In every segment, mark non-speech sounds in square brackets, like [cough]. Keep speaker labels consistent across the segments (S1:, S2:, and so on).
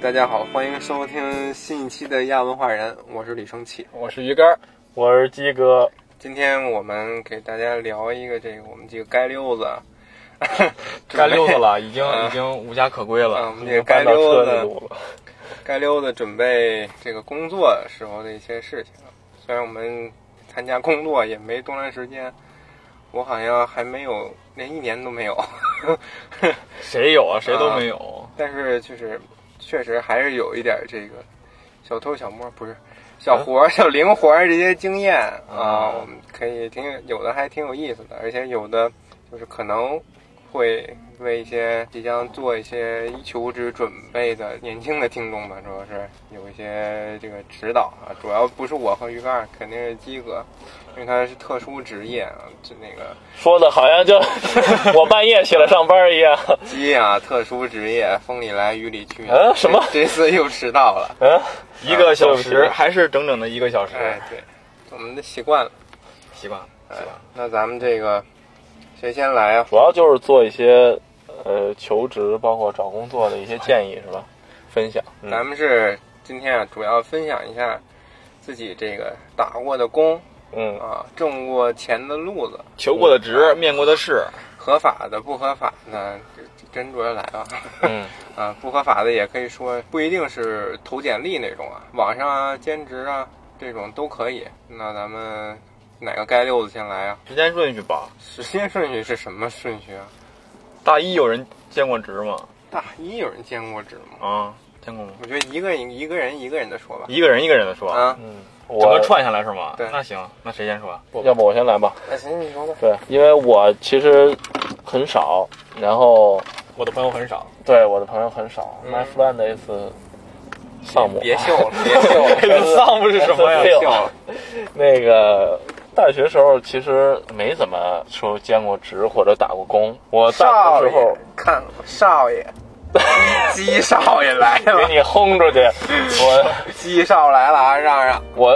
S1: 大家好，欢迎收听新一期的亚文化人，我是李生气。
S2: 我是鱼竿儿，
S3: 我是鸡哥，
S1: 今天我们给大家聊一个这个我们这个街溜子，啊 [laughs]
S2: 该溜达
S1: 子，
S2: 了，已经
S1: 嗯
S2: 已经无家可归
S1: 嗯，我
S2: 了。
S1: 们
S3: 已
S1: 这个街
S3: 经搬到
S1: 溜
S3: 车里
S1: 子，
S3: 录了。
S1: 街溜子准备这个工作的时候的一些事情。啊虽然我们参加工作也没多长时间，我好像还没有连一年都没有， [laughs]
S2: 谁有啊？谁都没有。
S1: 但是就是确实还是有一点这个小偷小摸，不是小
S3: 嗯
S1: 活儿、 [laughs] 小零活儿这些经验啊，
S2: 啊
S1: 我们可以挺有的还挺有意思的，而且有的就是可能会为一些即将做一些求职准备的年轻的听众吧，主要是有一些这个指导啊，主要不是我和鱼竿儿，肯定是鸡哥，因为他是特殊职业啊，就那
S3: [laughs]
S1: 个。
S3: 说的好像就我半夜起来上班一样。
S1: 鸡啊，特殊职业，风里来雨里去。
S3: 啊什么
S1: 这？这 [laughs] 次又迟到了。
S3: 嗯，
S2: 一个小
S3: 对
S2: 时，
S3: 不起
S2: 还是整整的一个小时。
S1: 哎，对，我们的习惯了。
S2: 习惯了，
S1: 哎
S2: 习惯了。，
S1: 那咱们这个谁先来啊？
S3: 主要就是做一些呃求职，包括找工作的一些建议，是吧？分享。嗯
S1: 咱们是今天啊，主要分享一下自己这个打过的工
S3: 嗯，
S1: 啊，挣过钱的路子，
S2: 求过的职，面过的试，
S1: 合法的、不合法的，这这斟酌着来吧。
S3: 嗯，
S1: 啊，不合法的也可以说不一定是投简历那种啊，网上啊、兼职啊这种都可以。那咱们哪个街溜子先来啊？
S2: 时间顺序吧。
S1: 时间顺序是什么顺序啊？
S2: 大一有人兼过职吗？
S1: 大一有人兼过职吗？
S2: 啊，兼过吗？
S1: 我觉得一个人一个人一个人的说吧。
S2: 一个人一个人的说，
S1: 啊，
S3: 嗯，
S2: 整个
S3: 我
S2: 串下来是吗？
S1: 对
S2: 那行，那谁先说？啊
S3: 要不我先来吧。
S1: 那行，你说吧。
S3: 对，因为我其实很少，然后
S2: 我的朋友很少，
S3: 对我的朋友很少。
S1: 嗯
S3: My friend is 项目，
S1: 别秀了，别秀
S2: [laughs]
S1: [laughs] 了，
S2: 丧不是什么
S3: 别
S2: 呀？
S3: 秀
S1: 别秀了。
S3: 那个大学时候其实没怎么说兼过职或者打过工。我大
S1: 少
S3: 学时候
S1: 爷，看我少 [laughs] 爷，鸡少爷来了，
S3: 给你轰出去，我
S1: 鸡少来了啊！让让，
S3: 我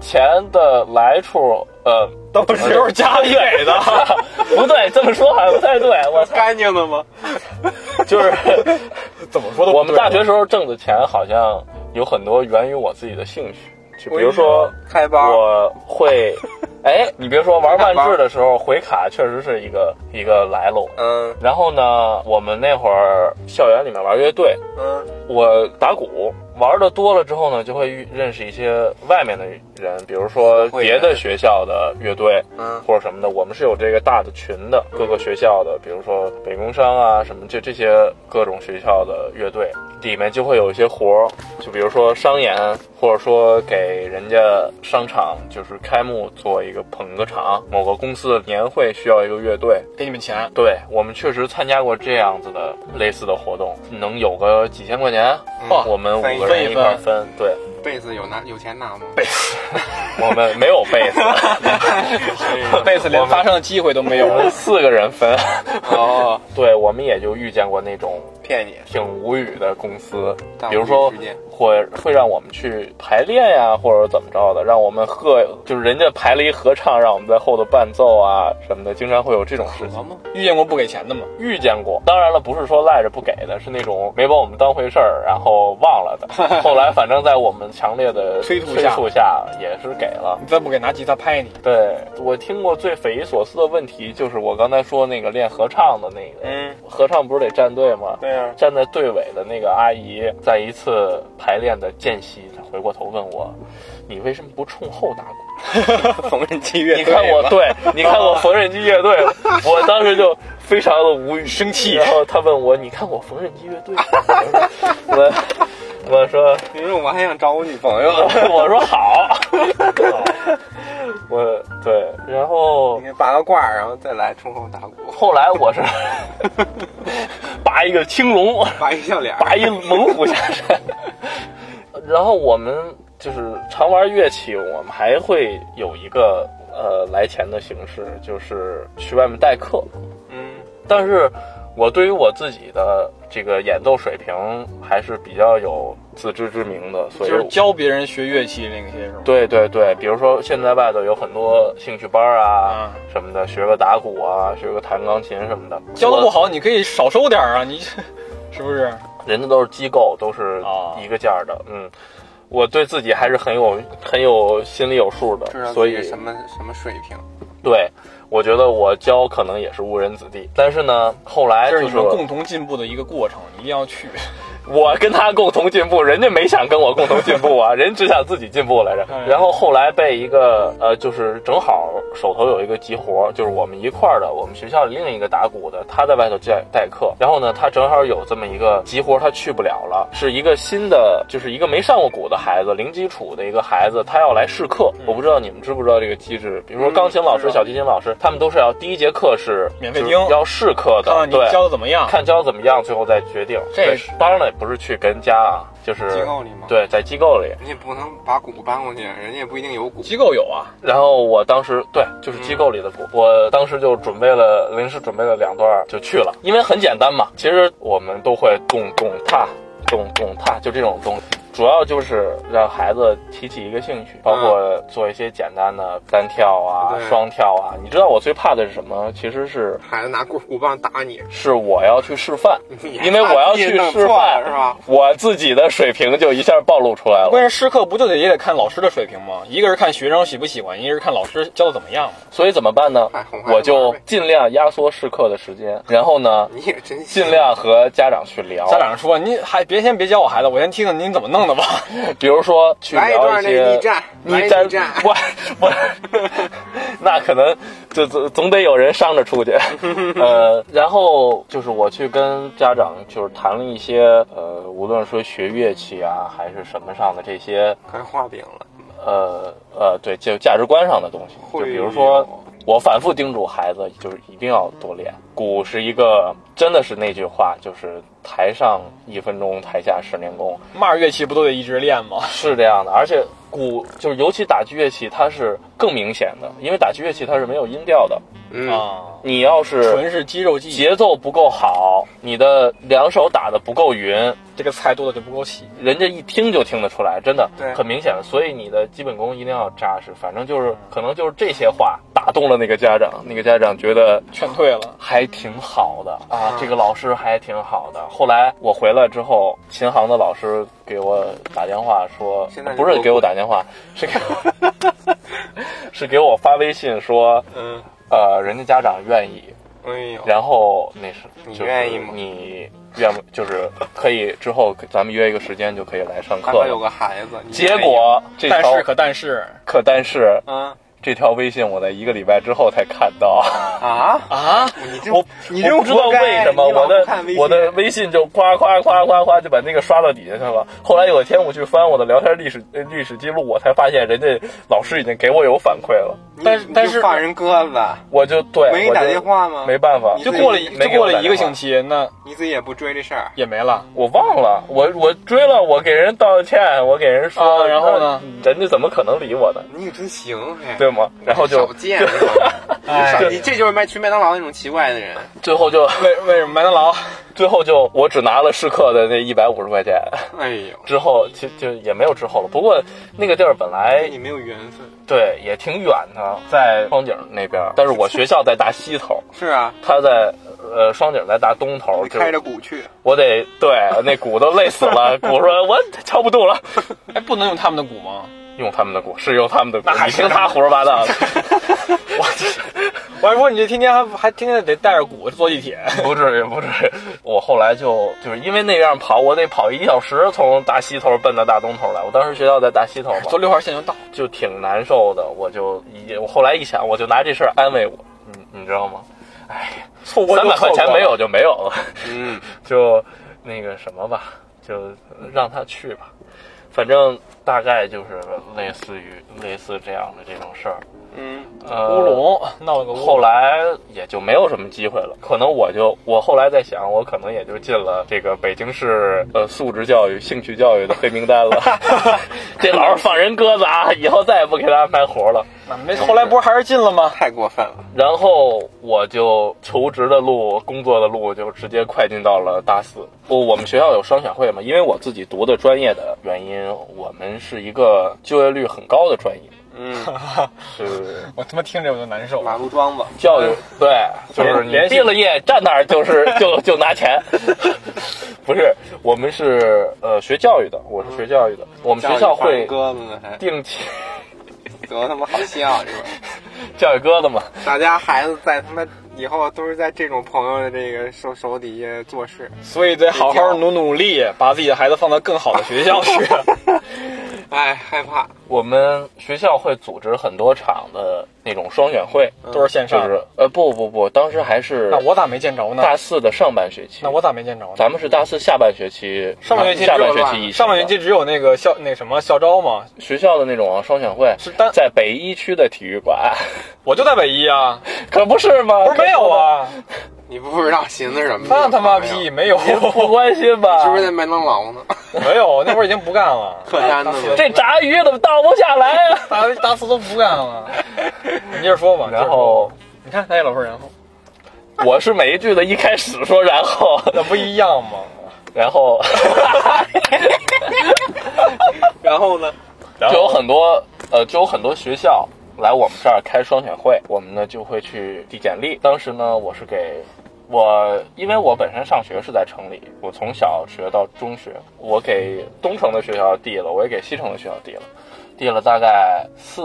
S3: 钱的来处，呃，
S1: 都是
S2: 都是家里给的， [laughs]
S3: 不对，这么说好像不太对。我
S1: [laughs]
S3: 操，
S1: 干净的吗？
S3: 就是
S2: [laughs] 怎么说都不对啊
S3: 我们大学时候挣的钱好像有很多源于我自己的兴趣，就比如说
S1: 开包，
S3: 我会，哎，你别说玩万智的时候回卡确实是一个一个来路。
S1: 嗯
S3: 然后呢，我们那会儿校园里面玩乐队，
S1: 嗯
S3: 我打鼓玩的多了之后呢，就会遇认识一些外面的人，比如说
S1: 会
S3: 别
S1: 员
S3: 的学校的乐队
S1: 嗯
S3: 或者什么的。我们是有这个大的群的，各个学校的，比如说北工商啊什么这这些各种学校的乐队，里面就会有一些活儿，就比如说商演，或者说给人家商场就是开幕做一个捧个场，某个公司的年会需要一个乐队，
S2: 给你们 [laughs] 钱，
S3: 对我们确实参加过这样子的类似的活动，能有个几千块钱，
S1: 嗯
S3: 哦我们五
S1: 分一
S3: 个
S1: 分
S3: 人
S2: 一
S3: 一块儿
S2: 分
S3: 分。对，
S1: 贝斯有拿有钱拿吗？
S3: 我们没有贝斯，
S2: 贝斯连发声的机会都没
S3: 我
S2: 有。
S3: 们四个人
S2: [laughs]
S3: 分。
S1: 哦，
S3: 对，我们也就遇见过那种
S1: 骗你，
S3: 挺无语的公司，
S1: 大
S3: 比如
S1: 无语
S3: 说
S1: 之间
S3: 会会让我们去排练呀、或者怎么着的，让我们和就是人家排了一合唱，让我们在后头伴奏啊什么的，经常会有这种事情。
S2: 哦
S1: 合吗？
S2: 遇见过不给钱的吗？
S3: 遇见过，当然了，不是说赖着不给的，是那种没把我们当回事儿，然后忘了
S2: [laughs]
S3: 的。后来反正在我们强烈的
S2: 催
S3: 催
S2: 促下
S3: 下也是给了。
S2: 你再不给，拿吉他拍你。
S3: 对我听过最匪夷所思的问题，就是我刚才说那个练合唱的那个，
S1: 嗯，
S3: 合唱不是得站队吗？
S1: 对啊呀，
S3: 站在队尾的那个阿姨，在一次排练的间隙，她回过头问我：“你为什么不冲后打鼓？”
S1: 缝纫机乐
S3: [laughs] 你看我，
S1: 吧
S3: 对， [laughs] 你看我缝纫机乐 [laughs] 队，我当时就非常的无语，生气。然后他问我，你看我缝纫机乐队 [laughs] 吗？我说我说
S1: 你说我还想找我女朋友，
S3: 我说好， [laughs] 我对，然后
S1: 你给拔个罐儿，然后再来冲后打鼓，
S3: 后来我
S2: [laughs]
S3: 是拔一个青龙，
S1: 拔一笑脸儿，
S3: 拔一猛虎下山，然后我们就是常玩乐器，我们还会有一个呃来钱的形式，就是去外面代课。
S1: 嗯
S3: 但是我对于我自己的这个演奏水平还是比较有自知之明的，所以
S2: 就是教别人学乐器那些是吗？
S3: 对对对，比如说现在外头有很多兴趣班啊、
S2: 啊
S3: 什么的，学个打鼓啊，学个弹钢琴什么的，
S2: 教的不
S3: 我
S2: 好，你可以少收点儿啊，你 [laughs] 是不是？
S3: 人家都是机构，都是
S2: 哦
S3: 一个价儿的。嗯，我对自己还是很有很有心里有数
S1: 知
S3: 的，
S1: 道
S3: 所
S1: 自
S3: 以
S1: 己什么什么水平，
S3: 对，我觉得我教可能也是误人子弟。但是呢，后来
S2: 这是
S3: 哎就
S2: 你
S3: 是
S2: 们
S3: 我
S2: 共同进步的一个过程，你一定要去。
S3: 我跟他共同进步，人家没想跟我共同进
S2: [laughs]
S3: 步啊，人只想自己进步来着。
S2: 哎
S3: 然后后来被一个呃，就是正好手头有一个急活，就是我们一块儿的，我们学校里另一个打鼓的，他在外头代代课。然后呢，他正好有这么一个急活，他去不了了，是一个新的，就是一个没上过鼓的孩子，零基础的一个孩子，他要来试课。我不知道你们知不知道这个机制，比如说
S1: 嗯
S3: 钢琴老师、
S1: 知道
S3: 小提琴老师，他们都是要第一节课是
S2: 免费
S3: 就是
S2: 听
S3: 要试课的
S2: 看，啊看你
S3: 啊对。
S2: 教的怎么样。
S3: 看教怎么样，最后再决定。
S2: 这
S3: 对
S2: 是
S3: 当然了，也不是去跟家啊，就是
S1: 机构里吗？，
S3: 对，在机构里。
S1: 你也不能把鼓搬过去，人家也不一定有鼓。
S2: 机构有啊，
S3: 然后我当时对，就是机构里的鼓，
S2: 嗯
S3: 我当时就准备了临时准备了两段儿就去了，因为很简单嘛。其实我们都会咚咚踏，咚咚踏，就这种东西。主要就是让孩子提起一个兴趣，
S2: 嗯
S3: 包括做一些简单的单跳啊、
S1: 对
S3: 双跳啊。你知道我最怕的是什么？其实是
S1: 孩子拿鼓鼓棒打你，
S3: 是我要去示范，
S1: [laughs] 你
S3: 因为我要去
S1: 弄错
S3: 示
S1: 了
S3: 范，
S1: 是吧？？
S3: 我自己的水平就一下暴露出来了。
S2: 关键师课不就得也得看老师的水平吗？一个是看学生喜不喜欢，一个是看老师教的怎么样嘛。
S3: 所以怎么办呢
S1: 哎哄？孩子
S3: 我就
S1: 玩呗
S3: 尽量压缩试课的时间，然后呢，
S1: 你也真行
S3: 尽量和家长去聊。
S2: 家，长说：“你还别先别教我孩子，我先听听您怎么弄的吧。
S3: [laughs] 比如说去
S1: 来一
S3: 聊
S1: 段那个
S3: 些
S1: 逆战，来
S3: 逆
S1: 一
S3: 战
S1: 逆战，，
S3: 我我， [laughs] 那可能就总总得有人伤
S1: [laughs]
S3: 着出去。呃，然后就是我去跟家长就是谈了一些呃，无论说学乐器啊，还是什么上的这些
S1: 快画饼了，
S3: 呃呃，对，就价值观上的东西，就比如
S1: 会
S3: 说
S1: 有，
S3: 我反复叮嘱孩子，就是一定要多练。鼓是一个，真的是那句话，就是台上一分钟，台下十年功，”
S2: 骂乐器不都得一直练吗？
S3: 是这样的。而且鼓就是尤其打击乐器，它是更明显的，因为打击乐器它是没有音调的。
S1: 嗯，
S2: 啊，
S3: 你要是
S2: 纯是肌肉记忆，
S3: 节奏不够好，你的两手打的不够匀，
S2: 这个菜剁的就不够细。
S3: 人家一听就听得出来，真的
S1: 对
S3: 很明显。所以你的基本功一定要扎实。反正就是，可能就是这些话打动了那个家长，那个家长觉得
S2: 劝退了，
S3: 还挺好的啊
S1: 嗯，
S3: 这个老师还挺好的。后来我回来之后，琴行的老师给我打电话说
S1: 现在，
S3: 不是给我打电话，是给我 [laughs] 是给我发微信说，
S1: 嗯，
S3: 呃，人家家长愿意，
S1: 哎呦，
S3: 然后那是
S1: 你
S3: 就是
S1: 愿意吗
S3: 你愿不就是可以之后咱们约一个时间就可以来上
S1: 他
S3: 课
S1: 还有
S3: 了。
S1: 个孩子，你
S3: 结果这
S2: 但
S3: 条
S2: 是可但是
S3: 可但是
S1: 啊
S3: 这条微信我在一个礼拜之后才看到，
S1: 啊，
S2: 啊，
S1: 你这
S3: 我
S1: 你这
S3: 我不知道为什么
S1: 你老
S3: 我
S1: 不看
S3: 的
S1: 微信
S3: 我的微信就夸夸夸夸夸就把那个刷到底下去了。后来有一天我去翻我的聊天历史呃历史记录，我才发现人家老师已经给我有反馈了，
S1: 你
S2: 但是
S1: 你就
S2: 但是
S1: 放人鸽子，
S3: 我就对
S1: 没给
S3: 我
S1: 你打
S3: 就
S1: 电话吗？
S3: 没办法
S1: 你，
S2: 就过了
S1: 没
S3: 没
S2: 就
S3: 给我
S2: 过
S3: 打
S2: 了一个
S3: 电话
S2: 星期，那
S1: 你自己也不追这事儿，
S2: 也没了。
S3: 我忘了，我我追了，我给人道歉，我给人说，
S2: 啊然后呢，
S3: 人家怎么可能理我呢？
S1: 你也真行，哎
S3: 对吗？然后就
S2: [laughs]
S1: 少见，是
S3: [laughs]
S1: 吧
S2: 哎
S1: 你少你这就是麦去麦当劳那种奇怪的人，
S3: 最后就
S2: 为为什么麦当劳？ [laughs]
S3: 最后就我只拿了试课的那一百五十块钱，
S1: 哎呦，
S3: 之后其实就也没有之后了。不过那个地儿本来
S1: 跟你没有缘分。
S3: 对也挺远的，在双井那边，但是我学校在大西头，
S1: 是啊，
S3: 他在呃双井在大东头，
S1: 你
S3: 就
S1: 开着鼓去，
S3: 我得对那鼓都累死了，鼓说我敲不动了，
S2: 哎，不能用他们的鼓吗？
S3: 用他们的鼓是用他们的鼓，
S2: 还
S3: 你
S2: 是
S3: 听他胡说八道的。
S2: 我还说你这天天还还天天得带着鼓坐地铁，
S3: 不至于，不至于。我后来就就是因为那样跑，我得跑一小时，从大西头奔到大东头来。我当时学校在大西头
S2: 坐
S3: 嘛，
S2: 六号线就到。
S3: 就挺难受的。我就一我后来一想，我就拿这事儿安慰我，你你知道吗？
S2: 错过
S3: 三
S2: 就
S3: 百
S2: 错
S3: 块
S2: 过
S3: 钱
S2: 了
S3: 没有就没有了， [laughs]
S1: 嗯，
S3: 就那个什么吧，就让他去吧。反正大概就是类似于类似这样的这种事儿。
S1: 嗯，
S3: 呃
S2: 乌龙闹了个乌龙
S3: 后来也就没有什么机会了。可能我就我后来在想，我可能也就进了这个北京市呃素质教育、兴趣教育的黑名单了。 [laughs] 这老是放人鸽子啊，以后再也不给他安排活了。
S2: 那没后来不是还是进了吗？
S1: 太过分了，
S3: 然后我就求职的路、工作的路就直接快进到了大四。我我们学校有双选会嘛，因为我自己读的专业的原因，我们是一个就业率很高的专业， [laughs]
S1: 嗯，
S3: 是 [laughs]
S2: 我他妈听着我就难受。
S1: 马路桩子，
S3: 教育对，就是你
S2: 联系
S3: [laughs] 毕了业站那儿就是就就拿钱，不是，我们是呃学教育的，我是学教育的，我们学校会
S1: 鸽子呢，还
S3: 定期
S1: 多他妈好笑这个！
S3: 教育鸽子嘛，
S1: 大家孩子在他妈以后都是在这种朋友的这个手手底下做事。
S2: 所以得好好努努力，把自己的孩子放到更好的学校 [laughs] 去。
S1: 哎，害怕。
S3: 我们学校会组织很多场的那种双选会，
S2: 都是线
S3: 就
S2: 上的，
S3: 是呃不不不，当时还是
S2: 啊那我咋没见着呢？
S3: 大四的上半学期
S2: 那，我咋没见着呢？
S3: 咱们是大四下半学期，
S2: 上半学期只
S3: 下
S2: 有
S3: 半学期一起的
S2: 上半学期只有那个校那什么校招嘛，
S3: 学校的那种双选会。
S2: 是啊单
S3: 在北一区的体育
S2: [laughs]
S3: 馆，
S2: 我就在北一啊，
S3: 可不是吗？
S2: 不是没有啊，
S1: 你不知道寻思什么？
S2: 那他妈
S1: 你
S2: 逼没有， [laughs]
S3: 可不是吗，不关心吧？
S1: 是不是在麦当劳呢？
S2: 没有，那会儿已经不干了， [laughs]
S1: [laughs] 客单呢吗？
S3: 这炸鱼怎么倒不下来啊？
S2: 大大四都不干了。 [laughs] 你接着说吧，
S3: 然后
S2: 你看他也老说然后，
S3: 我是每一句的一开始说，然后
S2: 那不一样吗？
S3: 然后
S1: 然后呢？
S2: [laughs] 然
S3: 就
S2: 后
S3: 有很多呃，就有很多学校来我们这儿开双选会，我们呢就会去递简历。当时呢，我是给我，因为我本身上学是在城里，我从小学到中学，我给东城的学校递了，我也给西城的学校递了，递了大概四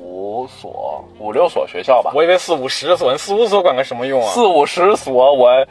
S3: 五所、五六所学校吧，
S2: 我以为四五十所，你四五所管个什么用啊？
S3: 四五十所我。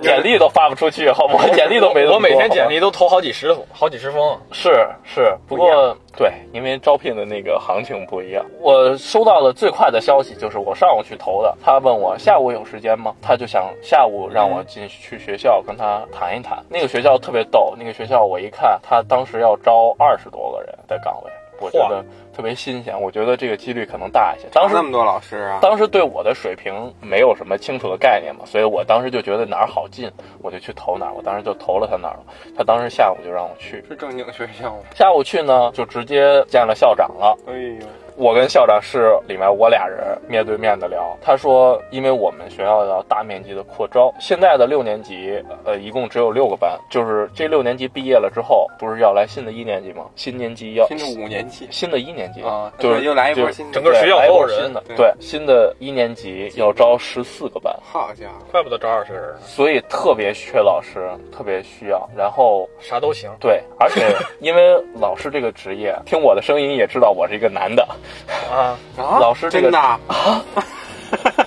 S3: 简历都发不出去，好吗？简历都没那么
S2: 我每
S3: 多
S2: 天
S3: 好吗
S2: 简历都投好几十所，好几十封。啊
S3: 是是，不
S2: 不一
S3: 过对，因为招聘的那个行情不一样。我收到的最快的消息就是我上午去投的，他问我下午有时间吗？他就想下午让我进去学校跟他谈一谈。那个学校特别逗，那个学校我一看，他当时要招二十多个人的岗位，我觉
S2: 嚯
S3: 得特别新鲜，我觉得这个几率可能大一些。当时
S1: 那么多老师啊，
S3: 当时对我的水平没有什么清楚的概念嘛，所以我当时就觉得哪儿好进，我就去投哪儿。我当时就投了他那儿了，他当时下午就让我去。
S1: 是正经学校吗？
S3: 下午去呢，就直接见了校长了。
S1: 哎呦，
S3: 我跟校长是里面我俩人面对面的聊。他说，因为我们学校要大面积的扩招，现在的六年级，呃，一共只有六个班，就是这六年级毕业了之后，不是要来新的一年级吗？新年级要
S1: 新的五年级
S3: 新的一年级
S1: 啊，
S3: 就是
S1: 又来一波
S3: 就
S1: 新的，
S2: 整个
S3: 对
S2: 学校
S3: 来一
S2: 所有
S3: 波
S2: 人
S3: 新的
S1: 对
S3: 对新的一年级要招十四个班，
S1: 好家伙，
S2: 怪不得招二十个人呢，
S3: 所以特别缺老师，特别需要。然后
S2: 啥都行。
S3: 对，而
S1: [laughs]
S3: 且因为老师这个职业，听我的声音也知道我是一个男的。
S2: 啊，
S1: 啊
S3: 老师这个
S1: 真的啊，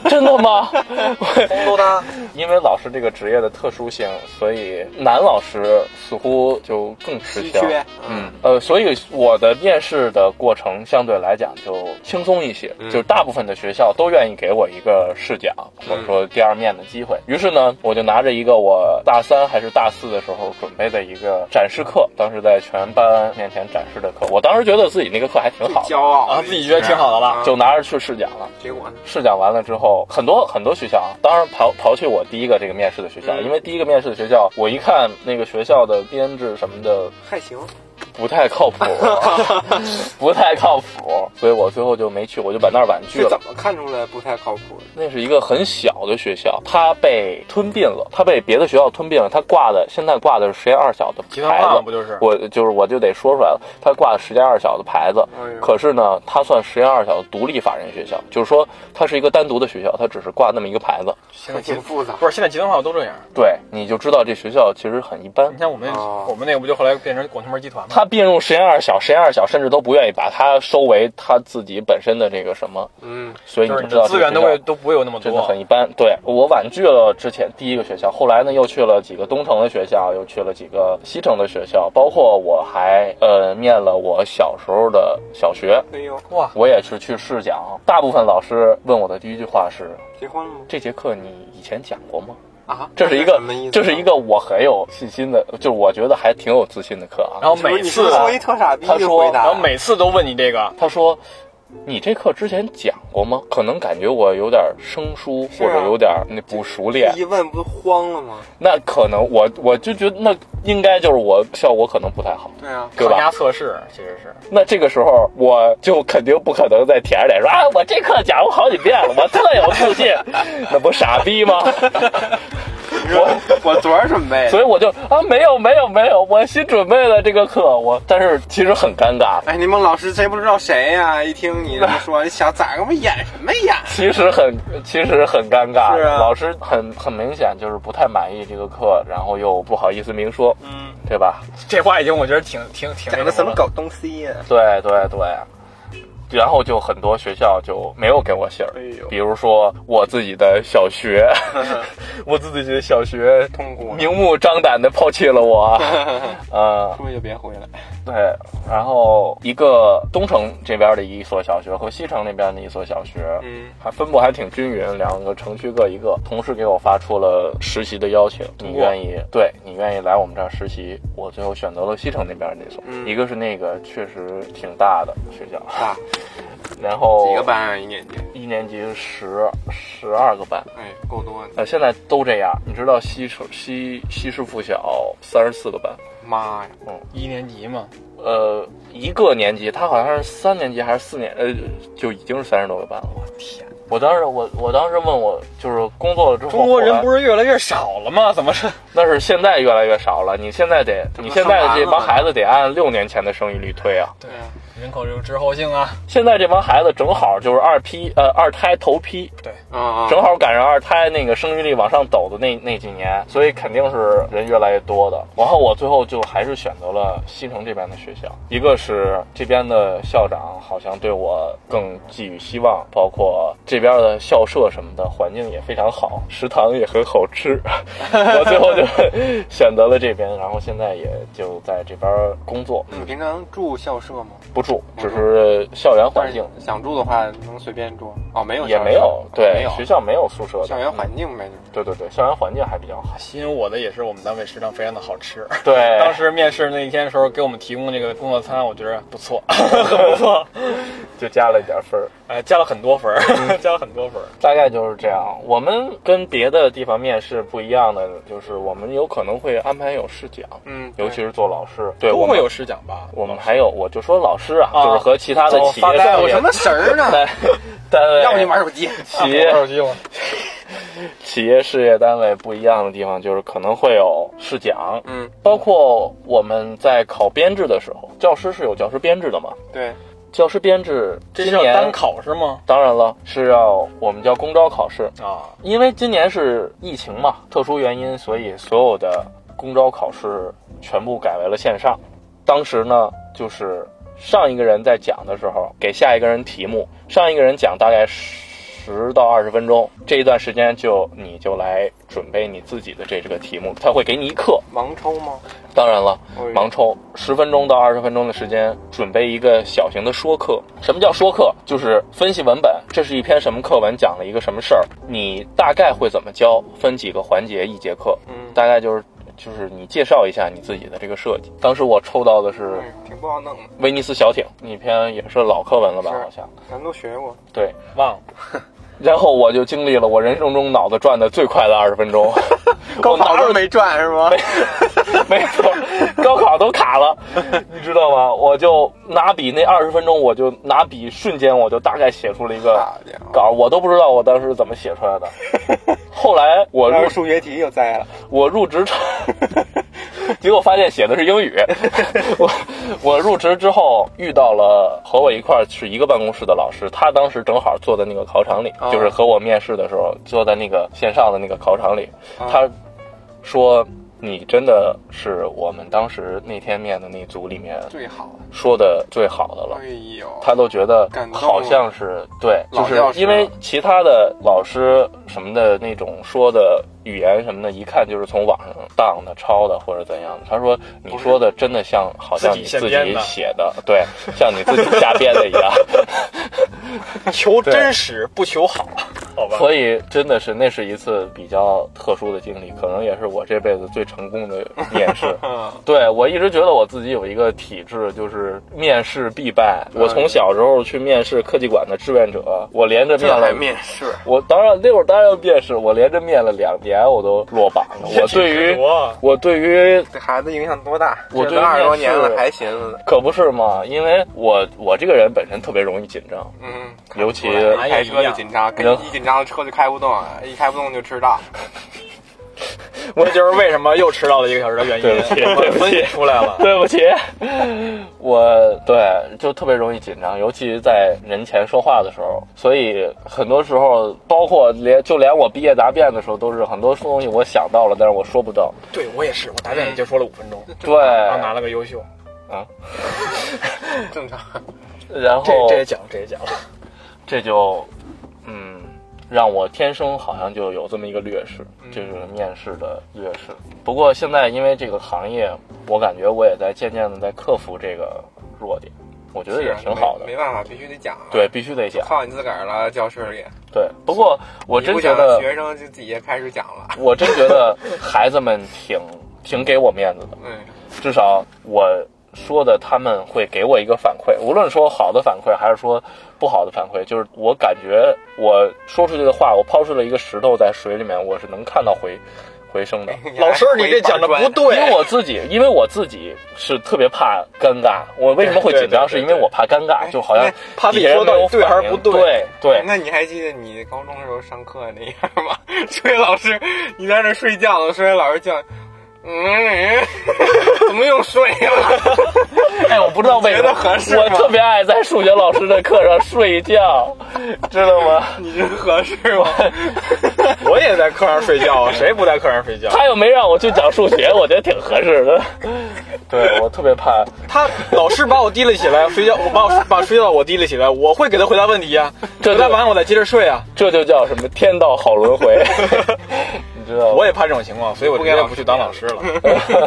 S3: [laughs] 真的吗？
S2: 风都大，
S3: 因为老师这个职业的特殊性，所以男老师似乎就更吃
S1: 稀
S3: 香。
S1: 缺，
S3: 嗯，呃，所以我的面试的过程相对来讲就轻松一些，
S1: 嗯
S3: 就是大部分的学校都愿意给我一个试讲或者说第二面的机会。于是呢，我就拿着一个我大三还是大四的时候准备的一个展示课，当时在全班面前展示的课，我当时觉得自己那个课还挺好的，
S1: 骄傲
S2: 啊，自己觉得挺好的了。
S1: 啊
S3: 就拿着去试讲了。
S1: 结果呢？
S3: 试讲完了之后，很多很多学校，啊，当然刨刨去我第一个这个面试的学校，
S1: 嗯
S3: 因为第一个面试的学校，我一看那个学校的编制什么的
S1: 还行，
S3: 不太靠谱， [laughs] 不太靠谱，所以我最后就没去，我就把那儿婉拒
S1: 是
S3: 了
S1: 怎。么看出来不太靠谱的？
S3: 那是一个很小的学校，它被吞并了，它被别的学校吞并了，它挂的现在挂的是实验二小的
S2: 集团
S3: 牌
S2: 化
S3: 子
S2: 不，就是？
S3: 我就是我就得说出来了，它挂的实验二小的牌子，
S1: 哎呦，
S3: 可是呢，它算实验二小的独立法人学校，就是说它是一个单独的学校，它只是挂那么一个牌子。
S2: 现
S1: 还
S2: 在集
S1: 挺复杂。
S2: 不是现在集团化都这样。
S3: 对，你就知道这学校其实很一般
S2: 你。像我们
S1: 哦
S2: 我们那个不就后来变成广渠门集团 [laughs] 吗？
S3: 他并入实验二小，实验二小甚至都不愿意把它收为他自己本身的这个什么，
S1: 嗯，
S3: 所以
S2: 就
S3: 你
S2: 是
S3: 就
S2: 你
S3: 知道
S2: 的资
S3: 这个
S2: 源都
S3: 学校
S2: 会都不会有那么
S3: 真的
S2: 多
S3: 很。一般。对我婉拒了之前第一个学校，后来呢又去了几个东城的学校，又去了几个西城的学校，包括我还呃念了我小时候的小学，
S1: 哎呦，
S2: 哇，
S3: 我也是去试讲。大部分老师问我的第一句话是：
S1: 结婚了吗？
S3: 这节课你以前讲过吗？
S1: 啊，
S3: 这是一个
S1: 什么意思啊，
S3: 这是一个我很有信心的，就是我觉得还挺有自信的课啊。
S2: 然后
S1: 是不
S2: 每
S1: 是你是
S2: 次
S1: 不是作为特傻逼
S3: 他
S1: 就
S3: 说
S1: 回答
S2: 然
S1: 了，
S2: 后每次都问你这个，
S3: 他说：“你这课之前讲过吗？”可能感觉我有点生疏，
S1: 是
S3: 或
S1: 啊
S3: 者有点那不熟练。
S1: 一问不慌了吗？
S3: 那可能我我就觉得那应该就是我效果可能不太好。
S1: 对 [laughs] 啊，
S3: 对
S2: 抗
S3: 吧
S2: 压测试其实是
S3: 那这个时候我就肯定不可能再舔着脸说啊，我 [laughs] 这课讲过好几遍了，我特有自信，那不傻逼吗？
S1: 你说我昨儿准备的，
S3: 所以我就啊，没有没有没有，我新准备了这个课，我但是其实很尴尬，
S1: 哎，你们老师谁不知道谁呀、一听你这么说，
S3: [laughs]
S1: 你想咋个嘛演什么演？
S3: 其实很其实很尴尬，
S1: 是啊
S3: 老师很很明显就是不太满意这个课，然后又不好意思明说，
S1: 嗯，
S3: 对吧？
S2: 这话已经我觉得挺挺挺那
S1: 讲的什
S2: 了
S1: 么狗东西呀、
S3: 对对对，然后就很多学校就没有给我信儿
S1: 哎，呦
S3: 比如说我自己的小学， [laughs] 我自己的小学
S1: 痛
S3: [laughs]
S1: 苦了，
S3: 明目张胆的抛弃了
S1: [laughs]
S3: 我，呃，
S1: 出去就别回来。
S3: 对，然后一个东城这边的一所小学和西城那边的一所小学，
S1: 嗯，
S3: 还分布还挺均匀，两个城区各一个。同事给我发出了实习的邀请，你愿意？对你愿意来我们这儿实习？我最后选择了西城那边那所，
S1: 嗯
S3: 一个是那个确实挺大的学校，
S1: 啊，
S3: [laughs] 然后
S1: 几个班啊？一年级？
S3: 一年级是十十二个班。
S1: 哎，够多的。
S3: 呃，现在都这样，你知道西城西西师附小三十四个班，
S1: 妈呀，
S2: 一年级嘛，
S3: 呃，一个年级，他好像是三年级还是四年，呃，就已经是三十多个班了。
S2: 我天，
S3: 我当时我我当时问我就是工作了之后，
S2: 中国人
S3: 后来
S2: 不是越来越少了吗？怎么是？
S3: 那是现在越来越少了。你现在得，
S1: 这不
S3: 你现在这
S1: 上完了
S3: 帮
S1: 吗
S3: 孩子得按六年前的生育率推啊。
S2: 对人口有滞后性啊。
S3: 现在这帮孩子正好就是二批，呃，二胎头批，
S1: 啊啊！
S3: 正好赶上二胎那个生育率往上走的那那几年，所以肯定是人越来越多的。然后我最后就还是选择了西城这边的学校，一个是这边的校长好像对我更寄予希望，包括这边的校舍什么的，环境也非常好，食堂也很好
S1: [laughs]
S3: 吃。我最后就选择了这边，然后现在也就在这边工作，
S1: 你平常住校舍吗？
S3: 不住，只是校园环
S1: 但
S3: 境
S1: 是。想住的话，能随便住？哦，没有校
S3: 也
S1: 舍，哦
S3: 没有，
S1: 没
S3: 对
S1: 有
S3: 学校没有宿舍的，
S1: 校园环
S3: 嗯
S1: 境呗，就是
S3: 对对对，校园环境还比较好。
S2: 吸引我的也是我们单位食堂非常的好吃。
S3: 对，
S4: 哎
S2: 当时面试那一天的时候，给我们提供这个工作餐，我觉得不
S4: [laughs]
S2: 错，很不错，
S3: 就加了一点分儿，
S2: 哎，加了很多分
S4: 嗯
S2: 儿， [laughs] 加了很多分儿。
S3: 大概就是这样。我们跟别的地方面试不一样的，就是我们有可能会安排有试讲，
S1: 嗯，
S3: 尤其
S1: 对
S3: 是做老师，对，
S2: 都
S3: 我
S2: 会
S3: 们
S2: 有试讲吧？
S3: 我们还有，我就说老师啊，
S2: 啊
S3: 就是和其他的
S2: 哦
S3: 企
S2: 发
S3: 业
S2: 呆
S3: 单
S2: 我
S3: 位、
S1: 什么神儿 [laughs] 呢？
S3: [laughs] 单单
S2: [laughs]
S3: 位，
S1: 要不你哎 [laughs] 玩手机，
S3: 企
S2: 啊
S3: 业
S2: 我手机吗？
S3: 企业事业单位不一样的地方，就是可能会有试讲，
S1: 嗯，
S3: 包括我们在考编制的时候，教师是有教师编制的嘛？
S1: 对，
S3: 教师编制
S2: 这
S3: 今
S2: 是要
S3: 年
S2: 单，考是吗？
S3: 当然了，是要我们叫公招考试，
S2: 啊，
S3: 因为今年是疫情嘛，特殊原因，所以所有的公招考试全部改为了线上。当时呢，就是上一个人在讲的时候，给下一个人题目，上一个人讲大概十到二十分钟，这一段时间就你就来准备你自己的这这个题目，他会给你一课。
S1: 盲抽吗？
S3: 当然了，
S1: 哎呦
S3: 盲抽十分钟到二十分钟的时间，准备一个小型的说课。什么叫说课？就是分析文本，这是一篇什么课文，讲了一个什么事儿，你大概会怎么教，分几个环节一节课，
S1: 嗯，
S3: 大概就是就是你介绍一下你自己的这个设计。当时我抽到的是
S1: 哎挺不好弄的，
S3: 《威尼斯小艇》那篇，也是老课文了吧？
S1: 是
S3: 好像
S1: 咱都学过。
S3: 对。
S2: 忘了。
S3: 然后我就经历了我人生中脑子转的最快的二十分钟，我脑子
S1: 没转是吗？
S3: [laughs] 没错，高考都卡了，你知道吗？我就拿笔那二十分钟，我就拿笔瞬间我就大概写出了一个
S1: 好家伙，
S3: 稿，我都不知道我当时是怎么写出来的。后来我入
S1: 要是数学题又栽了。
S3: 我入职之，结果发现写的是英语。我我入职之后遇到了和我一块儿是一个办公室的老师，他当时正好坐在那个考场里，
S1: 哦
S3: 就是和我面试的时候坐在那个线上的那个考场里，
S1: 啊
S3: 他说。你真的是我们当时那天面的那组里面
S1: 最好，
S3: 说的最好的了
S1: 哎，呦，
S3: 他都觉得
S1: 感动
S3: 好像是对，
S1: 老
S3: 就是
S1: 教师
S3: 因为其他的老师什么的那种说的语言什么的，一看就是从网上当的、抄的或者怎样的。他说你说的真的像好像
S2: 自己
S3: 你
S2: 现
S3: 自
S2: 编
S3: 己
S2: 的
S3: 写的，对，像你自己瞎编的一样。
S2: 求
S3: 对
S2: 真实，不求好，好吧？
S3: 所以真的是那是一次比较特殊的经历，可能也是我这辈子最成功的面试。
S1: 嗯，
S3: 对我一直觉得我自己有一个体质，就是面试必败。
S1: 嗯
S3: 我从小时候去面试科技馆的志愿者，我连着面了。
S1: 试，
S3: 我当然那会儿当然面试，我连着面了两年，我都落榜了。
S4: [laughs]
S3: 我对于我对于
S1: 对孩子影响多大？
S3: 我
S1: 这
S3: 对
S1: 都
S3: 面
S1: 二十多年
S3: 试
S1: 了还寻思呢，
S3: 可不是嘛，因为我我这个人本身特别容易紧张，
S1: 嗯，
S3: 尤其
S2: 哎
S1: 开车就紧张，跟啊
S3: 人
S1: 一紧张车就开不动，一开不动就迟到。
S4: 我就是为什么又迟到了一个小时的原因，
S3: 对不起
S4: 我
S3: 对不起
S4: 分析出来 [laughs] 了。
S3: 对不起，我对就特别容易紧张，尤其在人前说话的时候，所以很多时候，包括连就连我毕业答辩的时候，都是很多东西我想到了，但是我说不到。
S4: 对我也是，我答辩也就说了五分钟，
S3: 对，
S4: 嗯然啊后拿了个优秀，
S1: [laughs] 正常。
S3: 然后
S4: 这这也讲了，这也讲了。
S3: 这就嗯，让我天生好像就有这么一个劣势，这就是面试的劣势。不过现在因为这个行业，我感觉我也在渐渐的在克服这个弱点，我觉得也挺好的
S1: 啊没。没办法，必须得讲。，啊
S3: 对，必须得讲。
S1: 靠你自个儿了，教室里。
S3: 对，不过我
S1: 你
S3: 真
S1: 不
S3: 觉
S1: 讲，
S3: 得，
S1: 学生就自己也开始讲了。
S3: 我真觉得孩子们挺挺给我面子的，
S1: 嗯，
S3: 至少我说的他们会给我一个反馈，无论说好的反馈还是说不好的反馈，就是我感觉我说出去的话，我抛出了一个石头在水里面，我是能看到
S4: [laughs]
S3: 回回声的。
S4: 老师，你这讲的不
S3: 因为
S4: 对，
S3: 我自己，因为我自己是特别怕尴尬。我为什么会紧张，
S4: 对对对对
S3: 是因为我怕尴尬，就好
S1: 哎
S3: 像
S4: 怕自
S3: 别
S4: 己
S3: 人
S4: 说
S3: 没
S4: 到
S3: 有
S4: 底对还
S3: 反
S4: 是
S3: 应
S4: 不对。
S3: 对对，
S1: 那你还记得你高中的时候上课那样吗？ [laughs] 数学老师，你在那睡觉呢，数学老师叫，嗯， [laughs] 怎么又睡了？ [laughs]
S3: [laughs] 哎，我不知道为什么
S1: 觉得合适吗
S3: 我特别爱在数学老师的课上睡觉，知道吗？
S1: 你这合适
S4: [laughs]
S1: 吗？
S4: 我也在课上睡觉啊，谁不在课上睡觉？
S3: 他又没让我去讲数学，我觉得挺合适的。对我特别怕，
S4: 他老师把我提了起来，睡觉，我把我把睡觉我提了起来，我会给他回答问题 [laughs] 呀、
S3: 这
S4: 回答完我再接着睡啊。
S3: 这就叫什么天道好轮 [laughs] 回，你知道吗？
S4: 我也怕这种情况，所以我直接嗯不去当老师了。 [laughs]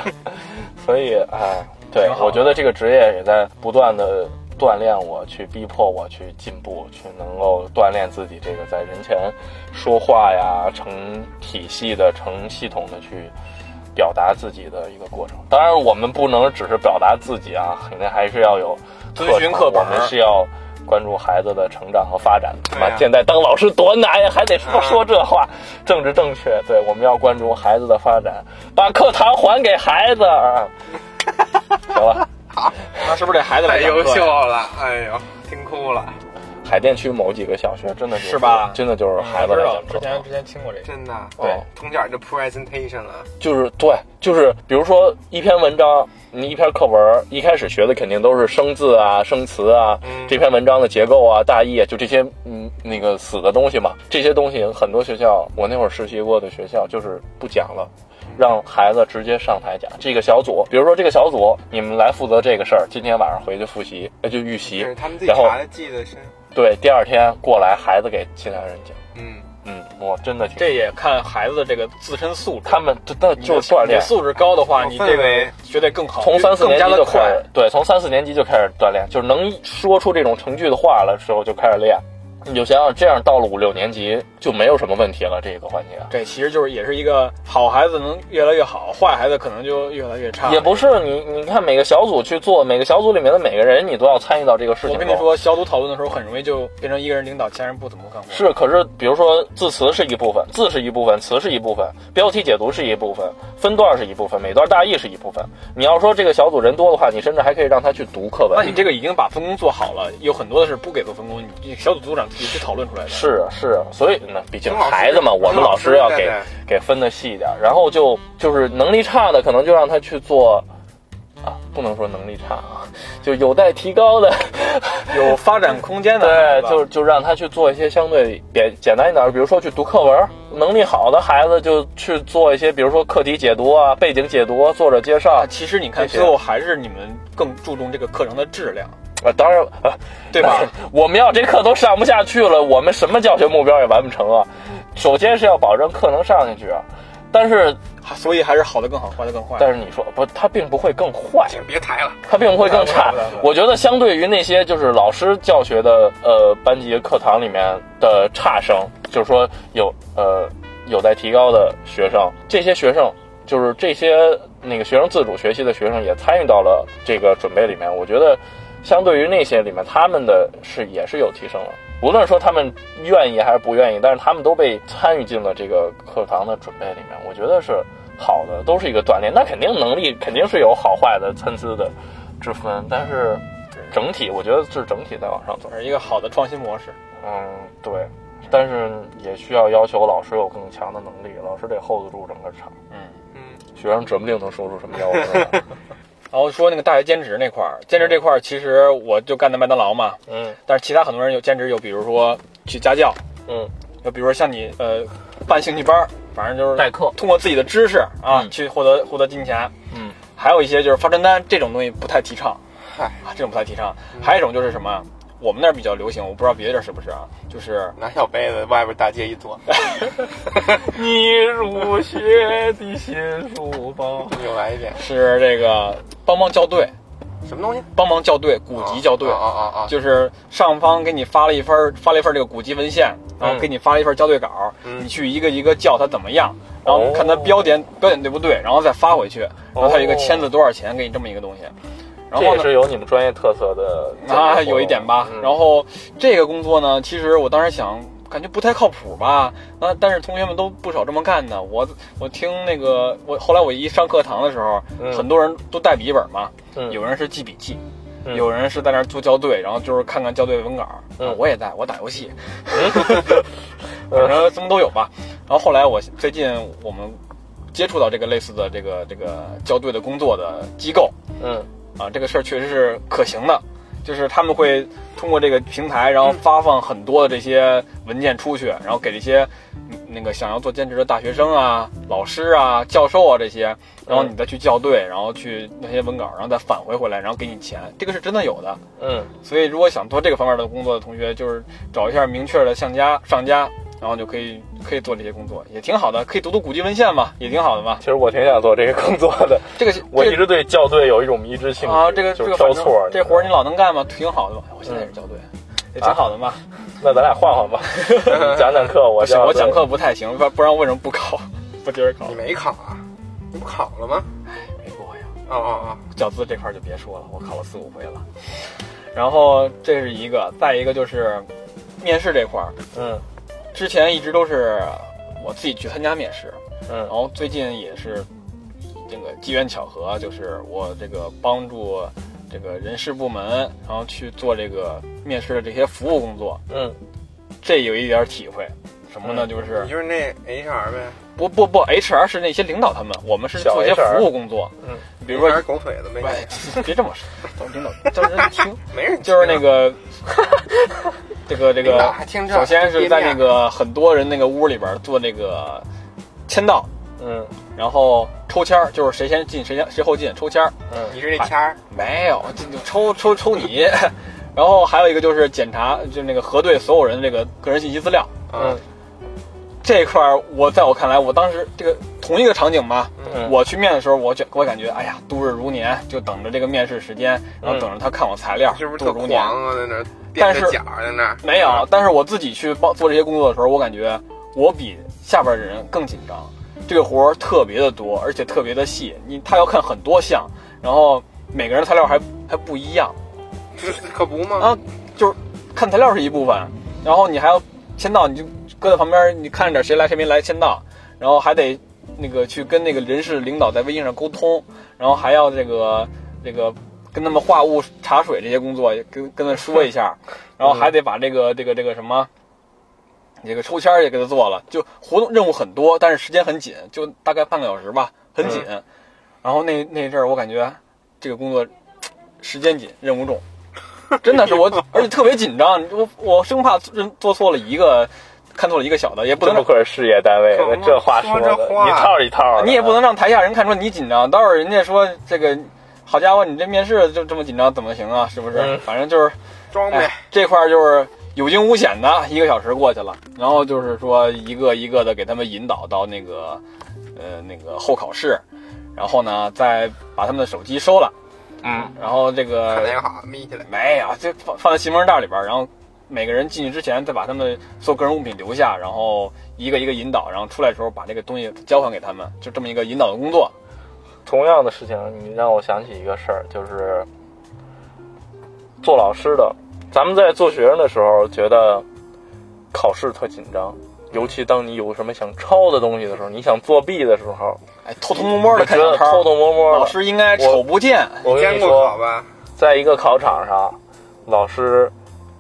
S3: 所以哎，对
S4: 挺，好
S3: 我觉得这个职业也在不断的锻炼我，去逼迫我去进步，去能够锻炼自己这个在人前说话呀，成体系的、成系统的去表达自己的一个过程。当然，我们不能只是表达自己啊，肯定还是要有
S4: 遵循啊
S3: 长
S4: 课本
S3: 我们是要。关注孩子的成长和发展，
S1: 对
S3: 妈
S1: 呀
S3: 现在当老师多难呀，还得说
S1: 啊
S3: 说这话，
S4: 嗯
S3: 政治正确。对，我们要关注孩子的发展，把课堂还给孩子啊。
S4: [laughs]
S3: 行了，
S4: 那是不是得孩子
S1: 太
S4: 来
S1: 优
S4: 上课啊
S1: 秀
S4: 呀？
S1: 了，哎呦，听哭了，
S3: 海淀区某几个小学真的就是
S4: 吧
S3: 真的就是孩子
S4: 知
S3: 来
S4: 道
S3: 讲，
S4: 之
S3: 课，
S4: 前之前听啊过这个。
S1: 真的。
S4: 对
S3: 哦
S1: 从点儿就 presentation 了，
S3: 就是对，就是比如说一篇文章，你一篇课文，一开始学的肯定都是生字啊、生词啊，
S1: 嗯
S3: 这篇文章的结构啊、大意啊，就这些嗯那个死的东西嘛。这些东西很多学校，我那会儿实习过的学校就是不讲了。让孩子直接上台讲这个小组，比如说这个小组，你们来负责这个事儿，今天晚上回去复习，那就预习
S1: 就是，他们自己
S3: 然后
S1: 查的，记得深。
S3: 对，第二天过来，孩子给其他人讲。
S1: 嗯，
S3: 嗯，我真的挺
S4: 这也看孩子的这个自身素质。
S3: 他们这那
S4: 你
S3: 就
S4: 的
S3: 是锻
S4: 你的
S3: 炼，
S4: 素质高的话，
S1: 有
S4: 你
S1: 氛
S4: 这个
S1: 围
S4: 学得更好，
S3: 从三四
S4: 啊更
S3: 年
S4: 加
S3: 级
S4: 的
S3: 就开
S4: 快
S3: 始。，对，从三四年级就开始锻炼，就是能说出这种成句的话了时候就开始练。你就想想，这样到了五六年级就没有什么问题了，这个环节。
S4: 这其实就是也是一个好孩子能越来越好，坏孩子可能就越来越差。
S3: 也不是你，你看每个小组去做，每个小组里面的每个人，你都要参与到这个事情
S4: 我
S3: 中。
S4: 跟你说，小组讨论的时候很容易就变成一个人领导，其他人不怎么干活。
S3: 是，可是比如说字词是一部分，字是一部分，词是一部分，标题解读是一部分，分段是一部分，每段大意是一部分。你要说这个小组人多的话，你甚至还可以让他去读课
S4: 那
S3: 文。
S4: 你这个已经把分工做好了，有很多的是不给做分工，你小组组长自己去讨论出来的。
S3: 是啊是，所以呢，毕竟
S1: 当老师
S3: 孩子嘛，我们
S1: 当
S3: 老
S1: 老
S3: 师要
S1: 对
S3: 给
S1: 对
S3: 给分的细一点，然后就就是能力差的，可能就让他去做。啊，不能说能力差啊，就有待提高的， [laughs]
S4: 有发展空间的，
S1: [laughs]
S3: 对，就就让他去做一些相对简简单一点的，比如说去读课文，能力好的孩子就去做一些，比如说课题解读啊、背景解读、作者介绍
S4: 啊。其实你看，
S3: 这些
S4: 最后还是你们更注重这个课程的质量，
S3: 啊，当然， [laughs] 啊、
S4: 对吧？ [laughs]
S3: 我们要这课都上不下去了，我们什么教学目标也完不成啊。首先是要保证课能上下去啊，但是
S4: 还所以还是好的更好，坏的更坏。
S3: 但是你说不，它并不会更坏，
S1: 行，别抬了。
S3: 它并不会更
S4: 不太
S3: 差
S4: 不太不太。
S3: 我觉得相对于那些就是老师教学的呃班级课堂里面的差生，就是说有呃有待提高的学生，这些学生就是这些那个学生自主学习的学生也参与到了这个准备里面。我觉得相对于那些里面，他们的是也是有提升了。无论说他们愿意还是不愿意，但是他们都被参与进了这个课堂的准备里面，我觉得是好的，都是一个锻炼。那肯定能力肯定是有好坏的参差的之分，但是整体我觉得是整体在往上走。
S4: 是一个好的创新模式。
S3: 嗯，对，但是也需要要求老师有更强的能力，老师得 hold 得住整个场。
S4: 嗯。
S1: 嗯，
S3: 学生指不定能说出什么幺蛾子来。
S4: 然后说那个大学兼职那块儿，兼职这块儿其实我就干的麦当劳嘛，
S3: [laughs] 嗯
S4: 但是其他很多人有兼职，有比如说去家教，
S3: 嗯，
S4: 就比如说像你呃办兴趣班儿，反正就是
S3: 代课。
S4: 通过自己的知识啊、
S3: 嗯
S4: 去获得获得金钱。
S3: 嗯，
S4: 还有一些就是发传单这种东西不太提倡，
S1: 嗨
S4: 啊，这种不太提倡。还有一种就是什么啊，我们那儿比较流行，我不知道别的地儿是不是啊，就是
S1: 拿小杯子，外边大街一
S4: [laughs]
S1: 坐，
S3: 你入学的新书包。
S1: 又来一遍，
S4: 是这个帮忙校对，
S1: 什么东西？
S4: 帮忙校对，古籍校对。
S1: 啊啊啊！啊
S4: 就是上方给你发了一份儿发了一份儿这个古籍文献，然后
S3: 嗯
S4: 给你发了一份儿校对稿，
S1: 嗯
S4: 你去一个一个校它怎么样，然后
S3: 哦
S4: 看它标点、标点对不对，然后再发回去，然后它有一个签字多少钱，给你这么一个东西。然
S3: 这
S4: 后
S3: 也
S4: 呢，
S3: 是有你们专业特色的
S4: 啊，有一点吧。
S3: 嗯
S4: 然后这个工作呢，其实我当时想，感觉不太靠谱吧。那但是同学们都不少这么干的。我我听那个，我后来我一上课堂的时候，
S3: 嗯
S4: 很多人都带笔记本嘛，
S3: 嗯
S4: 有人是记笔记。
S3: 嗯
S4: 有人是在那儿做校对，然后就是看看校对文稿。
S3: 嗯
S4: 啊我也在，我打游戏，反正什么都有吧。然后后来我最近我们接触到这个类似的这个这个校对的工作的机构，
S3: 嗯
S4: 啊，这个事儿确实是可行的，就是他们会通过这个平台，然后发放很多的这些文件出去，然后给这些嗯那个想要做兼职的大学生啊、老师啊、教授啊这些，然后你再去校对，然后去那些文稿，然后再返回回来，然后给你钱，这个是真的有的。
S3: 嗯
S4: 所以如果想做这个方面的工作的同学，就是找一下明确的上家上家。然后就可以可以做这些工作，也挺好的，可以读读古籍文献嘛，也挺好的嘛。
S3: 其实我挺想做这个工作
S4: [laughs]
S3: 的，
S4: 这个
S3: 我
S4: 这个
S3: 一直对校对有一种迷之兴趣
S4: 啊，这个这
S3: 就
S4: 个
S3: 是
S4: 反
S3: 挑
S4: 正
S3: 错，
S4: 这活儿你老能干吗？挺好的吧？我现在也是校对，也挺好的
S3: 啊
S4: 嘛。
S3: 那咱俩换
S4: [laughs]
S3: 换吧，你讲讲课，我
S4: 不是
S3: 校
S4: 我
S3: 对
S4: 讲，课不太行，不不然我为什么不考？不接着考
S1: 你？没考啊？你不考了吗？
S4: 没过
S3: 啊
S4: 呀。
S1: 哦哦
S4: 教资这块儿就别说了，我考了四五回了。然后这是一个，再一个就是面试这块儿，
S3: 嗯
S4: 之前一直都是我自己去参加面试，然
S3: 嗯
S4: 后最近也是这个机缘巧合，啊就是我这个帮助这个人事部门，然后去做这个面试的这些服务工作。
S3: 嗯
S4: 这有一点体会，什么呢？就
S1: 哦，
S4: 是
S1: 你就是那 HR 呗，
S4: 不不不，HR 是那些领导他们，我们是
S3: 小
S4: 做一些
S3: HR
S4: 服务工作，
S3: 嗯，
S4: 比如说，
S1: HR 狗腿子呗，
S4: 哎别这么说，都领
S1: [laughs]
S4: 导叫人听，
S1: 没人
S4: 就是那个， [laughs] 这个这
S1: 领导
S4: 个，
S1: 还听这，
S4: 首先是在那
S1: 个
S4: 个很多人那个屋里边做那个签到，
S3: 嗯
S4: 然后抽签儿，就是谁先进谁先谁后进，抽签儿
S3: 嗯
S1: 你是那签儿，
S4: 没有，这就抽抽抽你， [laughs] 然后还有一个就是检查，就那个核对所有人的这个个人信息资料。
S1: 嗯
S3: 嗯
S4: 这一块儿，我在我看来，我当时这个同一个场景吧，
S3: 嗯，
S4: 我去面的时候，我觉我感觉，哎呀，度日如年，就等着这个面试时间，然后等着他看我材料，
S1: 是不是
S4: 嗯度
S1: 特
S4: 日如年。
S1: 狂啊？在那儿
S4: 但
S1: 踮
S4: 是
S1: 着脚在那儿，
S4: 没有，但是我自己去帮做这些工作的时候，我感觉我比下边的人更紧张。这个活儿特别的多，而且特别的细，你他要看很多项，然后每个人材料还还不一样。
S1: 这可不
S4: 啊
S1: 吗？
S4: 看材料是一部分，然后你还要签到，你就搁在旁边，你看着点谁来谁没来签到，然后还得那个去跟那个人事领导在微信上沟通，然后还要这个这个跟他们话务茶水这些工作也跟跟他说一下，然后还得把这个这个这个什么。这个抽签儿也给他做了，就活动任务很多，但是时间很紧，就大概半个小时吧，很紧。然后那那阵儿我感觉这个工作时间紧，任务重，真的是我，而且特别紧张，我我生怕做做错了一个，看错了一个小的，也不
S3: 这不
S4: 能。
S3: 愧是事业单位，
S1: 可不
S3: 那这话
S1: 说
S3: 的
S1: 这话
S3: 一套一套
S4: 啊
S3: 的，
S4: 你也不能让台下人看出你紧张，到时候人家说这个，好家伙，你这面试就这么紧张，怎么行啊？是不是？
S3: 嗯
S4: 反正就是
S1: 装
S4: 哎
S1: 呗，，
S4: 这块儿就是有惊无险的，一个小时过去了，然后就是说一个一个的给他们引导到那个，呃，那个候考室，然后呢再把他们的手机收了，
S3: 嗯
S4: 然后这
S1: 看哪
S4: 个
S1: 个好，眯起来。
S4: 没有，就放放在行门袋里边儿，然后每个人进去之前再把他们的所有个人物品留下，然后一个一个引导，然后出来的时候把这个东西交还给他们，就这么一个引导的工作。
S3: 同样的事情，你让我想起一个事儿，就是做老师的，咱们在做学生的时候，觉得考试特紧张，尤其当你有什么想抄的东西的时候，你想作弊的时候，
S4: 哎，偷偷摸摸的
S3: 觉
S4: 看小
S3: 得
S4: 抄，
S3: 偷偷摸摸的。
S4: 老师应该瞅不见。
S3: 我跟
S1: 监
S3: 你
S1: 过
S3: 说
S1: 考，吧？
S3: 在一个考场上，老师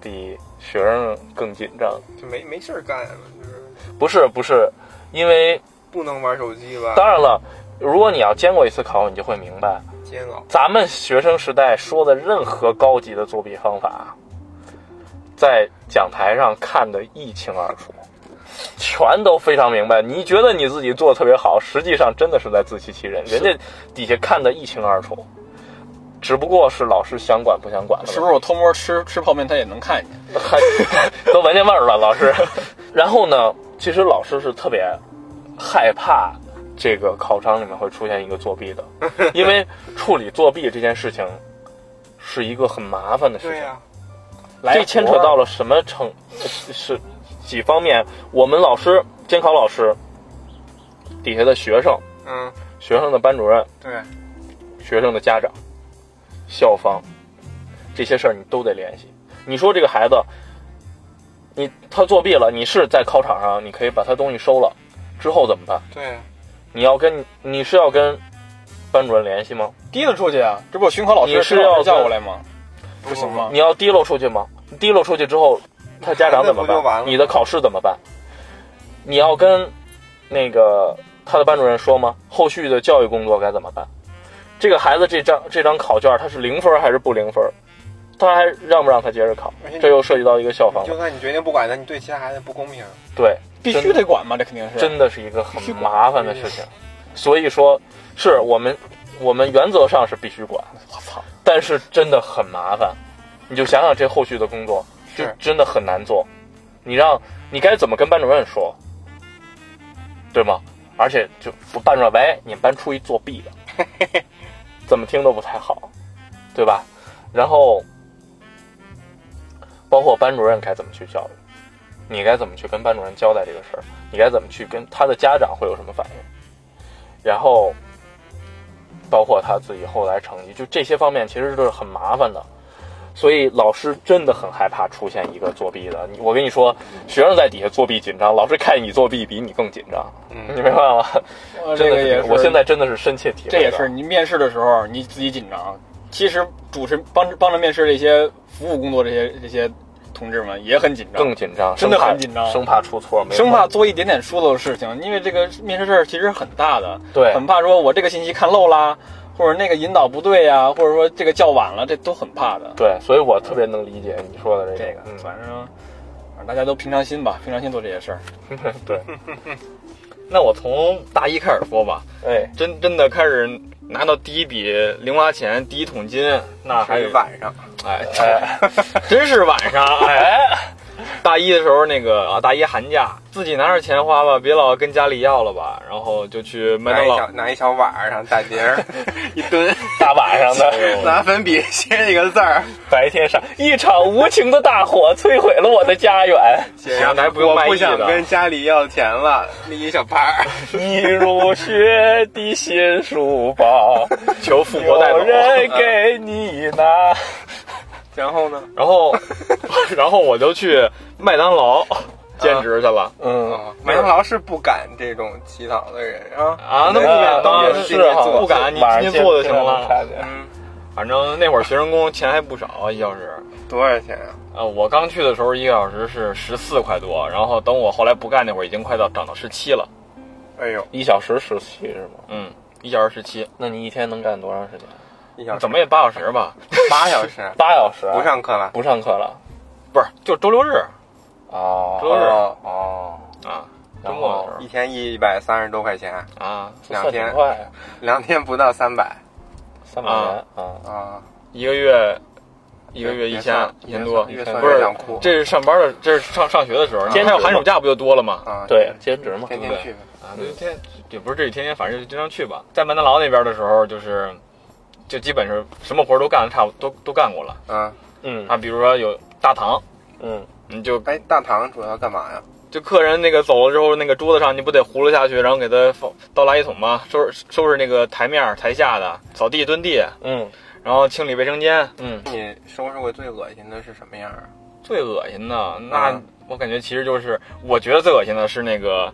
S3: 比学生更紧张。
S1: 就没没事儿干了，就是
S3: 不是不是，因为
S1: 不能玩手机吧？
S3: 当然了，如果你要监过一次考，你就会明白，
S1: 煎熬，
S3: 咱们学生时代说的任何高级的作弊方法，在讲台上看得一清二楚，全都非常明白。你觉得你自己做的特别好，实际上真的是在自欺欺人，
S2: 是
S3: 人家底下看得一清二楚，只不过是老师想管不想管了。
S2: 是不是我偷摸吃吃泡面，他也能看见？
S3: 还 [laughs] 都闻见味儿了，
S1: [laughs]
S3: 老师。然后呢，其实老师是特别害怕这个考场里面会出现一个
S1: [laughs]
S3: 作弊的，因为处理作弊这件事情是一个很麻烦的事
S1: 对
S3: 情，
S1: 呀、
S2: 来
S3: 这牵扯到了什么程是几方面？我们老师监考老师底下的学生、
S1: 嗯，
S3: 学生的班主任、
S1: 对，
S3: 学生的家长、校方这些事儿你都得联系。你说这个孩子，你他作弊了，你是在考场上，你可以把他东西收了，之后怎么办？
S1: 对，
S3: 你要跟你是要跟班主任联系吗？
S2: 提他出去啊！这不我巡考老师
S3: 你是
S2: 巡考老师
S3: 要
S2: 叫过来吗？
S1: 不
S2: 不行
S1: 吗？
S2: 吗？
S3: 你要滴漏出去吗？滴漏出去之后，他家长怎么
S1: 那不就完
S3: 办？
S1: 了
S3: 你的考试怎么办？你要跟那个他的班主任说吗？后续的教育工作该怎么办？这个孩子这张这张考卷他是零分还是不零分？他还让不让他接着考
S1: 而且？你
S3: 这又涉及到一个校方
S1: 就
S3: 了。
S1: 算你决定不管他，你对其他孩子不公平。
S3: 对，
S2: 必须得管嘛，这肯定是。
S3: 真的是一个很麻烦的事情。所以说，是我们我们原则上是必须管，
S2: 我操！
S3: 但是真的很麻烦。你就想想这后续的工作，就是真的很难做。你让你该怎么跟班主任说，对吗？而且就我班主任，喂，你们班出一作弊的，怎么听都不太好，对吧？然后包括班主任该怎么去教育，你该怎么去跟班主任交代这个事儿，你该怎么去跟他的家长会有什么反应，然后包括他自己后来成绩，就这些方面其实都是很麻烦的。所以老师真的很害怕出现一个作弊的。你我跟你说，学生在底下作弊紧张，老师看你作弊比你更紧张，你
S1: 嗯，
S3: 明白吗？
S2: 呃
S3: 真
S2: 这
S3: 的
S2: 个
S3: 是
S2: 也
S3: 这
S2: 是，
S3: 样我现在真的是深切体会到。
S2: 这也是你面试的时候你自己紧张，其实主持帮帮着面试这些服务工作这些这些同志们也很紧张，
S3: 更紧张，
S2: 真的
S3: 生怕
S2: 很紧张
S3: 生怕出错，没有
S2: 生怕做一点点疏漏的事情，因为这个面试事儿其实很大的，
S3: 对
S2: 很怕说我这个信息看漏啦，或者那个引导不对呀、或者说这个叫晚了，这都很怕的。
S3: 对，所以我特别能理解你说的
S2: 这
S3: 这
S2: 个
S3: 嗯 [laughs]
S2: 反正反正大家都平常心吧，平常心做这些事儿。 [laughs]
S3: 对，
S4: 那我从大一开始说吧，
S3: 哎，
S4: 真真的开始拿到第一笔零花钱，第一桶金，那还
S1: 还
S3: [laughs]
S4: 有
S1: 是晚上，
S4: 哎，真是晚上哎。大一的时候，那个啊，大一寒假自己拿着钱花吧，别老跟家里要了吧，然后就去麦
S1: 拿
S4: 当
S1: 一
S3: 哎
S4: 劳
S1: 小拿一小碗儿上大碟儿 [laughs] 哎一蹲，
S3: 大晚上
S2: [laughs]
S3: 的，
S1: 拿粉笔写几个字儿，
S3: 白天上一场无情的大火摧毁了我的家园，
S4: 写上还不用
S1: 我
S4: 卖
S1: 不
S4: 艺
S1: 想
S4: 的，
S1: 跟家里要钱了，立一小牌儿，
S3: 你如雪的新
S4: [laughs]
S3: 书包，
S4: 求富婆带
S3: 有
S4: 走。
S3: 人给你
S4: [laughs]
S3: 拿。
S1: [laughs] 然后呢？
S4: 然后，然后我就去麦当劳
S2: 啊
S4: 兼职去了
S3: 嗯，
S1: 啊，麦当劳是不敢这种乞讨的人啊。
S4: 啊，那不敢，当然
S1: 是
S4: 是
S1: 啊
S4: 不敢，你今天做就行了。
S1: 嗯，
S4: 反正那会儿学生工钱还不少，一小时。
S1: 多少钱啊？
S4: 呃，我刚去的时候一个小时是十四块多，然后等我后来不干那会儿，已经快到涨到十七了。
S1: 哎呦，
S3: 一小时十七是吗？
S4: 嗯，一小时十七，
S3: 那你一天能干多长时间？
S1: 一小时
S4: 怎么也八小时吧？
S1: 八小时？
S3: [laughs] 八小时啊？
S1: 不上课了？
S3: 不上课了？
S4: 不是，就周六日
S3: 哦，
S4: 周日
S1: 哦
S3: 哦，
S4: 啊，周
S3: 然
S4: 末
S3: 后
S4: 的
S1: 一
S4: 时
S1: 天一百三十多块钱，
S4: 候啊，
S3: 算挺快啊，
S1: 两天不到三百
S3: 三百元啊，
S1: 啊！
S4: 一个月一个月
S1: 别
S4: 一
S1: 算
S4: 千
S1: 了
S4: 一千多，
S1: 越
S3: 一千
S1: 算
S4: 不
S1: 越
S4: 是
S1: 想哭。
S4: 这是上班的，这是上上学的时候，
S3: 兼职
S4: 你还有寒暑假不就多了吗？
S1: 啊，
S3: 对，，兼职嘛，
S1: 天天去呗。
S4: 啊，对，天也不是这几天天，反正就经常去吧。在麦当劳那边的时候，就是就基本是什么活儿都干的差不都都干过了
S1: 嗯，
S3: 嗯
S4: 啊，比如说有大堂，
S3: 嗯，
S4: 你就
S1: 哎，大堂主要干嘛呀？
S4: 就客人那个走了之后，那个桌子上你不得葫芦下去，然后给他放倒垃圾桶吗？收拾收拾那个台面儿、台下的，扫地、蹲地，
S3: 嗯
S4: 然后清理卫生间。
S3: 嗯，
S1: 你收拾过最恶心的是什么样啊？
S4: 最恶心的，那
S1: 啊
S3: 嗯
S4: 我感觉其实就是，我觉得最恶心的是那个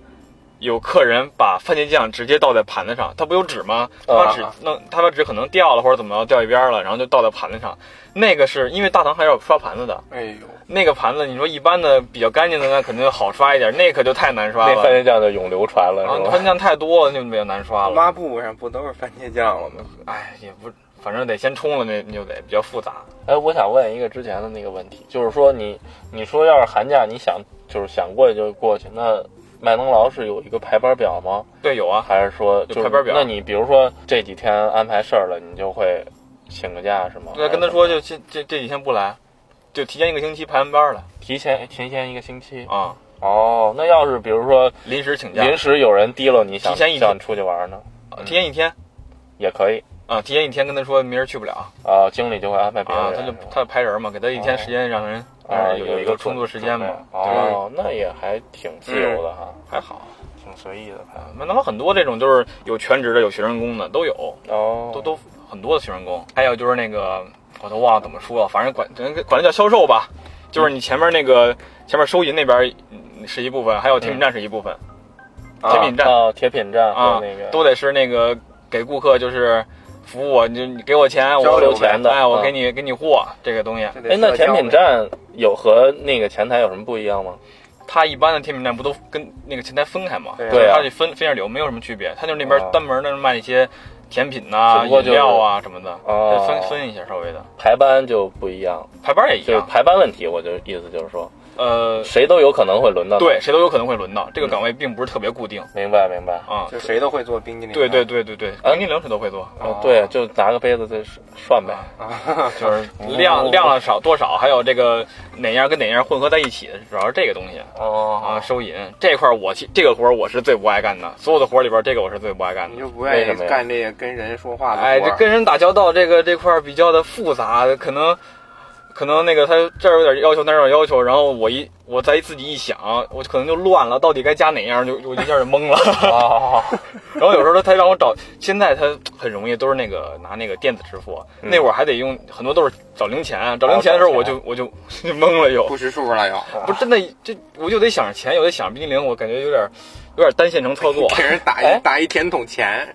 S4: 有客人把番茄酱直接倒在盘子上，他不有纸吗？他
S1: 啊
S4: 把纸弄，他把纸可能掉了或者怎么着掉一边了，然后就倒在盘子上。那个是因为大堂还是要刷盘子的，
S1: 哎呦，
S4: 那个盘子你说一般的比较干净的那肯定好刷一点，那可就太难刷
S3: 那番
S4: 了。
S3: 茄酱就永流传了，
S4: 啊，
S3: 是
S4: 番
S3: 吧？
S4: 茄酱太多了，那就比较难刷了。
S1: 抹布上不都是番茄酱了吗？
S4: 哎，也不，反正得先冲了，那那就得比较复杂。
S3: 哎，我想问一个之前的那个问题，就是说你你说要是寒假你想就是想过去就过去，那麦当劳是有一个排班表吗？
S4: 对，有啊，
S3: 还是说就是
S4: 有排班表
S3: 那你比如说这几天安排事儿了，你就会请个假是吗？
S4: 对，跟他说就这这这几天不来，就提前一个星期排完班了
S3: 提前提前一个星期。
S4: 啊，
S3: 哦，那要是比如说
S4: 临时请假，
S3: 临时有人提了你想
S4: 提前一
S3: 想出去玩呢，
S4: 啊提前一天
S3: 也可以
S4: 啊，提前一天跟他说明儿去不了
S3: 啊，经理就会安排别人
S4: 啊，他
S3: 是
S4: 就
S3: 吧
S4: 他排人嘛，给他一天时间让人
S3: 啊
S4: 呃有一个充足时间嘛嗯
S3: 准，备哦，那也还挺自由的哈，嗯
S4: 还好。
S3: 挺随意的哈。
S4: 麦当劳很多这种就是有全职的，有学生工的都有，
S3: 哦，
S4: 都都很多的学生工。还有就是那个我都忘了怎么说了，反正管管管它叫销售吧，
S3: 嗯
S4: 就是你前面那个前面收银那边嗯是一部分，还有甜品站是一部分，甜品站
S3: 啊，铁品站
S4: 啊
S3: 和那个
S4: 都得是那个给顾客就是服务我，你就你给我钱，
S1: 交
S4: 我
S1: 流
S3: 收钱的。
S4: 哎，我
S3: 啊
S4: 给。你给你货这个东西。
S1: 这得
S3: 哎，那
S1: 社交
S3: 甜品站有和那个前台有什么不一样吗？
S4: 他一般的甜品站不都跟那个前台分开吗？
S1: 对啊
S3: 对啊
S4: 他得分分着流，没有什么区别。他就是那边
S3: 哦
S4: 专门的卖一些甜品呐、
S3: 只不过
S4: 饮
S3: 就是
S4: 料啊什么的，
S3: 哦
S4: 分分一下稍微的。
S3: 排班就不一样，
S4: 排班也一
S3: 就是
S4: 样，
S3: 排班问题。我就意思就是说，
S4: 呃，
S3: 谁都有可能会轮到。，
S4: 对，谁都有可能会轮到。这个岗位并不是特别固定
S3: 明白明白。
S4: 啊。
S1: 就谁都会做冰激凌，
S4: 对对对对对，啊冰激凌谁都会做，
S1: 哦
S3: 哦，对，就拿个杯子再涮呗。
S4: 啊就是
S3: 哦
S4: 量量了少多少，还有这个哪样跟哪样混合在一起，主要是这个东西啊。
S3: 哦，
S4: 收银这块儿我其这个活儿我是最不爱干的，所有的活儿里边儿这个我是最不爱干
S1: [laughs] 你
S4: 的。
S1: 就不愿
S3: 为
S1: 意
S3: 什么呀
S1: 干这个跟人说话的活儿
S4: 哎，这跟人打交道这个这块儿比较的复杂，可能可能那个他这儿有点要求，那儿有点要求，然后我一我再自己一想，我可能就乱了，到底该加哪样就我一下就懵了。 [laughs]
S3: 哦，
S4: 然后有时候他让我找，现在他很容易都是那个拿那个电子支付，
S3: 嗯
S4: 那会儿还得用很多都是找零钱，啊找零钱的时候我就我就就懵了又，
S1: 不识数
S4: [laughs]
S1: 了又，，
S4: 不是真的这我就得想着钱，又得想着冰激凌，我感觉有点有点单线程操作
S1: 给人打
S3: 哎
S1: 一打一甜筒
S4: [laughs]
S1: 钱，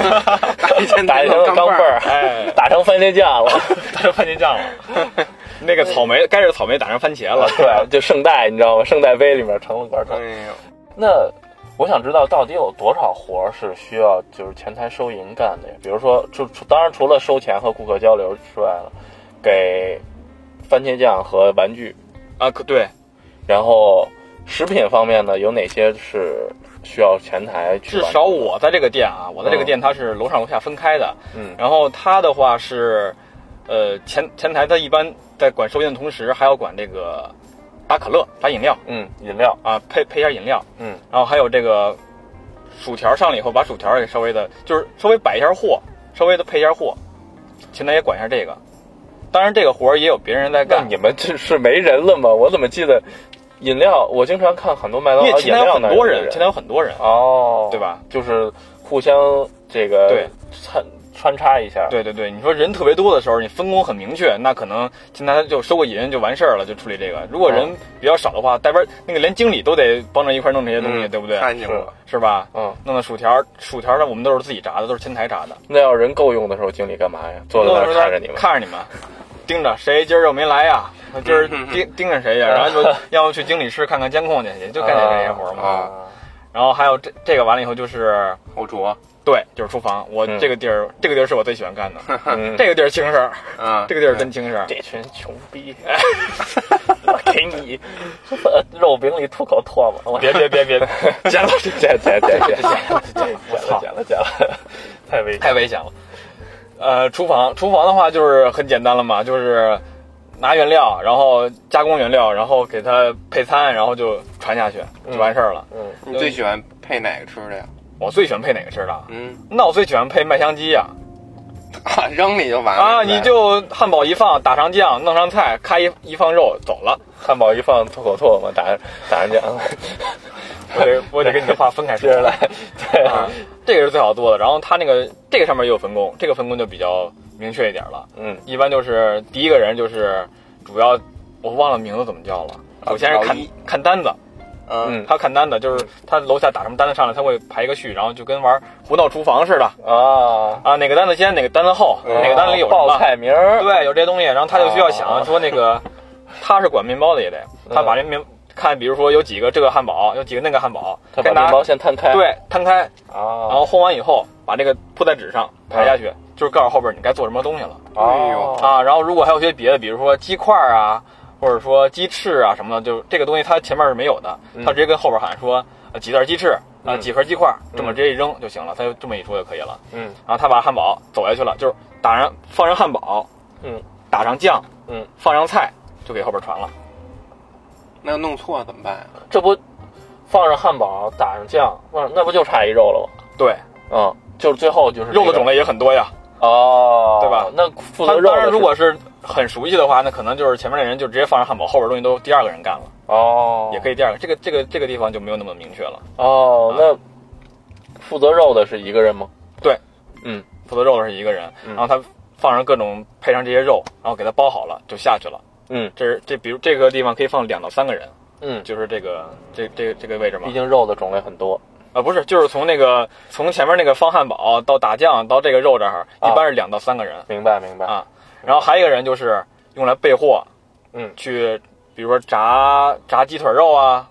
S1: 打一甜
S3: 打一
S1: 筒
S3: 成钢
S1: 镚
S3: 镚
S1: 儿，
S3: 儿，
S4: 哎，
S3: 打成番茄酱了。
S4: [laughs] 打成番茄酱了，那个草莓该是草莓打成番茄了，
S3: [laughs] 对，就圣代，你知道吗？圣代杯里面盛了罐头。
S1: 哎呦，
S3: 那我想知道到底有多少活儿是需要就是前台收银干的呀？比如说，除除当然除了收钱和顾客交流之外了，给番茄酱和玩具，
S4: 啊，可对，
S3: 然后食品方面呢，有哪些是需要前台去
S4: 至
S3: 完成的？
S4: 少我在这个店啊，我在这个
S3: 嗯
S4: 店它是楼上楼下分开的，
S3: 嗯
S4: 然后他的话是，呃，前前台他一般在管收银的同时，还要管这个打可乐、打饮料
S3: 嗯，饮料
S4: 啊，配配一下饮料，
S3: 嗯，
S4: 然后还有这个薯条上来以后，把薯条也稍微的，就是稍微摆一下货，稍微的配一下货，前台也管一下这个。当然，这个活儿也有别人在
S3: 那
S4: 干。
S3: 你们这是没人了吗？我怎么记得饮料？我经常看很多麦当
S4: 因
S3: 劳
S4: 为
S3: 饮
S4: 前台有
S3: 料那
S4: 很
S3: 儿
S4: 多
S3: 有
S4: 人，前台有很多人。
S3: 哦，
S4: 对吧？
S3: 就是互相这个
S4: 对
S3: 穿穿插一下，
S4: 对对对，你说人特别多的时候，你分工很明确，那可能前台就收个银就完事儿了，就处理这个。如果
S3: 哦
S4: 人比较少的话，带班那个连经理都得帮着一块儿弄这些东西，
S1: 嗯
S4: 对不对？
S1: 看见
S3: 是
S1: 过，
S4: 是吧？
S3: 嗯，
S4: 弄的薯条，薯条呢，我们都是自己炸的，都是前台炸的。
S3: 那要人够用的时候，经理干嘛呀？坐在那儿看着你们。嗯
S4: 看着你们，盯着谁今儿又没来呀？今儿盯盯着谁呀？然后就要么去经理室看看监控去，也就干这干些活儿嘛。
S1: 啊
S3: 啊，
S4: 然后还有这这个完了以后就是，
S1: 后厨，
S4: 对，就是厨房。我
S3: 嗯
S4: 这个地儿，这个地儿是我最喜欢
S3: [laughs]
S4: 干的。
S3: [laughs] 嗯
S4: 这个地儿轻事儿，
S1: 啊，
S4: 这个地儿真轻事儿。
S3: 这群穷逼，我给你 [laughs] 肉饼里吐口唾沫，我
S4: 别别别别，
S3: 剪了剪剪剪剪剪
S4: 我
S3: 了
S4: 操，
S3: 剪了剪了，太危险。
S4: 太危险了。呃，厨房，厨房的话就是很简单了嘛，就是拿原料，然后加工原料，然后给它配餐，然后就传下去就完事儿了。
S3: 嗯，
S1: 你最喜欢配哪个吃的呀？
S4: 我最喜欢配哪个吃的？啊
S1: 嗯， [laughs]
S4: 那我最喜欢配麦香鸡呀、
S1: 啊扔里就完了
S4: 啊，
S1: 呗
S4: 你就汉堡一放，打上酱，弄上菜，咔一一放肉，走了。
S3: 汉堡一放吐口唾沫，打打人家，
S4: 我得我得跟你的话分开
S3: 接
S4: 说 [laughs]
S3: 着来。对，
S4: 啊，这个是最好做的。然后它那个这个上面也有分工，这个分工就比较明确一点了。
S3: 嗯，
S4: 一般就是第一个人就是主要我忘了名字怎么叫了，首先是
S1: 老
S4: 看
S1: 一
S4: 看单子，
S1: 嗯
S3: 嗯
S4: 他看单的，就是他楼下打什么单子上来，他会排一个序，然后就跟玩胡闹厨房似的
S3: 啊，
S4: 啊，哪个单子先，哪个单子后，
S1: 嗯
S4: 哪个单里有什
S3: 报
S4: 么，
S3: 哎菜名
S4: [laughs]
S3: 儿，
S4: 对，有这些东西，然后他就需要
S3: 啊
S4: 想说那个，他是管面包的也得，[laughs]
S3: 嗯
S4: 他把这面看，比如说有几个这个汉堡，有几个那个汉堡，
S3: 他
S4: 该
S3: 把
S4: 拿
S3: 面包先摊开，
S4: 对摊开，然
S3: 啊
S4: 后烘完以后把这个铺在纸
S3: 哦
S4: 上排下去，就是告诉后边你该做什么东西了。
S1: 哎呦
S3: 啊
S4: 啊，然后如果还有些别的，比如说鸡块儿啊，或者说鸡翅啊什么的，就这个东西它前面是没有的，
S3: 嗯
S4: 它直接跟后边喊说呃几袋鸡翅啊、
S3: 嗯
S4: 几盒鸡块儿，这么
S3: 嗯
S4: 直接一扔就行了，他就这么一说就可以了。
S3: 嗯
S4: 然后他把汉堡走下去了，就是打上放上汉堡，
S3: 嗯，
S4: 打上酱，
S3: 嗯，
S4: 放上菜，就给后边传了。
S1: 那弄错怎么办啊？
S3: 这不放上汉堡，打上酱，哇，那不就差一肉了吗？
S4: 对，
S3: 嗯，就是最后就是
S4: 肉的种
S3: 类
S4: 类也很多呀。
S3: 哦，
S4: 对吧
S3: 那负
S4: 他
S3: 责肉的是，
S4: 当然，如果是很熟悉的话，那可能就是前面那人就直接放上汉堡，后边东西都第二个人干了，
S3: 哦，
S4: 也可以第二个。这个这个这个地方就没有那么明确了。
S3: 哦
S4: 啊，
S3: 那负责肉的是一个人吗？
S4: 负责肉的是一个人，
S3: 嗯
S4: 然后他放上各种配上这些肉，然后给它包好了就下去了。
S3: 嗯
S4: 这是这比如这个地方可以放两到三个人，
S3: 嗯，
S4: 就是这个这这这个位置嘛
S3: 毕。竟肉的种类很多。
S4: 啊，不是，就是从那个从前面那个放汉堡到打酱到这个肉这儿，一
S3: 啊
S4: 般是两到三个人，
S3: 明白明白。
S4: 啊然后还有一个人就是用来备货，
S3: 嗯
S4: 去比如说炸炸鸡腿肉啊，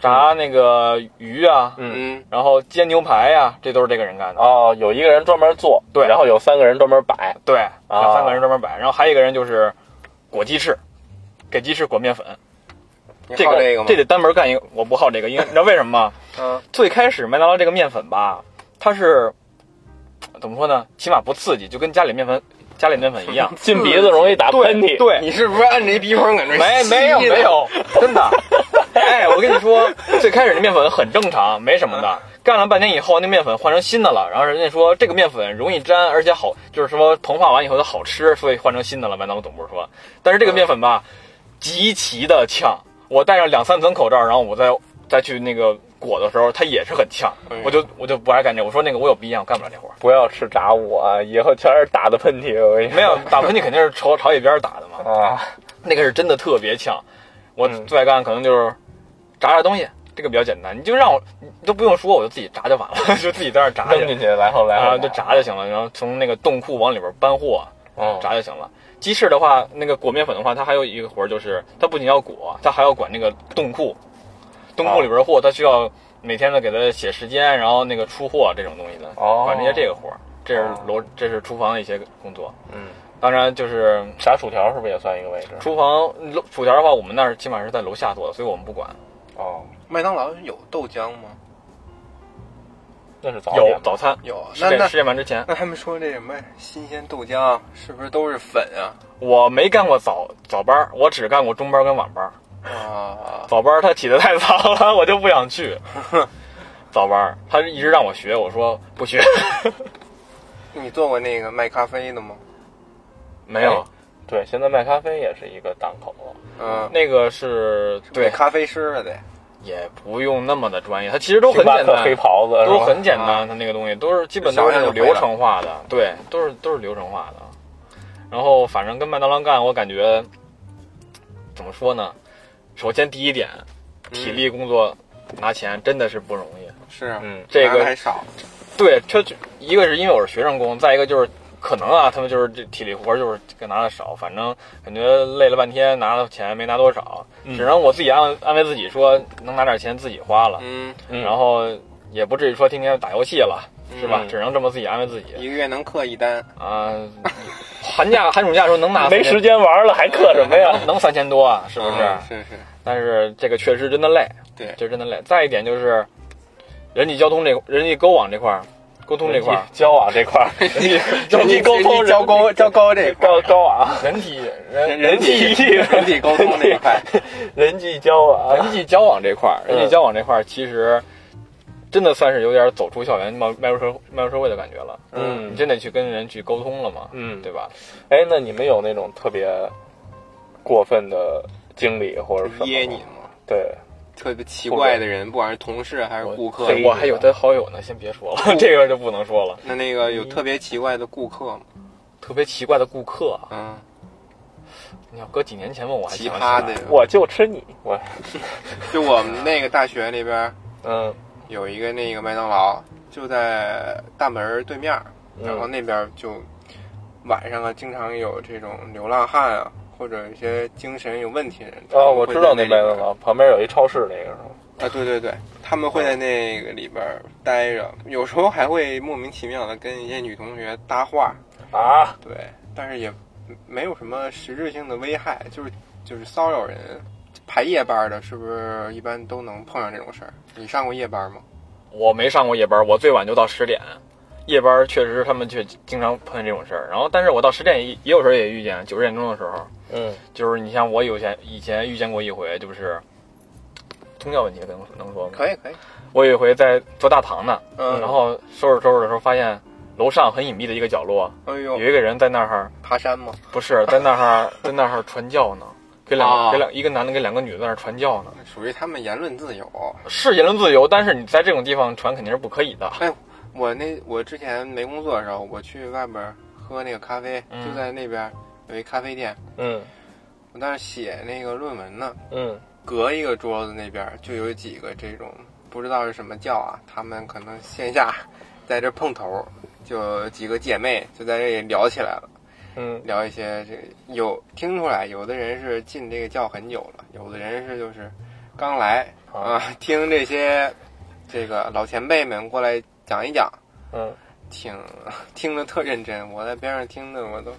S4: 炸那个鱼啊，
S3: 嗯，
S1: 嗯，
S4: 然后煎牛排呀、这都是这个人干的。
S3: 哦，有一个人专门做，
S4: 对
S3: 然后有三个人专门摆。。
S4: 对，两三个人专门摆，然后还有一个人就是裹鸡翅，给鸡翅裹面粉。
S1: 你
S4: 这
S1: 好这
S4: 个
S1: 吗？
S4: 这得单门干一个，我不好这个，因为你知道为什么吗？
S1: 嗯
S4: 最开始麦当劳这个面粉吧，它是怎么说呢？起码不刺激，就跟家里面粉家里面粉一样
S3: [laughs] 进鼻子容易打喷嚏，，
S4: 嗯对，
S1: 你是不是按着一鼻孔搁那儿
S4: 没
S1: 吸
S4: 没有
S1: 呢
S4: 没，有，真的。 [laughs] 哎，我跟你说，最开始那面粉很正常，没什么的。干了半年以后，那面粉换成新的了，然后人家说这个面粉容易粘，而且好，就是说膨化完以后它好吃，所以换成新的了。麦当劳总部说，但是这个面粉吧，极其的呛。我戴上两三层口罩，然后我再再去那个裹的时候，它也是很呛
S1: 哎呀。
S4: 我就我就不爱干这，我说那个我有鼻炎，我干不了这活儿。
S3: 不要吃炸物啊，以后全是打的喷嚏。我跟你说
S4: 没有打喷嚏肯定是朝朝一边打的嘛。
S3: 啊，
S4: 那个是真的特别呛。我
S3: 嗯
S4: 最爱干的可能就是炸炸东西，这个比较简单，你就让我你都不用说，我就自己炸就完了， [laughs] 就自己在那儿炸
S3: 扔
S4: 去
S3: 进去，然后来
S4: 啊，
S3: 后
S4: 就炸就行了。然后从那个冻库往里边搬货，
S3: 嗯
S4: 炸就行了。鸡翅的话，那个裹面粉的话，它还有一个活儿，就是它不仅要裹，它还要管那个冻库，冻库里边货，它需要每天的给它写时间，然后那个出货这种东西的，
S3: 哦
S4: 管这些这个活儿。这是
S3: 哦
S4: 楼，这是厨房的一些工作。
S3: 嗯，
S4: 当然就是
S3: 炸薯条是不是也算一个位置？
S4: 厨房楼薯条的话，我们那儿起码是在楼下做的，所以我们不管。
S3: 哦，
S1: 麦当劳有豆浆吗？
S3: 那是早
S4: 有
S3: 点吧
S4: 早餐，
S1: 有，啊
S4: 十
S1: 那
S4: 点
S1: 那
S4: 十点半之前，
S1: 那他们说这什么新鲜豆浆是不是都是粉啊？
S4: 我没干过早早班儿，我只干过中班儿跟晚班儿。
S1: 啊，
S4: 早班儿他起得太早了， [laughs] 我就不想去。早班儿他一直让我学，我说不学，
S1: 你做过那个卖咖啡的吗？
S4: 没有
S3: 对，现在卖咖啡也是一个档口了。
S1: 嗯，
S4: 那个是
S1: 给
S4: 对，
S1: 咖啡师啊了得。
S4: 也不用那么的专业，他其实都很
S3: 星巴
S4: 简
S3: 克
S4: 单
S3: 黑。袍子
S4: 都
S3: 是吧嗯
S4: 很简
S3: 啊
S4: 单，它那个东西都是基本都是那种流程化的，对，都是都是流程化的。然后反正跟麦当劳干，我感觉怎么说呢？首先第一点，
S3: 嗯
S4: 体力工作拿钱真的是不容易。
S1: 嗯是啊，
S3: 嗯
S4: 这
S1: 拿得
S4: 个
S1: 还少，
S4: 对，这就一个是因为我是学生工，再一个就是可能啊，他们就是这体力活儿就是这个拿的少，反正感觉累了半天拿的钱没拿多少，
S3: 嗯
S4: 只能我自己安慰安慰自己说能拿点钱自己花了，
S1: 嗯，
S3: 嗯
S4: 然后也不至于说天天打游戏了。是吧？
S3: 嗯
S4: 只能这么自己安慰自己
S1: 一个月能刻一单，
S4: 啊。寒假、寒暑假的时候能拿
S3: 没
S4: 三千
S3: 时间玩了，还刻什么 [laughs] 呀？
S4: 能能三千多啊，是不是？
S1: 嗯是是，
S4: 但是这个确实真的累，
S1: 对
S4: 就真的累。再一点就是人际交通这人际沟往这块儿，沟通这块儿，
S3: 交往这块儿，
S4: [laughs]
S3: 人际沟通，
S1: 交沟交沟这一块，
S3: [laughs] 高高啊，
S4: 人体人
S1: 人际人际沟通这一
S4: [laughs]
S1: 块，
S3: 人际交往，
S4: 啊人际交往这块儿，
S3: 嗯
S4: 人际交往这块儿其实真的算是有点走出校园迈迈入社迈入社会的感觉了。
S3: 嗯
S4: 你真得去跟人去沟通了嘛，
S3: 嗯，
S4: 对吧？
S3: 哎，那你们有那种特别过分的经理或者什么吗？
S1: 嗯噎你吗？
S3: 对，
S1: 特别奇怪的人，不管是同事还是顾客，
S3: 对
S4: 哎我还有他好友呢，先别说了， [laughs] 这个就不能说了。
S1: 那那个有特别奇怪的顾客吗？
S4: 特别奇怪的顾客啊，
S1: 嗯，
S4: 你要搁几年前问我还
S1: 奇
S4: 想
S1: 葩的
S4: 的，，
S3: 我就吃你，我
S1: 就我们那个大学里边
S3: 嗯
S1: 有一个那个麦当劳，就在大门对面儿，然后
S3: 嗯
S1: 那边就晚上啊，经常有这种流浪汉啊，或者一些精神有问题的人。
S3: 啊，我知道那
S1: 那
S3: 麦当劳旁边有一超市，那个是吗？
S1: 啊，对对对，他们会在那个里边儿待着，有时候还会莫名其妙的跟一些女同学搭话，
S3: 啊，
S1: 对，但是也没有什么实质性的危害，就是就是骚扰人。排夜班的，是不是一般都能碰上这种事儿？你上过夜班吗？
S4: 我没上过夜班，我最晚就到十点。夜班确实他们却经常碰见这种事儿，然后但是我到十点也也有时候也遇见，九十点钟的时候，
S3: 嗯
S4: 就是你像我有前以前遇见过一回，就是宗教问题能能说吗？
S1: 可以可以，
S4: 我有一回在做大堂呢，
S1: 嗯
S4: 然后收拾收拾的时候发现楼上很隐蔽的一个角落
S1: 哎
S4: 有
S1: 呦，
S4: 一个人在那儿，
S1: 爬山吗？
S4: 不是 [laughs] 在那儿在那儿传教呢，给两
S1: 啊
S4: 个给两一个男的跟两个女的在那儿传教呢，
S1: 属于他们言论自由。
S4: 是言论自由，但是你在这种地方传肯定是不可以的。
S1: 我那我之前没工作的时候，我去外边儿喝那个咖啡，
S4: 嗯
S1: 就在那边儿有一咖啡店，
S3: 嗯
S1: 我当时写那个论文呢，
S3: 嗯
S1: 隔一个桌子那边儿就有几个这种不知道是什么教啊，他们可能线下在这碰头，就几个姐妹就在这里聊起来了，
S3: 嗯
S1: 聊一些这个有听出来，有的人是进这个教很久了，有的人是就是刚来啊、
S3: 啊
S1: 听这些这个老前辈们过来讲一讲。
S3: 嗯，
S1: 挺听着特认真，我在边上听的我都，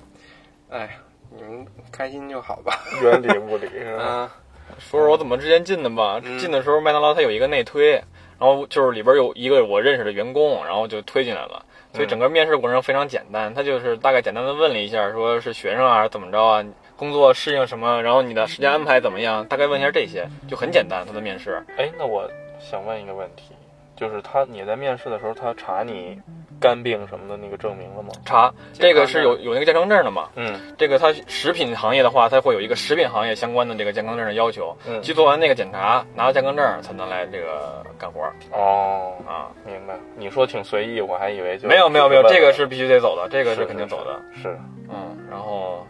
S1: 哎呀，你们开心就好吧。
S3: 原理物理是吧？
S1: 啊，
S4: 说说我怎么之前进的吧。
S1: 嗯
S4: 进的时候麦当劳它有一个内推，然后就是里边有一个我认识的员工，然后就推进来了。
S3: 嗯
S4: 所以整个面试过程非常简单，他就是大概简单的问了一下，说是学生啊，怎么着啊，工作适应什么，然后你的时间安排怎么样，大概问一下这些，就很简单。他的面试
S3: 哎，那我想问一个问题，就是他你在面试的时候，他查你肝病什么的那个证明了吗？
S4: 查这个是有
S1: 健康
S4: 有那个健康证的嘛？
S3: 嗯
S4: 这个它食品行业的话，它会有一个食品行业相关的这个健康证的要求，
S3: 嗯
S4: 去做完那个检查，拿到健康证才能来这个干活儿
S3: 哦，
S4: 啊。
S3: 明白。你说挺随意，我还以为就
S4: 没有没有没有，
S3: 问
S4: 这个
S3: 问
S4: 是必须得走的，这个
S3: 是
S4: 是肯定走的。
S3: 是是
S4: 嗯，然后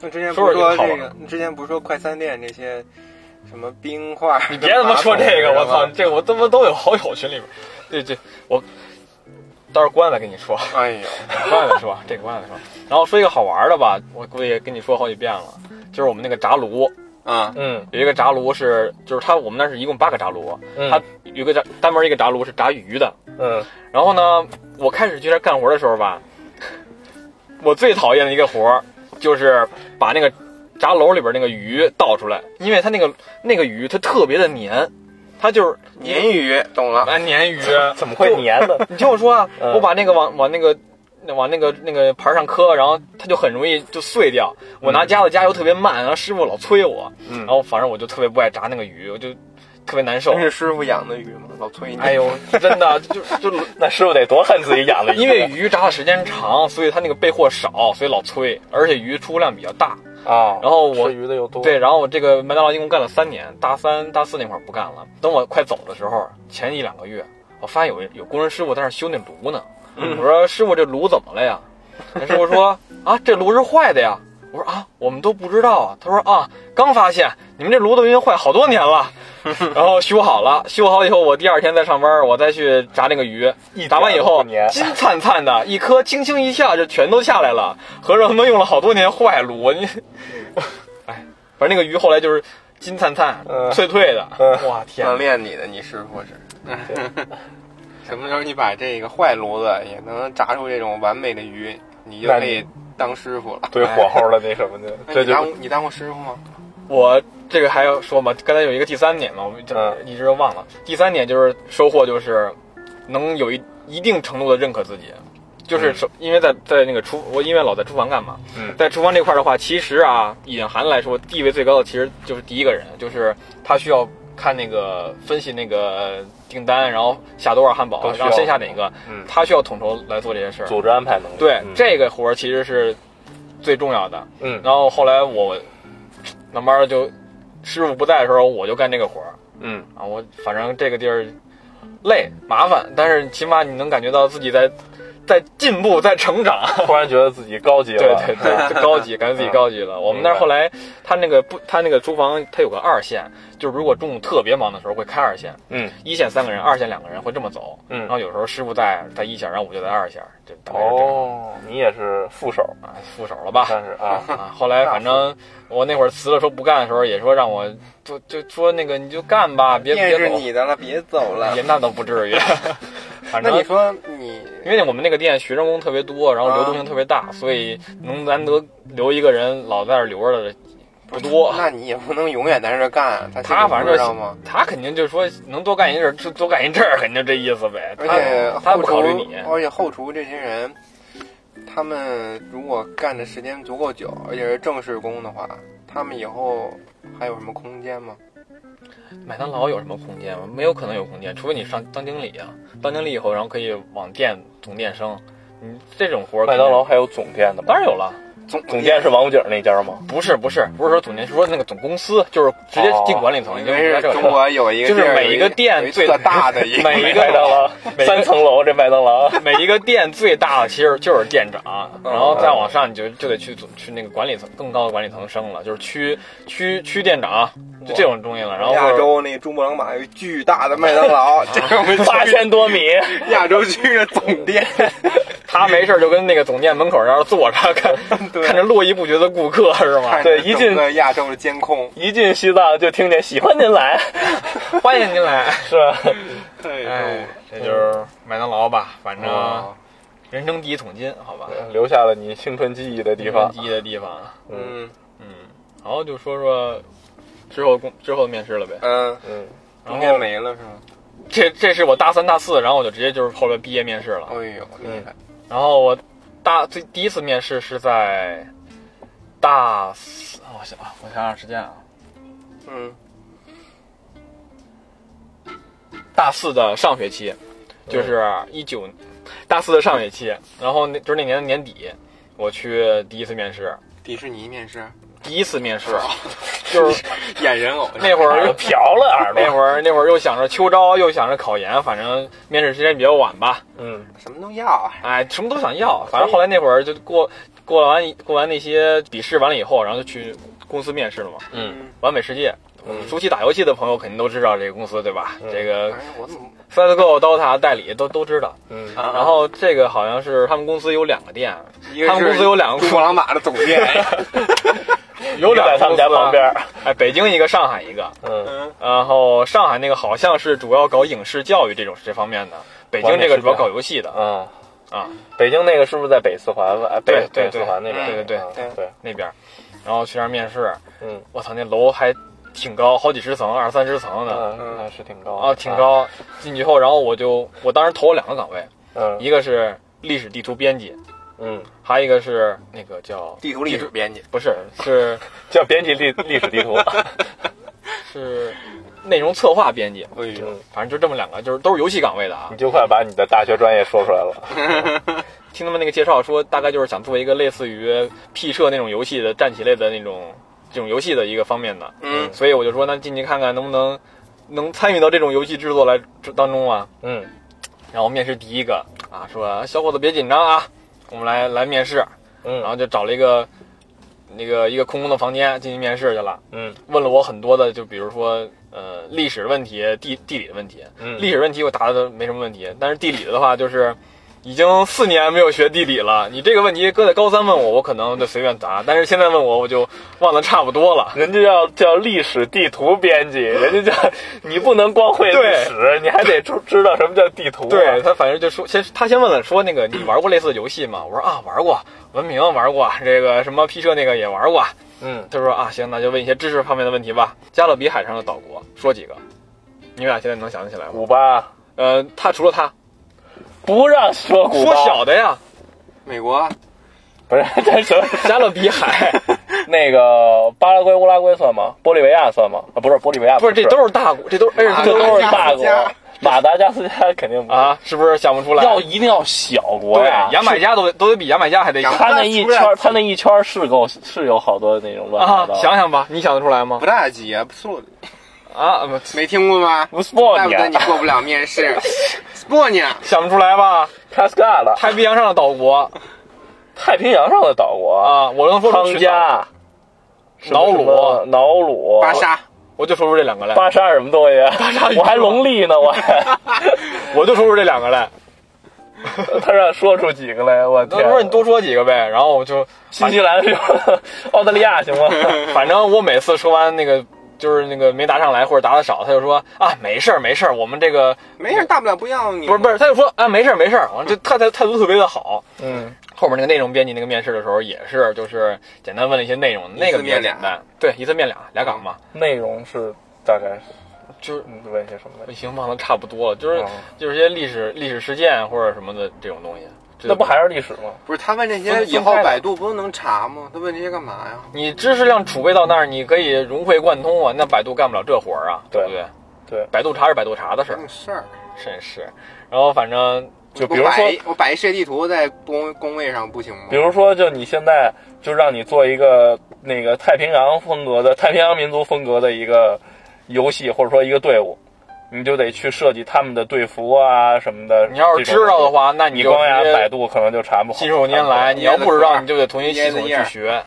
S1: 那之前不是
S4: 说
S1: 说
S4: 说
S1: 这
S4: 这个
S1: 个，之前不是说快餐店这些什么冰块？
S4: 你别他妈说这个，我操，
S1: 马桶
S4: 这个我他妈都有好友群里边儿，对这我到时候关了跟你说，
S1: 是吧！哎呦，
S4: [laughs] 关了再说，这个关了再说。然后说一个好玩的吧，我估计也跟你说好几遍了，就是我们那个炸炉
S1: 啊，
S3: 嗯
S4: 有一个炸炉是，就是它我们那儿是一共八个炸炉，
S3: 嗯
S4: 它有一个炸单门一个炸炉是炸鱼的，
S3: 嗯
S4: 然后呢，我开始去那儿干活的时候吧， [laughs] 我最讨厌的一个活儿就是把那个炸篓里边那个鱼倒出来，因为它那个那个鱼它特别的粘，它就是
S1: 鲶鱼懂了，
S4: 啊粘鱼。
S3: 怎么会粘呢？
S4: 你听我说啊，
S3: 嗯
S4: 我把那个往往那个。往那个那个盘儿上磕，然后它就很容易就碎掉。我拿夹子夹又特别慢，然后师傅老催我，
S3: 嗯
S4: 然后反正我就特别不爱炸那个鱼，我就特别难受
S1: 真。是师傅养的鱼吗？老崔，
S4: 哎，呦，真的就就
S3: 那师傅得多恨自己养的鱼啊，
S4: 因为鱼炸的时间长，所以它那个备货少，所以老催，而且鱼出货量比较大。
S3: 啊，
S4: 然后我
S3: 吃鱼的又多，
S4: 对，然后我这个麦当劳一共干了三年，大三、大四那会儿不干了。等我快走的时候，前一两个月，我发现有有工人师傅在那儿修那炉呢。我说：“师傅，这炉怎么了呀？”那师傅说：“啊，这炉是坏的呀。”我说：“啊，我们都不知道啊。”他说：“啊，刚发现，你们这炉子已经坏好多年了。”然后修好了，修好以后，我第二天再上班，我再去炸那个鱼， [laughs] 炸完以后
S3: 不粘
S4: 金灿灿的，一颗轻轻一下就全都下来了。合着他妈用了好多年坏炉，你， [laughs] 哎，反正那个鱼后来就是金灿灿、
S3: 嗯
S4: 脆脆的，
S3: 嗯
S4: 哇天
S1: 锻！炼你的，你师傅是。 [laughs] 什么时候你把这个坏炉子也能炸出这种完美的鱼，你就
S3: 那
S1: 可
S3: 你
S1: 以当师傅了。
S4: 哎
S3: 对火候的那什么
S4: [laughs]
S3: 的，
S1: 哎，
S3: 这
S1: 你
S3: 就
S1: 当你当过师傅吗？
S4: 我这个还要说吗？刚才有一个第三点嘛，我这
S3: 嗯
S4: 一直忘了。第三点就是收获，就是能有一一定程度的认可自己，就是
S3: 嗯
S4: 首因为在在那个厨，我因为老在厨房干嘛，
S3: 嗯
S4: 在厨房这块的话，其实啊，隐含来说，地位最高的其实就是第一个人，就是他需要看那个分析那个订单，然后下多少汉堡
S3: 都，需要
S4: 然后先下哪个，
S3: 嗯
S4: 他需要统筹来做这些事儿。
S3: 组织安排能力，
S4: 对，
S3: 嗯
S4: 这个活儿其实是最重要的。
S3: 嗯
S4: 然后后来我慢慢儿就师傅不在的时候，我就干这个活儿
S3: 嗯
S4: 啊。我反正这个地儿累麻烦，但是起码你能感觉到自己在在进步，在成长。
S3: 突然觉得自己高级了，
S4: 对对对，
S1: [laughs]
S4: 就高级，
S1: 嗯
S4: 感觉自己高级了。我们那儿
S3: 明白
S4: 后来，他那个不，他那个厨房，他有个二线，就是如果中午特别忙的时候会开二线，
S3: 嗯，
S4: 一线三个人，二线两个人会这么走。
S3: 嗯
S4: 然后有时候师傅在在一线，然后我就在二线，就大概是这样。
S3: 哦，你也是副手，
S4: 啊，副手了吧？
S3: 但是啊，
S1: 嗯
S4: 啊，后来反正我那会儿辞了，说不干的时候，也说让我就就说那个你就干吧，别
S1: 店
S4: 别
S1: 是
S4: 走，
S1: 你的了，别走了
S4: [laughs] 也。那倒不至于。反
S1: 那
S4: 正
S1: 你说你
S4: 因为我们那个店学生工特别多，然后流动
S1: 啊
S4: 性特别大，所以能难得留一个人老在这儿留着的不多。
S1: 那你也不能永远在这干啊，他心里
S4: 他反
S1: 不
S4: 正
S1: 知
S4: 就
S1: 道吗？
S4: [laughs] 他肯定就是说能多干一阵儿就多干一阵儿，肯定这意思呗。
S1: 而且
S4: 他他
S1: 后
S4: 不
S1: 厨，
S4: 考虑你，
S1: 而且后厨这些人，他们如果干的时间足够久，而且是正式工的话，他们以后还有什么空间吗？
S4: 麦当劳有什么空间吗？没有可能有空间，除非你上当经理啊。当经理以后，然后可以往店总店升，你这种活儿
S3: 麦当劳还有总店的吗？
S4: 当然有了。
S1: 总
S3: 总店是王府井那家吗？
S4: 不是不是不是说总监，是说那个总公司，就是直接进管理层，
S1: 因
S4: 已经不在
S1: 为
S4: 这
S1: 是
S4: 里
S1: 哦中
S4: 了。
S1: 国有一个
S4: 就是
S1: 地儿
S4: 每
S1: 有
S4: 一
S1: 一
S4: 个店
S1: 有一
S4: 最
S1: 特大的一个
S4: [laughs] 每一
S3: 麦当
S4: 个
S3: 劳
S4: 每一个
S3: 三层楼，这麦当劳，
S4: 每一个店最大的其实就是店长，然后再往上你就就得去总去那个管理层更高的管理层升了，就是区区区店长，就这种东西了。然后或
S1: 亚
S4: 者
S1: 洲那珠穆朗玛有一巨大的麦当
S4: [laughs]
S1: 劳，这是我们
S3: 八千多米，
S1: 亚洲区的总
S4: [laughs]
S1: 店。
S4: 他没事就跟那个总店门口那儿坐着看
S1: 对
S4: 看着络绎不绝的顾客是吗？
S1: 看
S3: 对
S1: 着
S3: 一
S1: 整
S3: 进
S1: 个亚洲的监控，
S3: 一进西藏就听见喜欢您来，
S4: 欢迎您来。
S3: 是吧？
S4: 哎，这就是麦当劳吧，反正
S1: 啊，
S4: 人生第一桶金，好吧，
S3: 留下了你青春记忆的地方。
S4: 第一的地方。
S3: 嗯
S1: 嗯
S4: 嗯，然后就说说之后工之后面试了呗。
S1: 嗯，
S3: 嗯，
S4: 然
S1: 中间
S4: 后
S1: 没了是吗？
S4: 这这是我大三大四，然后我就直接就是后边毕业面试了。
S1: 哎呦，厉害！
S4: 然后我大最第一次面试是在大四，哦我想啊，我想想时间啊，
S1: 嗯，
S4: 大四的上学期，
S3: 嗯
S4: 就是一九大四的上学期，然后那就是那年的年底，我去第一次面试，
S1: 迪士尼面试，
S4: 第一次面试，就是
S1: [laughs] 演人偶
S4: 那会
S3: [laughs]
S4: 儿
S3: 我瓢啊了耳
S4: [laughs] 那 [laughs]
S3: 朵。
S4: 会儿那会儿又想着秋招，又想着考研，反正面试时间比较晚吧，
S3: 嗯，
S1: 什么都要啊。
S4: 哎，什么都想要。反正后来那会儿就过过了完过完那些笔试完了以后，然后就去公司面试了嘛。
S1: 嗯，
S4: 完美世界，
S3: 嗯
S4: 熟悉打游戏的朋友肯定都知道这个公司对吧？
S3: 嗯
S4: 这个
S1: 哎，我怎么
S4: CSGO、DOTA 代理都都知道。
S3: 嗯，
S1: 啊
S4: 然后这个好像是他们公司有两个店，
S1: 一个
S4: 他们公司有两个哎
S1: 是珠穆朗玛的总店，
S4: 有
S3: 就
S4: 两
S3: 在
S4: 个
S3: 他们家
S4: 公司啊
S3: 旁边儿。
S4: 哎，北京一个，上海一个。
S3: 嗯，
S1: 嗯，
S4: 然后上海那个好像是主要搞影视教育这种这方面的，北京这个主要搞游戏的
S3: 啊，
S4: 啊
S3: 北京那个是不是在北四环吧？哎北
S4: 对对
S3: 北四环那边。
S4: 对对对
S3: 啊
S1: 对
S3: 对，
S4: 那边儿，然后去那儿面试，
S3: 嗯，
S4: 我操，那楼还挺高，好几十层，二三十层呢。
S3: 嗯，那是挺高
S4: 啊，挺。高。进去后，然后我就我当时投了两个岗位，
S3: 嗯
S4: 一个是历史地图编辑，
S3: 嗯，
S4: 还有一个是那个叫
S1: 地图历史编辑，
S4: 不是是
S3: 叫编辑历历史地图。
S4: 是内容策划编辑，
S1: 哎呦，
S3: 嗯，
S4: 反正就这么两个，就是都是游戏岗位的啊
S1: 嗯
S3: 你。就快把你的大学专业说出来了。
S4: 听他们那个介绍说，大概就是想做一个类似于 P 社那种游戏的战棋类的那种这种游戏的一个方面的，
S1: 嗯，
S4: 所以我就说那进去看看能不能能参与到这种游戏制作来当中啊。
S3: 嗯
S4: 然后面试第一个啊，说小伙子别紧张啊，我们来来面试。然
S3: 嗯
S4: 后就找了一个那个一个空空的房间进行面试去了，
S3: 嗯
S4: 问了我很多的，就比如说呃历史问题、地地理的问题。
S3: 嗯，
S4: 历史问题我答的没什么问题，但是地理的话就是。已经四年没有学地理了，你这个问题搁在高三问我，我可能就随便答，但是现在问我，我就忘得差不多了。
S3: 人家叫叫历史地图编辑，人家叫你不能光会历史，你还得知知道什么叫地图啊、
S4: 对他，反正就说，先他先问了，说那个你玩过类似的游戏吗？我说啊，玩过，文明玩过，这个什么 P 社那个也玩过，
S3: 嗯，
S4: 他说啊，行，那就问一些知识方面的问题吧。加勒比海上的岛国，说几个？你们俩现在能想得起来吗？
S3: 古巴
S4: 呃，他除了他，
S3: 不让说古
S4: 说
S3: 巴，
S4: 小的呀，
S1: 美国
S3: 不是这什么？
S4: 加勒比海
S3: 那个巴拉圭、乌拉圭算吗？玻利维亚算吗？啊，不是玻利维亚
S4: 不是，这都是大国，这都是
S3: 这
S4: 哎
S3: 都是大
S1: 马达加
S3: 国
S1: 斯加，
S3: 马达加斯加肯定不是，
S4: 啊，是不是想不出来？
S3: 要一定要小国
S4: 对
S3: 呀，，
S4: 牙买加都都得比牙买加还得小
S3: 他那一圈儿，他那一圈儿是够是有好多那种乱七八
S4: 啊
S3: 糟。！
S4: 想想吧，你想得出来吗
S1: 不？大几啊，不错，
S4: 啊，不
S1: 没听过吗？
S3: 不 s p o
S1: 怪不得
S4: [laughs]
S3: n
S1: 你过不了面试。s p o n
S4: 想不出来吧？
S3: Casca 了，
S4: 太平洋上的岛国
S3: 太平洋上的岛国，
S4: 啊，我能说出
S3: 汤
S4: 去的，
S3: 加、什么
S4: 瑙
S3: 什
S4: 鲁
S3: 么瑙鲁、
S1: 巴沙，
S4: 我就说出这两个来，
S3: 巴沙什么东西？啊
S4: [laughs] 巴沙鱼
S3: 我还龙利呢，
S4: [laughs]
S3: 我还
S4: 我就说出这两个来。
S3: 他让说出几个来，我
S4: 那
S3: 天！啊
S4: 我说你多说几个呗，然后我就，
S3: 新西兰是吧 [laughs] 澳大利亚行吗？
S4: [laughs]
S3: [laughs]
S4: 反正我每次说完那个就是那个没答上来或者答的少，他就说啊没事儿没事儿，我们这个
S1: 没事，大不了不要你。
S4: 不是不是，他就说啊没事儿没事儿，完了这态态态度特别的好。
S3: 嗯，
S4: 后面那个内容编辑那个面试的时候也是，就是简单问了一些内容，那个比较简单，对，一次面俩俩岗嘛，
S3: 内容是大概是
S4: 就是
S3: 嗯问一些什么问
S4: 已
S3: 题？
S4: 经忘得差不多了，就是、
S3: 哦
S4: 就是一些历史历史事件或者什么的这种东西。这
S3: 那不还是历史吗？
S1: 不是，他问这些以后百度不都能查吗？他问这些干嘛呀？
S4: 你知识量储备到那儿，你可以融会贯通啊，那百度干不了这活儿啊，
S3: 对嗯
S4: 不对？
S3: 对
S4: 百度查是百度查的事儿
S1: 真，事儿。
S4: 真是。然后反正
S3: 就比
S1: 我
S3: 如
S1: 摆
S3: 说
S1: 一，我摆一世界地图在工工位上不行吗
S3: 比？如说，就你现在就让你做一个那个太平洋风格的太平洋民族风格的一个游戏，或者说一个队伍，你就得去设计他们的队服啊什么的。
S4: 你要是知道的，话，那
S3: 你
S4: 就
S3: 光呀
S4: 直接
S3: 百度可能就查不好。
S4: 信手拈来，你要不知道，你就得重新系统去学，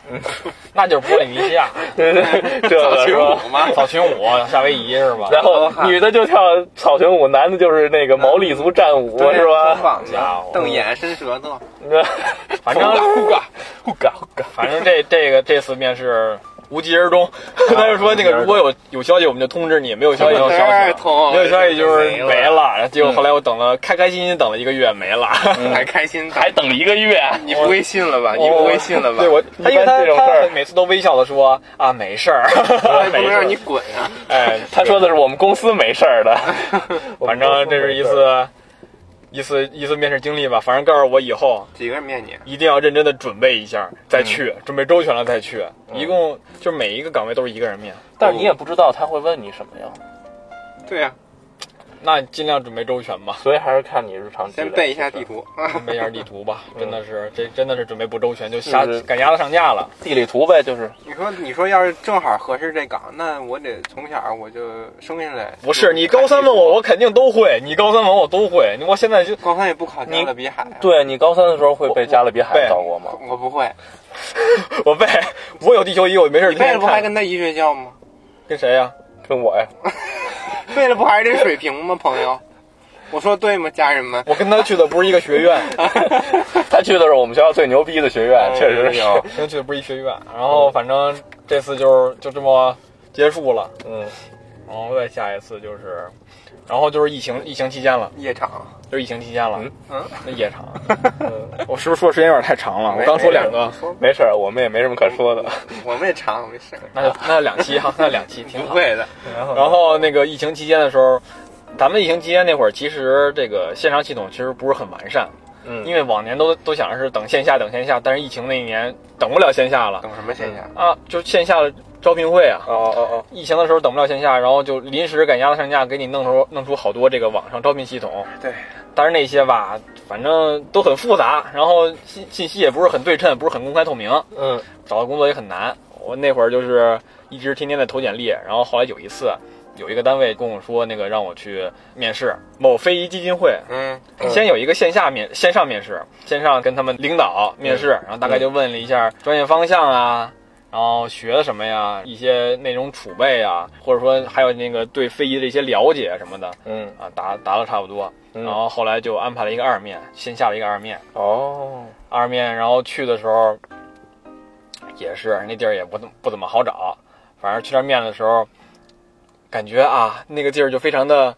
S4: 那就是波利尼西亚、
S3: 对 [laughs] 对，这个是吧？
S1: 吗？
S4: 草裙舞、夏威夷是吧？
S3: [laughs] 然后女的就跳草裙舞，男的就是那个毛利族战
S1: [laughs]
S3: 舞，
S1: 对
S3: 是
S1: 松
S3: 吧？
S1: 绑子
S4: 家伙
S1: 瞪眼、伸舌头，
S3: [laughs]
S4: 反正
S3: 呼嘎呼嘎，
S4: [laughs] 反正这这个这次面试无疾而
S3: 啊
S4: 终。他就说那个如果有有消息我们就通知你，没有消息就消
S1: 太
S3: 哎
S4: 息。
S1: 痛，
S4: 没有消息就是没
S1: 了，
S4: 了，结
S3: 嗯
S4: 果后来我等了开开心心等了一个月，没了。
S1: 还开心
S3: 还等一个月，
S1: 嗯
S3: 啊
S1: 你不会信了吧？你不会信了吧？
S4: 对我，他因为他
S3: 一般这种事儿哎
S4: 他每次都微笑的说啊没事儿，
S1: 他不能让你滚啊！
S4: 哎，
S3: 他说的是我们公司没事儿
S4: [laughs]
S3: 的，
S4: 反正这是一次一次一次面试经历吧，反正告诉我以后
S1: 几个人面你？啊
S4: 一定要认真的准备一下再去，准备周全了再去。一共就是每一个岗位都是一个人面，
S3: 但是你也不知道他会问你什么呀，
S1: 对
S4: 啊
S1: 呀，
S4: 那尽量准备周全吧。
S3: 所以还是看你日常积累。
S1: 先背一下地图 [laughs] 啊。
S4: 准备一下地图吧，真的是这真的是准备不周全嗯就瞎
S3: 是
S4: 赶鸭子上架了。
S3: 地理图呗，就是
S1: 你说，你说要是正好合适这岗，那我得从小我就生下来。
S4: 不是你高三问我，我肯定都会；你高三问我都会。我现在就
S1: 高三也不考加
S3: 你
S1: 勒比海啊，
S3: 对你高三的时候会被加勒比海
S4: 背
S3: 到过吗？
S1: 我不会。
S4: 我背，我有地球仪，我没事儿
S1: 你为了
S4: 天天
S1: 不还
S4: 看。
S1: 跟他一学校
S4: [laughs]
S1: 吗？
S4: 跟谁呀？
S3: 跟我呀，
S1: 为了不还是这水平吗，朋友？我说对吗，家人
S4: [laughs]
S1: 们？
S4: 我跟他去的不是一个学院，
S3: [laughs] 他去的是我们学校最牛逼的学院，确实是。
S4: 跟他去的不是一学院。然后反正这次就是就这么结束了。
S3: 嗯，
S4: 然后再下一次就是，然后就是疫情疫情期间了，
S1: 夜场
S4: 就是疫情期间了。
S3: 嗯
S1: 嗯，
S4: 那夜场，
S3: 嗯
S4: 我是不是说时间有点太长了？我刚说两个，
S3: 没事儿，我们也没什么可说的。
S1: 我们也尝，没事儿，
S4: 那就那两期哈，那两期挺
S1: 不
S4: 好。
S1: 会的。
S3: 嗯然后
S4: 然后那个疫情期间的时候，咱们疫情期间那会儿，其实这个线上系统其实不是很完善，
S3: 嗯，
S4: 因为往年都都想着是等线下等线下，但是疫情那一年等不了线下了
S1: 等什么现象？
S4: 啊，就线下的招聘会啊。
S3: 哦哦哦，
S4: 疫情的时候等不了线下，然后就临时赶鸭子上架，给你弄出弄出好多这个网上招聘系统。
S1: 对，
S4: 但是那些吧，反正都很复杂，然后信信息也不是很对称，不是很公开透明，
S3: 嗯
S4: 找到工作也很难。我那会儿就是一直天天在投简历，然后后来有一次，有一个单位跟我说，那个让我去面试某非遗基金会，
S1: 嗯，
S3: 嗯
S4: 先有一个线下面线上面试，线上跟他们领导面试，
S3: 嗯
S4: 然后大概就问了一下专业方向啊，然后学的什么呀，一些内容储备啊，或者说还有那个对非遗的一些了解什么的
S3: 嗯
S4: 啊，答答的差不多，
S3: 嗯
S4: 然后后来就安排了一个二面，线下的一个二面，
S3: 哦，
S4: 二面，然后去的时候也是那地儿也不怎么不怎么好找，反正去那儿面的时候，感觉啊那个地儿就非常的，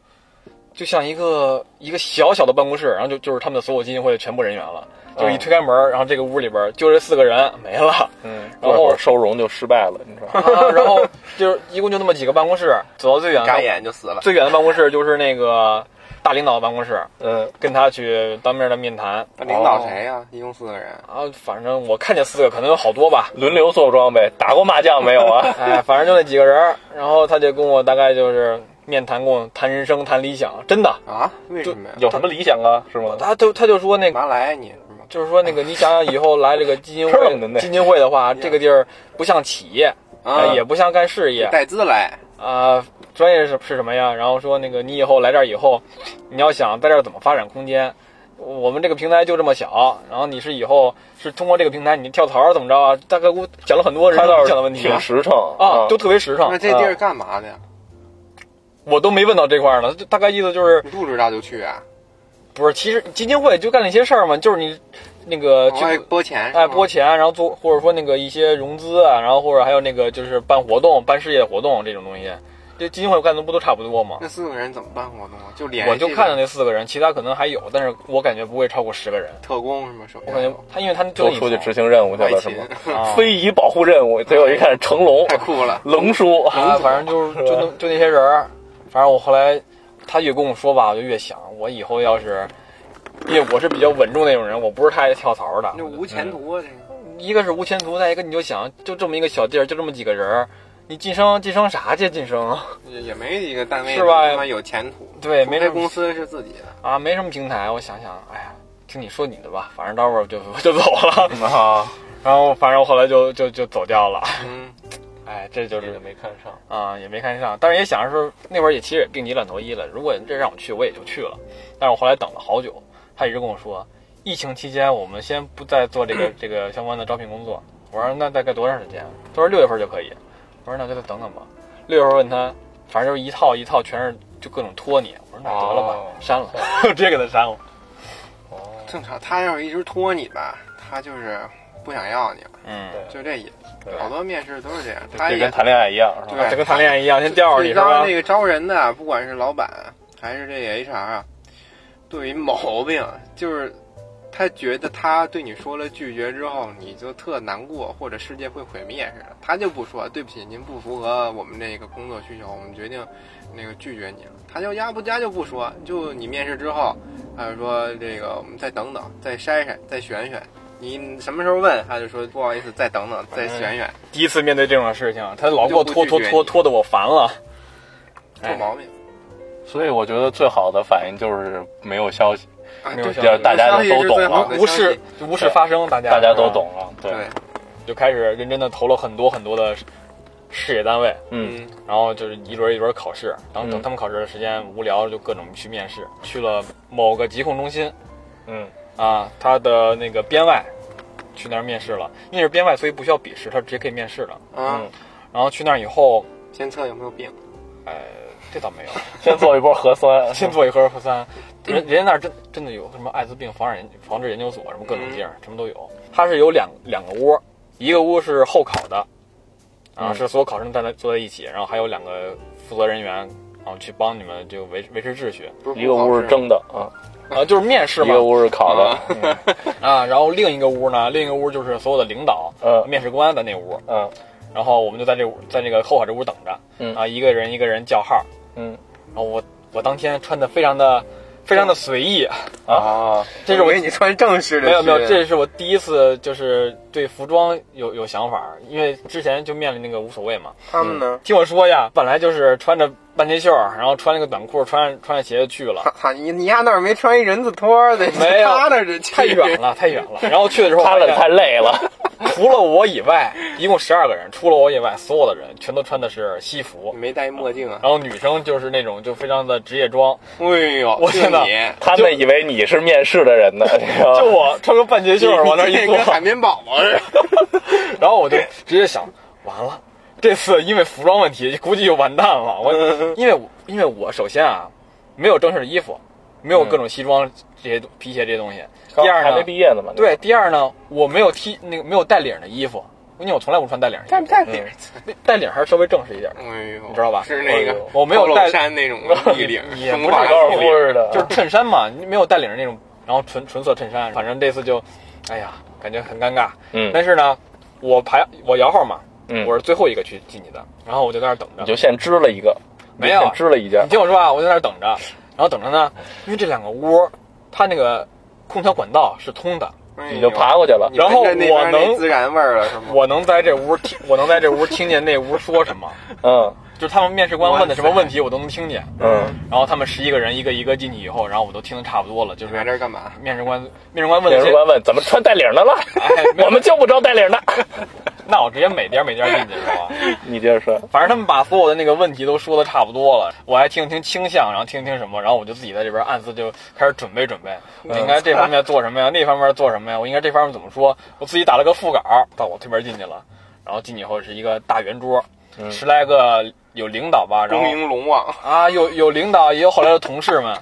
S4: 就像一个一个小小的办公室，然后就就是他们的所有基金会的全部人员了，就是一推开门，然后这个屋里边就这四个人没了。
S3: 嗯，
S4: 然
S3: 然
S4: 后
S3: 后收容就失败了，你 [laughs] 知道吗？
S4: 啊，然后就是一共就那么几个办公室，走到最远的
S1: 眨
S4: 办
S1: 眼就死了。
S4: 最远的办公室就是那个大领导的办公室，
S3: 嗯，
S4: 跟他去当面的面谈
S1: 那领
S4: 哦
S1: 导谁呀？一共四个人，
S4: 啊，反正我看见四个，可能有好多吧，？
S3: 轮流坐庄呗。打过麻将没有啊 [laughs]
S4: [laughs] 哎，反正就那几个人儿，然后他就跟我大概就是面谈，跟我谈人生、谈理想，真的，
S1: 啊？为什么呀？
S3: 有什么理想啊？是 [laughs] 吗？
S4: 他就他就说那
S1: 干
S4: 个，
S1: 嘛来啊你？是吗？
S4: 就是说那个，你想想以后来这个基
S1: [laughs]
S4: 金
S3: 吃了你的那
S4: 会基金会的话，这个地儿不像企业，哎
S1: 啊，
S4: 也不像干事业，
S1: 带资来，
S4: 啊，专业是是什么呀？然后说那个你以后来这儿以后，你要想在这儿怎么发展空间，我们这个平台就这么小，然后你是以后是通过这个平台你跳槽怎么着啊？大概我讲了很多人
S3: 他倒
S4: 讲的问
S3: 是
S4: 题
S3: 挺实诚
S4: 啊，都特别实诚
S1: 那，这地儿干嘛的呀？
S4: 我都没问到这块儿呢，就大概意思就是
S1: 你肚子大就去啊？
S4: 不是，其实基金会就干那些事儿嘛，就是你那个
S1: 往外啊
S4: 就
S1: 拨钱是吗？
S4: 呃哎拨钱，然后做或者说那个一些融资啊，然后或者还有那个就是办活动、办事业活动这种东西，这基金会干的不都差不多吗？
S1: 那四个人怎么办活动啊？就联系
S4: 我就看到那四个人，其他可能还有，但是我感觉不会超过十个人。
S1: 特工是吗？手下
S4: 我感觉
S1: 有
S4: 他，因为他就
S3: 都
S4: 那一
S3: 出去
S4: 层
S3: 执行任务去
S1: 外
S3: 了，是
S1: 勤
S3: 吗？
S4: 啊
S3: 非遗保护任务，结果一看成龙，
S1: [laughs] 太酷
S4: [laughs]
S1: 了。
S3: 龙叔，
S4: 啊，反正就是
S3: 是吧
S4: 就那就那些人儿，反正我后来他越跟我说吧，我就越想，我以后要是，因为我是比较稳重那种人，我不是太爱跳槽的
S1: 那。无前途啊，这个
S4: 一个是无前途，再一个你就想，就这么一个小地儿，就这么几个人儿，你晋升晋升啥去晋升？ [laughs] 啊？
S1: 也也没几个单位
S4: 是吧
S1: 他妈有前途，
S4: 对，没
S1: 这
S4: 什
S1: 公
S4: 么
S1: 司是自己的，
S4: 啊，没什么平台。我想想，哎呀，听你说你的吧，反正待会儿我就 [laughs] 我就走了。
S3: 啊，
S4: 然后反正我后来就就就走掉了。
S1: 嗯，
S4: 哎，这就
S3: 这
S4: 是
S3: 个没看上，
S4: 啊、也没看上，但是也想着说那会儿也其实也病急乱投医了，如果这让我去，我也就去了。但是我后来等了好久，他一直跟我说，疫情期间我们先不再做这个这个相关的招聘工作。我说那大概多长时间？啊他说六月份就可以。我说那就再等等吧。六月份问他，反正就是一套一套全是就各种拖你。我说那得了吧，
S3: 哦
S4: 删了， [laughs] 直接给他删了。
S3: 哦，
S1: 正常。他要是一直拖你吧，他就是不想要你了，
S4: 嗯，
S3: 对
S1: 就这意
S3: 对
S1: 思。好多面试都是这样，他
S4: 啊
S3: 就
S1: 也
S3: 跟谈恋爱一样，是吧？
S1: 对
S4: 就跟谈恋爱一样，先吊着
S1: 最
S4: 你是
S1: 高
S4: 吧？
S1: 那个招人的，啊不管是老板还是这 HR 啊，都有一毛病，就是他觉得他对你说了拒绝之后，你就特难过，或者世界会毁灭似的。他就不说对不起，您不符合我们这个工作需求，我们决定那个拒绝你了。他就压不加就不说，就你面试之后，他就说这个我们再等等，再筛筛，再选选。你什么时候问，他就说不好意思，再等等，
S3: 哎
S1: 再选选，
S4: 第一次面对这种事情，他老给我拖
S1: 就不
S4: 拖
S1: 拒绝
S4: 拖
S1: 你
S4: 拖的我烦了。
S3: 哎
S1: 有毛病。
S3: 所以我觉得最好的反应就是没有消息，
S1: 啊，
S4: 没有
S1: 对
S4: 消息
S3: 要大家
S1: 消息
S3: 都
S1: 是
S3: 懂
S1: 最好
S3: 了
S1: 的，
S4: 无
S1: 消
S4: 事
S1: 息
S4: 无事发生，大家嗯
S3: 大家
S4: 是
S3: 都
S4: 吧
S3: 懂了，对，
S1: 对，
S4: 就开始认真的投了很多很多的事事业单位，
S3: 嗯，
S1: 嗯。
S4: 然后就是一轮一轮考试，然后等
S3: 嗯
S4: 他们考试的时间无聊，就各种去面试，去了某个疾控中心
S3: 嗯，
S4: 啊，他的那个编外去那儿面试了，因为是编外，所以不需要笔试，他直接可以面试了。
S1: 啊，
S3: 嗯
S4: 然后去那儿以后，
S1: 先测有没有病。
S4: 呃，这倒没有，
S3: 先做一波核
S4: [laughs]
S3: 酸，
S4: 先做一核核酸，人人家那儿真真的有什么艾滋病防治研防治研究所，什么各种地
S3: 嗯
S4: 儿，什么都有。它是有两两个窝，一个窝是候考的，啊，
S3: 嗯
S4: 是所有考生在那坐在一起，然后还有两个负责人员，啊，去帮你们就维维持秩序，
S1: 不
S3: 一个屋是蒸的啊，
S4: 啊，就是面试
S3: 一
S4: 嘛
S3: 个，屋是烤的，
S4: 啊，然后另一个屋呢，另一个屋就是所有的领导、
S3: 嗯
S4: 面试官在那屋，
S3: 嗯
S4: 然后我们就在这屋，在那个候考这屋等着，
S3: 嗯
S4: 啊，一个人一个人叫号，
S3: 嗯
S4: 然后我我当天穿的非常的非常的随意，
S3: 啊，
S4: 这是我
S1: 给你穿正式的。
S4: 没有没有，这是我第一次就是对服装有有想法儿，因为之前就面临那个无所谓嘛。
S1: 他们呢？
S4: 听我说呀，本来就是穿着半截袖儿，然后穿了个短裤，穿穿着鞋就去
S1: [laughs]
S4: 了，
S1: 哈，你你丫那儿没穿一人字拖的，
S4: 没有
S1: [laughs] 他那儿这
S4: [laughs] 太远了太远了。然后去的
S1: [laughs]
S4: 时候
S3: 趴
S4: 发
S3: 着
S4: 现，
S3: 太
S4: [laughs]
S3: 累了，
S4: 除了我以外，一共十二个人，除了我以外，所有的人全都穿的是西服
S1: 你，没戴墨镜
S4: [laughs]
S1: 啊？
S4: 然后女生就是那种就非常的职业装，
S1: 哎呦，
S4: 我
S1: 就
S4: 天哪
S1: 你
S3: 他们以为你是面试的人呢，你知道吗
S4: 就我穿个半截袖儿往那儿一
S1: 哦 [laughs] 你
S4: 坐
S1: 跟，海绵宝宝
S4: [laughs]
S1: 似的。
S4: 然后我就直接想，完了，这次因为服装问题，估计就完蛋了。我
S3: 嗯
S4: 因为我因为我首先啊，没有正式的衣服，没
S3: 嗯
S4: 有各种西装这些皮鞋这些东西。第二
S3: 还没
S4: 呢，
S3: 毕业呢嘛，
S4: 对，第二呢，我没有 T 那个没有带领的衣服，因为我从来不穿带领的衣
S1: 戴领儿？
S4: 服，带领还是稍微正式一点。
S3: 嗯
S1: 哎呦，
S4: 嗯你知道吧哎
S1: 是那个
S4: 我没有
S1: 露
S4: 戴
S1: 衫那
S4: [laughs]
S1: 种立领，
S4: 也
S1: 中
S4: 不是
S1: 华
S3: 高尔
S1: 立
S3: 夫
S1: 领
S3: 似的，
S4: 就是衬衫嘛，你没有带领的那种，然后纯纯色衬衫，反正这次就，哎呀，感觉很尴尬。
S3: 嗯，
S4: 但是呢，我排我摇号嘛，
S3: 嗯
S4: 我是最后一个去进去的，然后我就在那儿等着
S3: 你。就先支了一个，
S4: 没有
S3: 你先支了一件
S4: 你，听我说啊，我在那儿等着，然后等着呢，因为这两个屋，它那个空调管道是通的，
S1: 哎呦
S3: 你就爬过去了
S1: 你，闻着
S4: 然后
S1: 那边
S4: 我能
S1: 那孜然味儿了是吗？
S4: 我能在这屋 [laughs] 听，我能在这屋听见那屋说什么，
S3: 嗯
S4: 就是他们面试官问的什么问题，我都能听见。
S3: 嗯，
S4: 然后他们十一个人一个一个进去以后，然后我都听得差不多了，就
S1: 你来
S4: 是
S1: 这儿干嘛？
S4: 面试官面试官问的
S3: 面试
S4: 谁，
S3: 官问怎么穿带领的了，
S4: 哎，没有
S3: 我们就不招带领的，
S4: 那我直接每点每点进去是吧？
S3: 你接着说，
S4: 反正他们把所有的那个问题都说的差不多了，我还听听倾向，然后听听什么，然后我就自己在这边暗自就开始准备准备，
S3: 嗯
S4: 我应该这方面做什么呀， [laughs] 那方面做什么呀，我应该这方面怎么说，我自己打了个副稿到我这边进去了，然后进去以后是一个大圆桌，
S3: 嗯
S4: 十来个有领导吧，然
S1: 恭
S4: 后
S1: 迎龙
S4: [laughs]
S1: 王，
S4: 啊有有领导也有后来的同事们，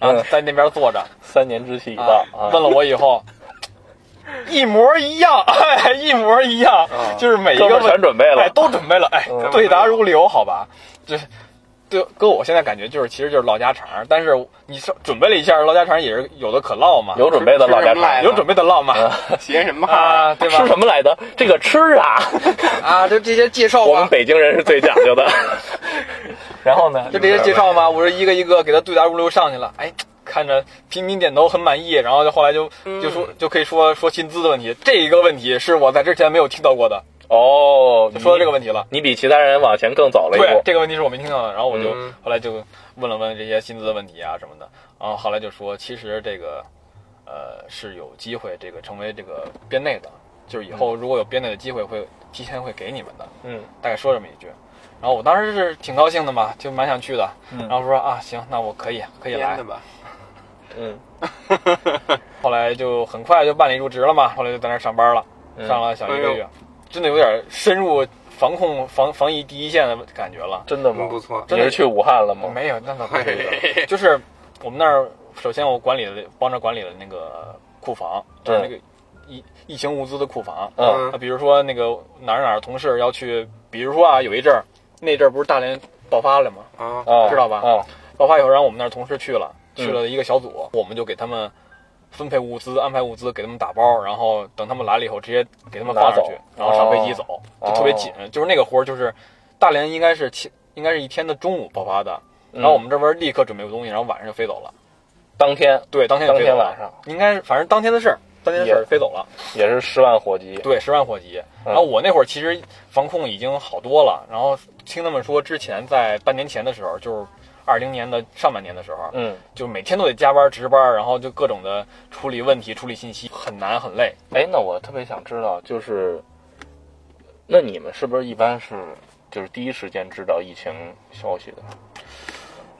S4: 然后在那边坐着，
S3: 三年之期已
S4: 啊
S3: 到嗯啊，
S4: 问了我以后。 [laughs] 一模一样， [laughs] 哎，一模一样，
S1: 啊
S3: 哦
S4: 就是每一
S3: 哥
S4: 个
S3: 们儿
S4: 问
S3: 全准备
S4: 哎，
S3: 了，
S4: 都准备了，哎
S3: 嗯，
S4: 对答如流，好吧？就是，对，哥，我现在感觉就是，其实就是唠家常儿，但是你说准备了一下，唠家常儿也是有的可唠嘛，
S3: 有嗯准备的
S1: 吃
S3: 老家
S1: 什么来
S3: 常
S1: 的
S4: 有准备的唠嘛，
S1: 邪什么哈？
S4: [laughs] 啊，对吧
S3: 吃？什么来的？这个吃啊，
S4: 啊，就这些介绍
S3: 我们
S4: 嘛，
S3: 北京人是最讲究的。然后呢？
S4: 就这些介绍嘛，我是一个一个给他对答如流上去了，哎。看着频频点头，很满意，然后就后来就
S3: 嗯
S4: 就说就可以说说薪资的问题，这一个问题是我在之前没有听到过的，
S3: 哦，
S4: 就说到这
S3: 个，
S4: 个问题了。
S3: 你比其他人往前更早了一
S4: 对，
S3: 步。
S4: 这个问题是我没听到的，然后我就、
S1: 嗯
S4: 后来就问了问这些薪资的问题啊什么的，然后后来就说，其实这个呃是有机会这个成为这个编内的，就是以
S1: 嗯
S4: 后如果有编内的机会会提前会给你们的，
S3: 嗯，
S4: 大概说这么一句。然后我当时是挺高兴的嘛，就蛮想去的，然后说啊行，那我可以可以
S1: 嗯编
S4: 来
S1: 的。吧？
S3: 嗯
S4: 后来就很快就办理入职了嘛，后来就在那儿上班了，
S3: 嗯，
S4: 上了小一
S1: 哎
S4: 个
S1: 呦
S4: 月，真的有点深入防控防防疫第一线的感觉了。
S3: 真的
S1: 真
S3: 吗？
S1: 嗯不错，
S3: 你是去武汉
S1: 哦
S3: 了吗？
S4: 没有，那倒
S1: 哎
S4: 不至于。就是我们那儿，首先我管理了，帮着管理了那个库房，就是那个疫疫情物资的库房。
S3: 嗯
S4: 啊，比如说那个哪儿哪儿同事要去，比如说啊，有一阵儿，那阵儿不是大连爆发了吗？
S1: 啊，
S3: 啊，
S4: 知道吧
S3: 啊，
S4: 爆发以后，然后我们那儿同事去了，
S3: 嗯
S4: 去了一个小组，我们就给他们分配物资、安排物资，给他们打包，然后等他们来了以后，直接给他们放上去
S3: 拿走，
S4: 然后上飞机走，
S3: 哦
S4: 就特别紧。就是那个活儿，就是大连应该是七，应该是一天的中午爆发的。
S3: 嗯
S4: 然后我们这边立刻准备东西，然后晚上就飞走了。
S3: 当天
S4: 对，当天就
S3: 当
S4: 飞走
S3: 天
S4: 了。
S3: 晚上
S4: 应该是反正当天的事儿，当天的事儿
S3: 也
S4: 飞走了。
S3: 也是十万火急，
S4: 对，十嗯万火急。然后我那会儿其实防控已经好多了，然后听他们说，之前在半年前的时候，就是二零年的上半年的时候，
S3: 嗯，
S4: 就每天都得加班值班，然后就各种的处理问题、处理信息，很难很累。
S3: 哎，那我特别想知道，就是，那你们是不是一般是就是第一时间知道疫情消息的？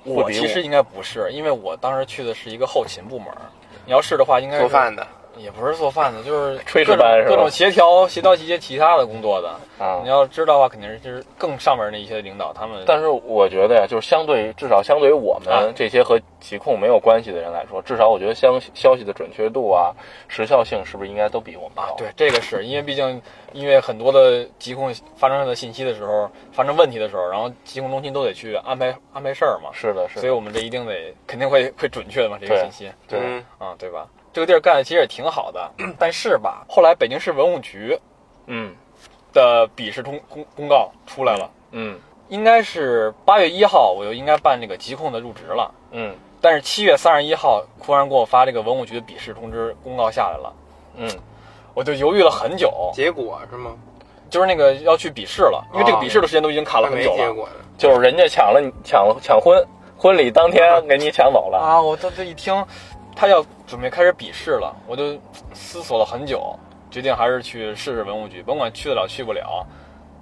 S4: 我
S3: 比
S4: 其
S3: 我
S4: 实应该不是，因为我当时去的是一个后勤部门儿。你要是的话，应该是
S1: 做饭的，
S4: 也不是做饭的， [laughs] 就是各
S3: 炊事
S4: 种
S3: 班是吧
S4: 各种协调协调一些其他的工作的。
S3: 啊
S4: 你，要知道的话，肯定是就是更上面那一些领导他们。
S3: 但是我觉得呀，就是相对于至少相对于我
S4: 啊
S3: 们这些和疾控没有关系的人来说，至少我觉得消息消息的准确度啊、时效性是不是应该都比我们
S4: 啊
S3: 高？，
S4: 对，这个是因为毕竟因为很多的疾控发生的信息的时候，发生问题的时候，然后疾控中心都得去安排安排事儿嘛，
S3: 是的，是
S4: 所以
S3: 的，
S4: 我们这一定得肯定会会准确的嘛，这个
S3: 对
S4: 信息。
S3: 对，
S1: 嗯
S4: 啊、对吧？这个地儿干的其实也挺好的， [clears throat] 但是吧，后来北京市文物局
S3: 嗯
S4: 的笔试通公公告出来了，
S3: 嗯
S4: 应该是八月一号我就应该办这个疾控的入职了，
S3: 嗯
S4: 但是七月三十一号忽然给我发这个文物局的笔试通知公告下来了，
S3: 嗯，
S4: 我就犹豫了很久，
S1: 结果是吗？
S4: 就是那个要去笔试了，因为这个
S1: 啊
S4: 笔试的时间都已经卡
S1: 还
S4: 了很
S1: 没
S4: 久
S1: 结
S4: 了。
S1: 果呢，
S3: 就是人家抢了你抢了抢婚，婚礼当天给你抢走了，
S4: 啊！我这这一听，他要准备开始笔试了，我就思索了很久，决定还是去试试文物局，甭管去得了去不了，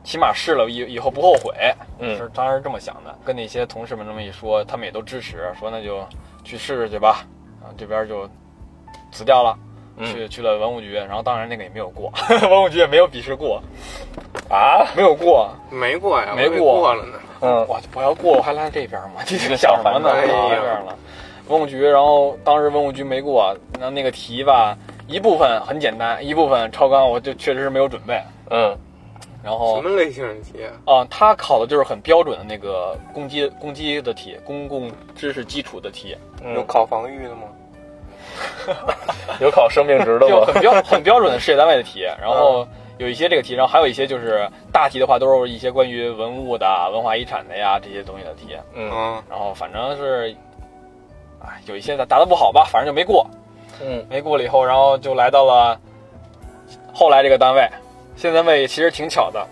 S4: 起码试了以以后不后悔。
S3: 嗯
S4: 是当时这么想的，跟那些同事们这么一说，他们也都支持，说那就去试试去吧。然后这边就辞掉了，
S3: 嗯
S4: 去去了文物局，然后当然那个也没有过， [laughs] 文物局也没有笔试过，
S3: 啊
S4: 没有过。
S1: 没过呀，我
S4: 没
S1: 以为
S4: 过
S1: 过了呢。
S3: 嗯
S4: 我我要过，我还来这边吗？你这想什么呢？
S1: 哎呀
S4: 啊这边了，文物局，然后当时文物局没过，那那个题吧，一部分很简单，一部分超纲，我就确实是没有准备。
S3: 嗯
S4: 然
S1: 什
S4: 后
S1: 么类型的题啊？
S4: 啊，他考的就是很标准的那个攻击攻击的题，公共知识基础的题，
S1: 有
S3: 嗯，
S1: 考防御的吗？
S3: [laughs] 有考生命值
S4: [laughs]
S3: 的
S4: 就
S3: 吗？
S4: 很标很标准的事业单位的题。然后有一些这个题，然后还有一些就是大题的话，都是一些关于文物的、啊文化遗产的呀这些东西的题。
S3: 嗯
S1: 嗯，
S4: 然后反正是，哎，有一些答答的不好吧，反正就没过。
S3: 嗯
S4: 没过了以后，然后就来到了后来这个单位。现在单位其实挺巧的，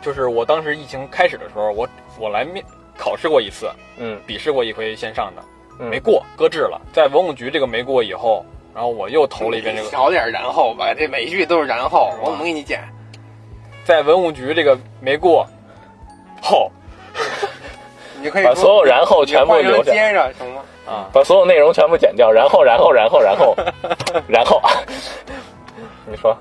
S4: 就是我当时疫情开始的时候，我我来面考试过一次，
S3: 嗯
S4: 笔试过一回线上的，
S3: 嗯，
S4: 没过，搁置了。在文物局这个没过以后，然后我又投了一遍这
S1: 你嗯
S4: 个，
S1: 少点然后吧，这每一句都是然后，我怎么给你讲？
S4: 在文物局这个没过后
S1: 你可以
S3: 把所有然后全部留下，
S1: 接上行吗？
S4: 啊，
S3: 把所有内容全部剪掉，然后然后然后
S4: [laughs]
S3: 然后然后，你说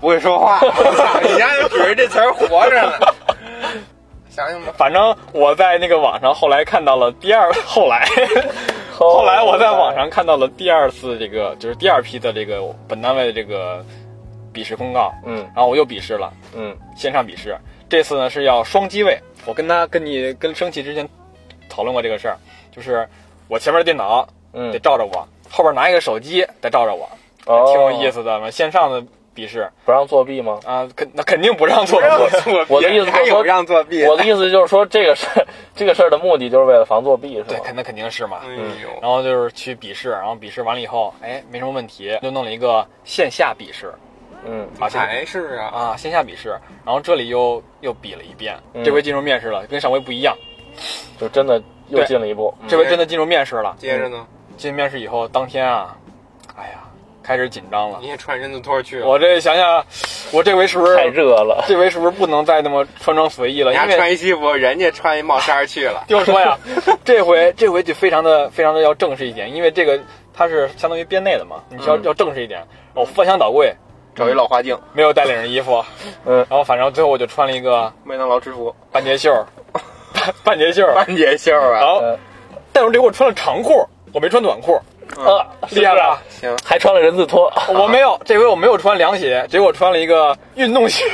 S1: 不会说话， [laughs] 你家就指着这词儿活着呢。 [laughs] 想想吧，
S4: 反正我在那个网上后来看到了第二， [laughs] 后来后来我在网上看到了第二次这个就是第二批的这个本单位的这个笔试公告，
S3: 嗯
S4: 然后我又笔试了，
S3: 嗯
S4: 线上笔试，这次呢是要双机位。我跟他跟你跟生气之前讨论过这个事儿，就是我前面的电脑得
S3: 嗯，
S4: 照着我，后边拿一个手机得照着我，
S3: 哦
S4: 挺有意，思的。线上的笔试
S3: 不让作
S4: [laughs]
S3: 弊吗？
S4: 啊，肯那肯定不让做。
S1: 作弊
S3: 我的意思
S1: 还
S3: 就是说
S1: 有让作弊，
S3: 我的意思就是说，这个事儿，这个事儿的目的就是为了防作弊，是
S4: 对，
S3: 吗？
S4: 肯那肯定是嘛。
S1: 哎呦，
S4: 然后就是去笔试，然后笔试完了以后，哎，没什么问题，就弄了一个线下笔试
S3: 嗯
S4: 啊，线
S1: 还是啊，
S4: 啊，线下笔试，然后这里又又比了一遍，
S3: 嗯
S4: 这回进入面试了，跟上回不一样，
S3: 就真的又进了一步。
S4: 这回真的进入面试了。
S1: 接着呢，
S4: 进面试以后，当天啊，哎呀，开始紧张了
S1: 你。也穿人字拖去了，
S4: 我这想想，我这回是不
S3: 哎嗯太
S4: 是
S3: 热了，
S4: 这回是不是不能再那么穿着随意了？
S1: 人
S4: 因
S1: 家
S4: 为，
S1: 穿一西服，人家穿一帽衫儿去了
S4: 就是说
S3: [laughs]
S4: 呀，这回这回就非常的非常的要正式一点，因为这个它是相当于编内的嘛，你需要、
S3: 嗯
S4: 要正式一点。我翻箱倒柜
S1: 找一老花镜，
S4: 没有带领人衣服，
S3: 嗯
S4: 然后反正最后我就穿了一个
S1: 麦当劳制服，
S4: 半截袖
S3: [laughs]
S4: 儿，半半截袖儿，
S1: 半截袖儿
S4: 然
S1: 啊，
S4: 后
S3: 嗯
S4: 但是这回我穿了长裤，我没穿短
S3: [laughs]
S4: 裤，
S3: 啊，
S4: 嗯厉害吧？
S1: 行，
S3: 还穿了人字拖，
S4: 我没有，这回我没有穿凉鞋，结果穿了一个运动鞋，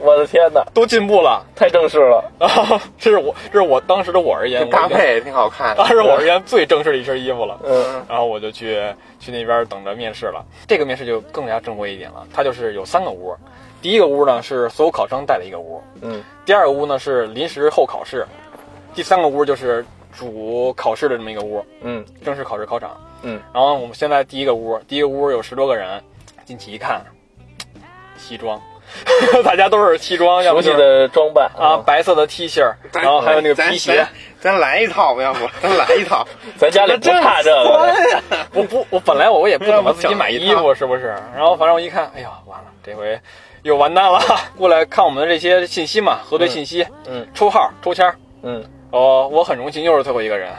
S3: 我的天哪，
S4: 都进步了。 [laughs]
S3: 太正式了。
S4: 然后这是我，这是我当时的我而言，
S1: 这
S4: 我
S1: 搭
S4: 觉得
S1: 配也挺好看
S4: 当
S1: 的，嗯
S4: 时啊我而言最正式的一身衣服了。
S3: 嗯
S4: 然后我就去去那边等着面试了。这个面试就更加正规一点了，它就是有三个屋，第一个屋呢是所有考生带的一个屋，
S3: 嗯，
S4: 第二个屋呢是临时候考室，第三个屋就是主考试的这么一个屋。
S3: 嗯
S4: 正式考试考场。
S3: 嗯，
S4: 然后我们现在第一个屋，第一个屋有十多个人，进去一看，西装， [laughs] 大家都是西装，要
S3: 熟
S4: 不
S3: 悉
S4: 就是
S3: 的装扮
S4: 啊，白色的 T 恤儿，
S1: 咱
S4: 然后还有那个皮鞋
S1: 咱。咱咱来一套吧，要不咱来一套，
S3: 咱家里不差这个。
S4: 啊我不，我本来我也不怎么自己买
S1: 咱们
S4: 衣
S1: 整一
S4: 服，是不是？然后反正我一看，哎呀，完了，这回又完蛋了。过来看我们的这些信息嘛，核对信息，
S3: 嗯
S4: 抽号抽签儿。
S3: 嗯
S4: 哦，我很荣幸又是最后一个人。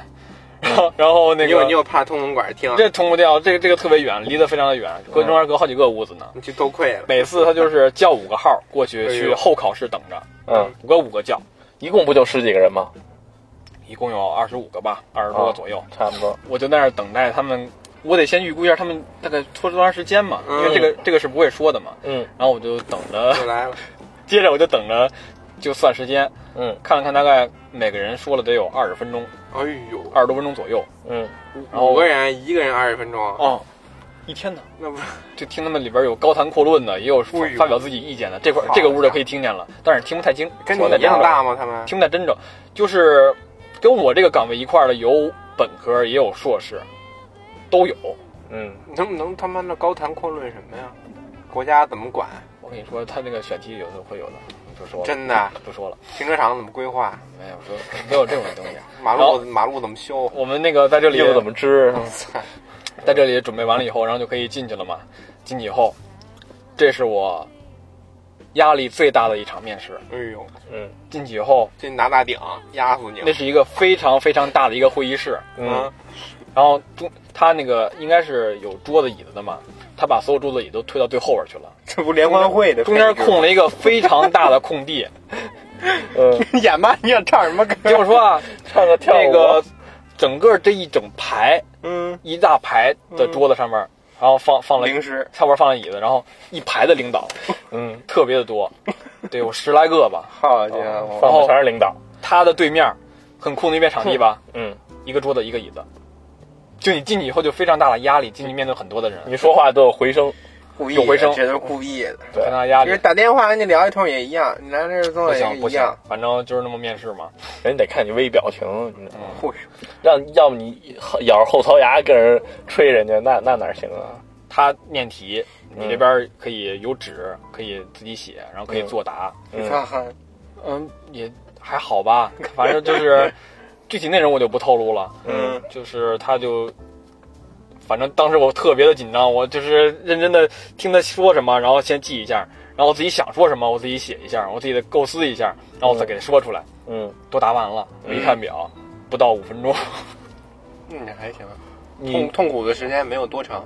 S4: 然后然后那
S1: 你有
S4: 个
S1: 你有怕通风管听，
S4: 这通不掉，这个这个特别远，离得非常的远，隔中间隔好几个屋子呢。
S1: 你就都愧了，
S4: 每次他就是叫五个号过去
S1: 哎呦
S4: 去候考室等着，
S3: 嗯，
S4: 五个五个叫，
S3: 一共不就十几个人吗？
S4: 一共有二十五个吧，二十多个左右。
S3: 差不多。
S4: 我就在那儿等待他们，我得先预估一下他们大概拖多长时间嘛，因
S1: 嗯
S4: 为这个这个是不会说的嘛。
S3: 嗯
S4: 然后我就等着，
S1: 又来了，
S4: 接着我就等着就算时间，
S3: 嗯
S4: 看了看大概每个人说了得有二十分钟，
S1: 哎呦，
S4: 二十多分钟左右。
S3: 嗯，
S4: 然后
S1: 五个人一个人二十分钟，
S4: 哦，一天呢。
S1: 那不是
S4: 就听他们里边有高谈阔论的，也有发
S1: 哎呦
S4: 发表自己意见的，这块
S1: 好
S4: 这个屋就可以听见了，但是听不太清，
S1: 跟你
S4: 听不太
S1: 一样
S4: 清
S1: 大啊吗？他们
S4: 听得真正，就是跟我这个岗位一块儿的有本科也有硕士，都有。
S3: 嗯，
S1: 能不能他妈的高谈阔论什么呀？国家怎么管？
S4: 我跟你说，他那个选题有的会有的，不说了，
S1: 真的，
S4: 不说了，
S1: 停车场怎么规划？
S4: 没有说没有这种东西。 [laughs]
S1: 马
S4: 然
S1: 路
S4: 后
S1: 马路怎么修？嗯
S4: 我们那个在这里
S3: 衣服怎么织？
S4: 在这里准备完了以后，然后就可以进去了嘛。进去以后，这是我压力最大的一场面试。
S1: 哎呦，
S3: 嗯
S4: 进去以后，
S1: 这拿大顶压死你
S4: 那
S1: 了！
S4: 是一个非常非常大的一个会议室，
S3: 嗯，
S4: 然后中他那个应该是有桌子椅子的嘛，他把所有桌子椅子都推到最后边
S3: [laughs]
S4: 去了。
S1: 这不联欢会的
S4: 中间空了一个非常大的空
S3: [laughs]
S4: 地。
S3: 嗯，
S1: 演吧，你想唱什么歌？
S4: 听我说啊，
S3: 唱 [laughs] 个跳舞。
S4: 那个整个这一整排
S1: 嗯，
S4: 一大排的桌子上面，然后放放了
S1: 零食，
S4: 下边放了椅子，然后一排的领导
S3: 嗯，
S4: 特别的
S1: [laughs]
S4: 多，得有十来个吧。
S1: 哎好家伙，
S3: 放的全是领导。
S4: 他的对面很空的一片场地吧，
S3: 嗯，
S4: 一个桌子一个椅子。就你进去以后就非常大的压力，进去面对很多的人，
S3: 你说话都有回声。
S1: 故意啊
S4: 有回声
S1: 这都是故意的。
S4: 很大的压
S1: 因为
S4: 力。
S1: 打电话跟你聊一通也一样，你来这儿
S4: 不
S1: 做也
S4: 行不
S1: 一
S4: 行
S1: 样。，
S4: 反正就是那么面试嘛。
S3: 人得看你微表情，你知道吗
S1: 嚯，
S3: 让要么你咬着后槽牙跟人吹人家，那那哪行啊？
S4: 他念题，你
S3: 嗯
S4: 这边可以有纸，可以自己写，然后可以
S3: 嗯
S4: 作答。
S1: 你
S3: 嗯
S1: 看看，
S4: 嗯，也还好吧，反
S1: [laughs] 嗯
S4: 正就是具体内容我就不透露了。
S3: 嗯
S4: 就是他就反正当时我特别的紧张，我就是认真的听他说什么，然后先记一下，然后我自己想说什么，我自己写一下，我自己的构思一下，然后我再给他说出来。
S3: 嗯，
S4: 都答完了，我一看表，不到五分钟。 [laughs]
S1: 嗯，还行，痛
S3: 你
S1: 痛苦的时间没有多长，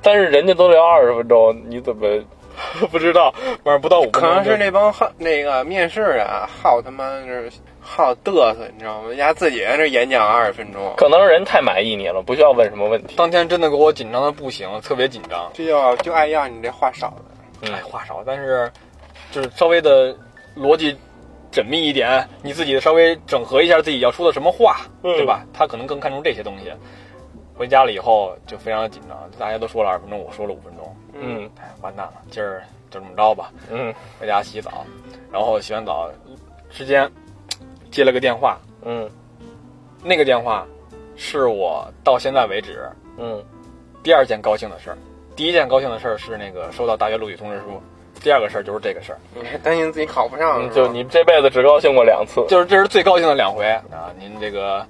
S3: 但是人家都聊二十分钟，你怎么 [laughs] 不知道？
S4: 反正不到五分钟
S1: 可
S4: 就，
S1: 能是那帮好那个面试啊，好他妈是好嘚瑟，你知道吗？人家自己在那演讲二十分钟，
S3: 可能人太满意你了，不需要问什么问题。
S4: 当天真的给我紧张的不行，特别紧张。
S1: 这就就爱要你这话少的。
S3: 嗯
S4: 哎，话少，但是就是稍微的逻辑缜密一点，你自己稍微整合一下自己要说的什么话，
S3: 嗯
S4: 对吧？他可能更看重这些东西。回家了以后就非常的紧张，大家都说了二十分钟，我说了五分钟，
S3: 嗯
S4: 哎，完蛋了，今儿就这么着吧。
S3: 嗯
S4: 回家洗澡，然后洗完澡之间接了个电话，
S3: 嗯
S4: 那个电话是我到现在为止
S3: 嗯
S4: 第二件高兴的事儿。第一件高兴的事儿是那个收到大学录取通知书，第二个事儿就是这个事儿。
S1: 你还嗯担心自己考不上是
S3: 嗯，
S1: 吧，
S3: 就你这辈子只高兴过两次。
S4: 就是这是最高兴的两回啊！您这个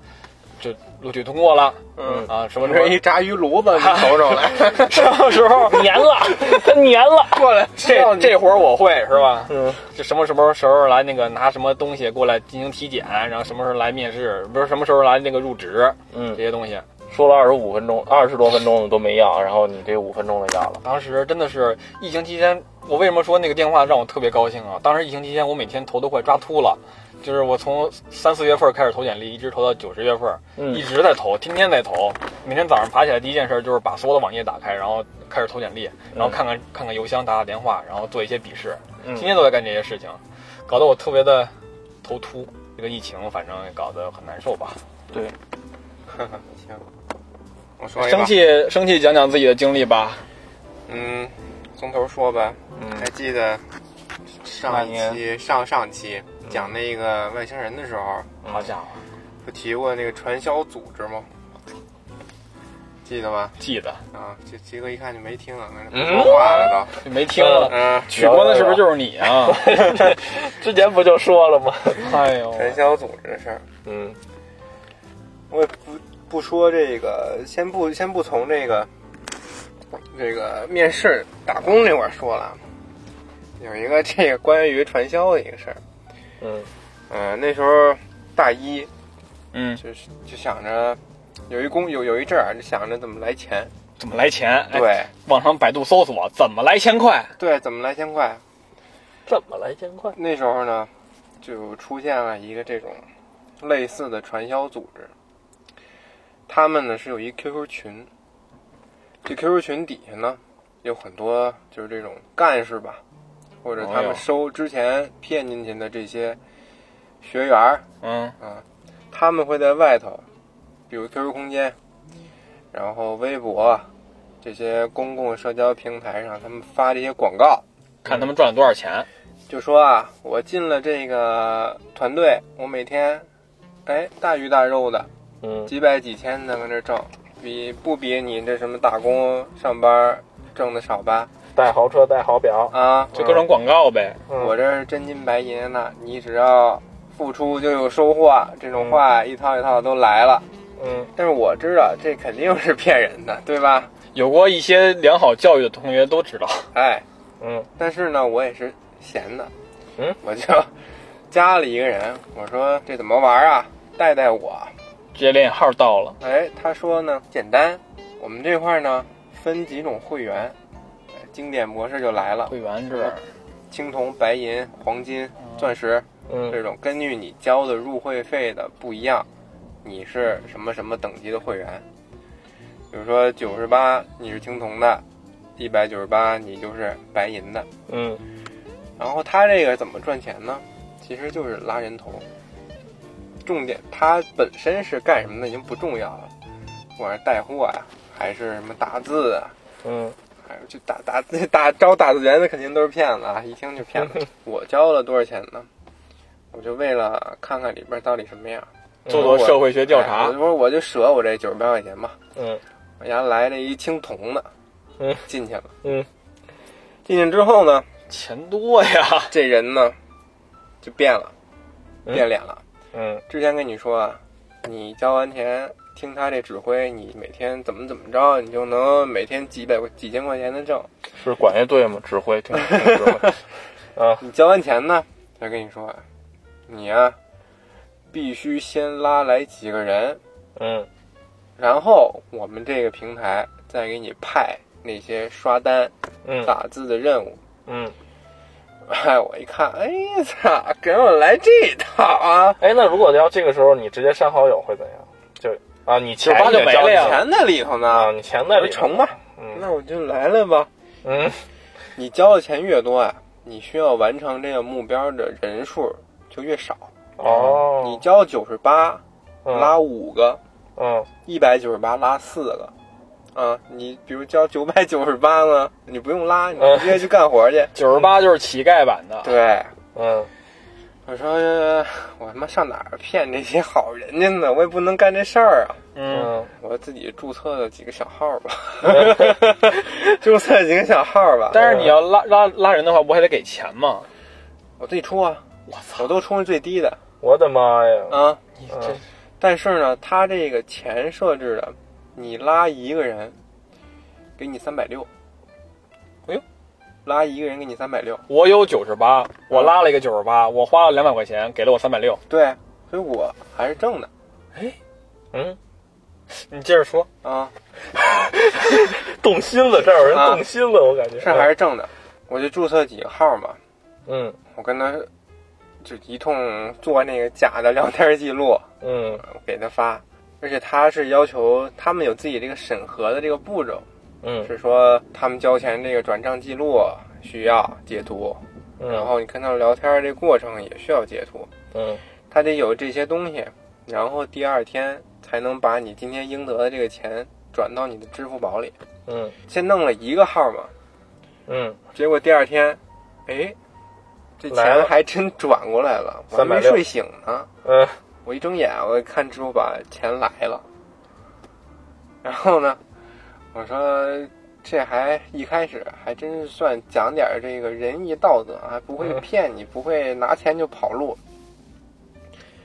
S4: 就录取通过了
S1: 嗯，
S4: 啊，什么
S1: 我
S4: 什么
S1: 这一炸鱼炉子，你瞅瞅来，
S4: 什么时候
S3: 粘 [laughs] 了，他粘了。
S1: 过来，
S4: 这这活儿我会是吧？
S3: 嗯，
S4: 就什么什么时候来那个拿什么东西过来进行体检，然后什么时候来面试，不是什么时候来那个入职这
S3: 嗯，
S4: 些东西。啊
S3: 说了二十五分钟，二十多分钟的都没要，然后你这五分钟的要了。
S4: 当时真的是疫情期间，我为什么说那个电话让我特别高兴啊？当时疫情期间，我每天头都快抓秃了，就是我从三四月份开始投简历，一直投到九十月份，
S3: 嗯
S4: 一直在投，天天在投。每天早上爬起来第一件事就是把所有的网页打开，然后开始投简历，然后看看看看邮箱，打打电话，然后做一些笔试，
S3: 嗯
S4: 天天都在干这些事情，搞得我特别的头秃。这个疫情反正搞得很难受吧。
S1: 行，我说一个
S4: 生，气生气，讲讲自己的经历吧。
S1: 嗯，从头说吧。还
S3: 嗯
S1: 记得上一
S3: 那
S1: 期、上上期讲那个外星人的时候，
S3: 嗯
S4: 好家伙，
S1: 不提过那个传销组织吗？记得吗？
S4: 记得
S1: 啊，这杰哥一看就没听啊，那
S3: 嗯
S1: 不说话了
S4: 就没听了
S1: 都。。嗯，
S4: 取关的是不是就是你啊？
S3: 之前不就说了吗？
S4: [laughs] 哎呦，
S1: 传销组织的事儿，
S3: 嗯
S1: 我也不不说这个，先不先不从这个这个面试打工这块儿说了，有一个这个关于传销的一个事儿。
S3: 嗯
S1: 嗯，那时候大一，
S4: 嗯，
S1: 就是就想着有一工有有一阵儿就想着怎么来钱，
S4: 怎么来钱？哎，
S1: 对
S4: 网上百度搜索怎么来钱快。
S1: 对，怎么来钱快。
S3: 怎么来钱快？
S1: 那时候呢，就出现了一个这种类似的传销组织，他们呢是有一 QQ 群，这 QQ 群底下呢有很多就是这种干事吧，或者他
S4: 哦哟
S1: 们收之前骗进去的这些学员儿，
S4: 嗯
S1: 他们会在外头，比如 QQ 空间，然后微博这些公共社交平台上，他们发这些广告，，
S4: 看他们赚了多少钱。
S1: 就说啊，我进了这个团队，我每天，哎，大鱼大肉的，
S3: 嗯
S1: 几百几千的搁这挣，比不比你这什么打工上班挣的少吧？
S3: 带豪车，带好表。
S1: 啊，
S4: 就各种广告呗。
S3: 嗯
S1: 我这是真金白银呢、你只要付出就有收获，这种话一套一套都来了。
S3: 嗯
S1: 但是我知道这肯定是骗人的，对吧？
S4: 有过一些良好教育的同学都知道， [laughs]
S1: 哎，
S3: 嗯
S1: 但是呢，我也是闲的，
S3: 嗯，
S1: 我就加了一个人，我说这怎么玩啊？带带我。
S4: 职业联系号到了，
S1: 哎，他说呢，简单，我们这块儿呢分几种会员，哎经典模式就来了，
S4: 会员制。
S1: 青铜、白银、黄金、钻石
S3: 嗯
S1: 这种，根据你交的入会费的不一样，你是什么什么等级的会员。比如说九十八你是青铜的，一百九十八你就是白银的。
S3: 嗯
S1: 然后他这个怎么赚钱呢？其实就是拉人头。重点，他本身是干什么的已经不重要了，不管是带货啊，还是什么打字啊，
S3: 嗯
S1: 还是去哎打打 [laughs] 字打招打字员的肯定都是骗子啊，一听就骗
S3: [laughs]
S1: 子。我交了多少钱呢？我就为了看看里边到底什么样，哎
S4: 做做社会学调查
S1: 我就说我就舍我这九十八块钱吧，
S3: 嗯
S1: 我家来了一青铜的，
S3: 嗯，
S1: 进去了，
S3: 嗯，
S1: 进去之后呢，
S4: 钱多呀，
S1: 这人呢就变了，
S3: 嗯
S1: 变脸了。
S3: 嗯
S1: 之前跟你说啊，你交完钱听他这指挥，你每天怎么怎么着，你就能每天几百几千块钱的挣。
S3: 是管乐队吗？指挥，听指挥 [laughs] 啊，
S1: 你交完钱呢，他跟你说，你呀、必须先拉来几个人，
S3: 嗯，
S1: 然后我们这个平台再给你派那些刷单、
S3: 嗯
S1: 打字的任务。
S3: 嗯，
S1: 哎，我一看，哎操，给我来这一套啊！
S3: 哎，那如果要这个时候你直接删好友会怎样？就啊，你钱
S2: 98就
S3: 也
S2: 没
S3: 交
S2: 了呀
S1: 钱在里头
S3: 啊，
S1: 呢，
S3: 你钱在
S1: 那
S3: 里
S1: 就
S3: 头
S1: 成吧，
S3: 嗯
S1: 那我就来了吧。
S3: 嗯
S1: 你交的钱越多啊，你需要完成这个目标的人数就越少。
S3: 哦，
S1: 你交九十八
S3: 嗯
S1: 拉五个，
S3: 嗯
S1: 一百九十八拉四个，啊，你比如交九百九十八呢，你不用拉，你
S3: 嗯
S1: 直接去干活去。
S2: [laughs] 九十八就是乞丐版的，
S1: 对，
S3: 嗯
S1: 我说呃我他妈上哪儿骗这些好人家呢？我也不能干这事儿啊。
S2: 嗯，
S3: 嗯
S1: 我自己注册了几个小号吧， [laughs] 注册了几个小号吧。
S2: 嗯但是你要拉拉拉人的话，不还得给钱吗？
S1: 我自己出啊，
S2: 我操
S1: 我，都充最低的
S3: 我的妈呀！
S1: 啊。
S2: 你
S4: 嗯
S2: 这
S1: 但是呢，他这个钱设置的，你拉一个人，给你三百六。
S2: 哎呦，
S1: 拉一个人给你三百六。
S2: 我有九十八，我拉了一个九十八，我花了两百块钱，给了我三百六。
S1: 对，所以我还是挣的
S3: 嗯，
S2: 你接着说，
S1: 啊，
S3: 动心了，这儿有人
S1: 啊
S3: 动心了，我感觉
S1: 是还是挣的。我就注册几个号嘛，
S3: 嗯
S1: 我跟他就一通做那个假的聊天记录，
S3: 嗯
S1: 我给他发。而且他是要求他们有自己这个审核的这个步骤，
S3: 嗯
S1: 是说他们交钱这个转账记录需要截图，
S3: 嗯，
S1: 然后你跟他们聊天这过程也需要截图，
S3: 嗯
S1: 他得有这些东西，然后第二天才能把你今天应得的这个钱转到你的支付宝里。
S3: 嗯
S1: 先弄了一个号嘛，
S3: 嗯
S1: 结果第二天，哎，这
S3: 来了
S1: 钱还真转过来
S3: [laughs]
S1: 了，我还没
S3: 360
S1: 睡醒呢。
S3: 嗯
S1: 我一睁眼，我看支付宝钱来了，然后呢，我说这还一开始还真是算讲点儿这个仁义道德，还不会
S3: 嗯
S1: 骗你，不会拿钱就跑路，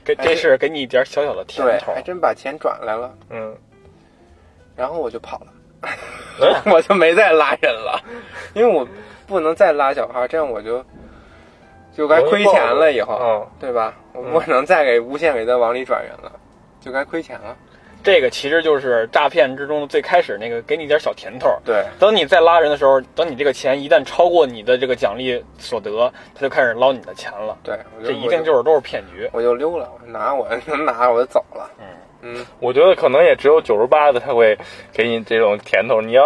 S2: 给
S1: 哎
S2: 这是给你一点小小的甜
S1: 对，哎
S2: 头
S1: 还。真把钱转来了，
S3: 嗯
S1: 然后我就跑了，[laughs]
S3: 嗯
S1: 我就没再拉人了，因为我不能再拉小号，这样我就就该亏钱了，以后，
S3: 嗯
S1: 对吧？我
S3: 嗯
S1: 不能再给无限给他往里转人了，就该亏钱了，
S2: 这个其实就是诈骗之中最开始那个给你一点小甜头。
S1: 对。
S2: 等你再拉人的时候，等你这个钱一旦超过你的这个奖励所得，他就开始捞你的钱了。
S1: 对，我就
S2: 这一定就是都是骗局。
S1: 我就溜了，我拿我 [laughs] 能拿我就走了。
S2: 嗯
S1: 嗯，
S3: 我觉得可能也只有九十八的他会给你这种甜头，你要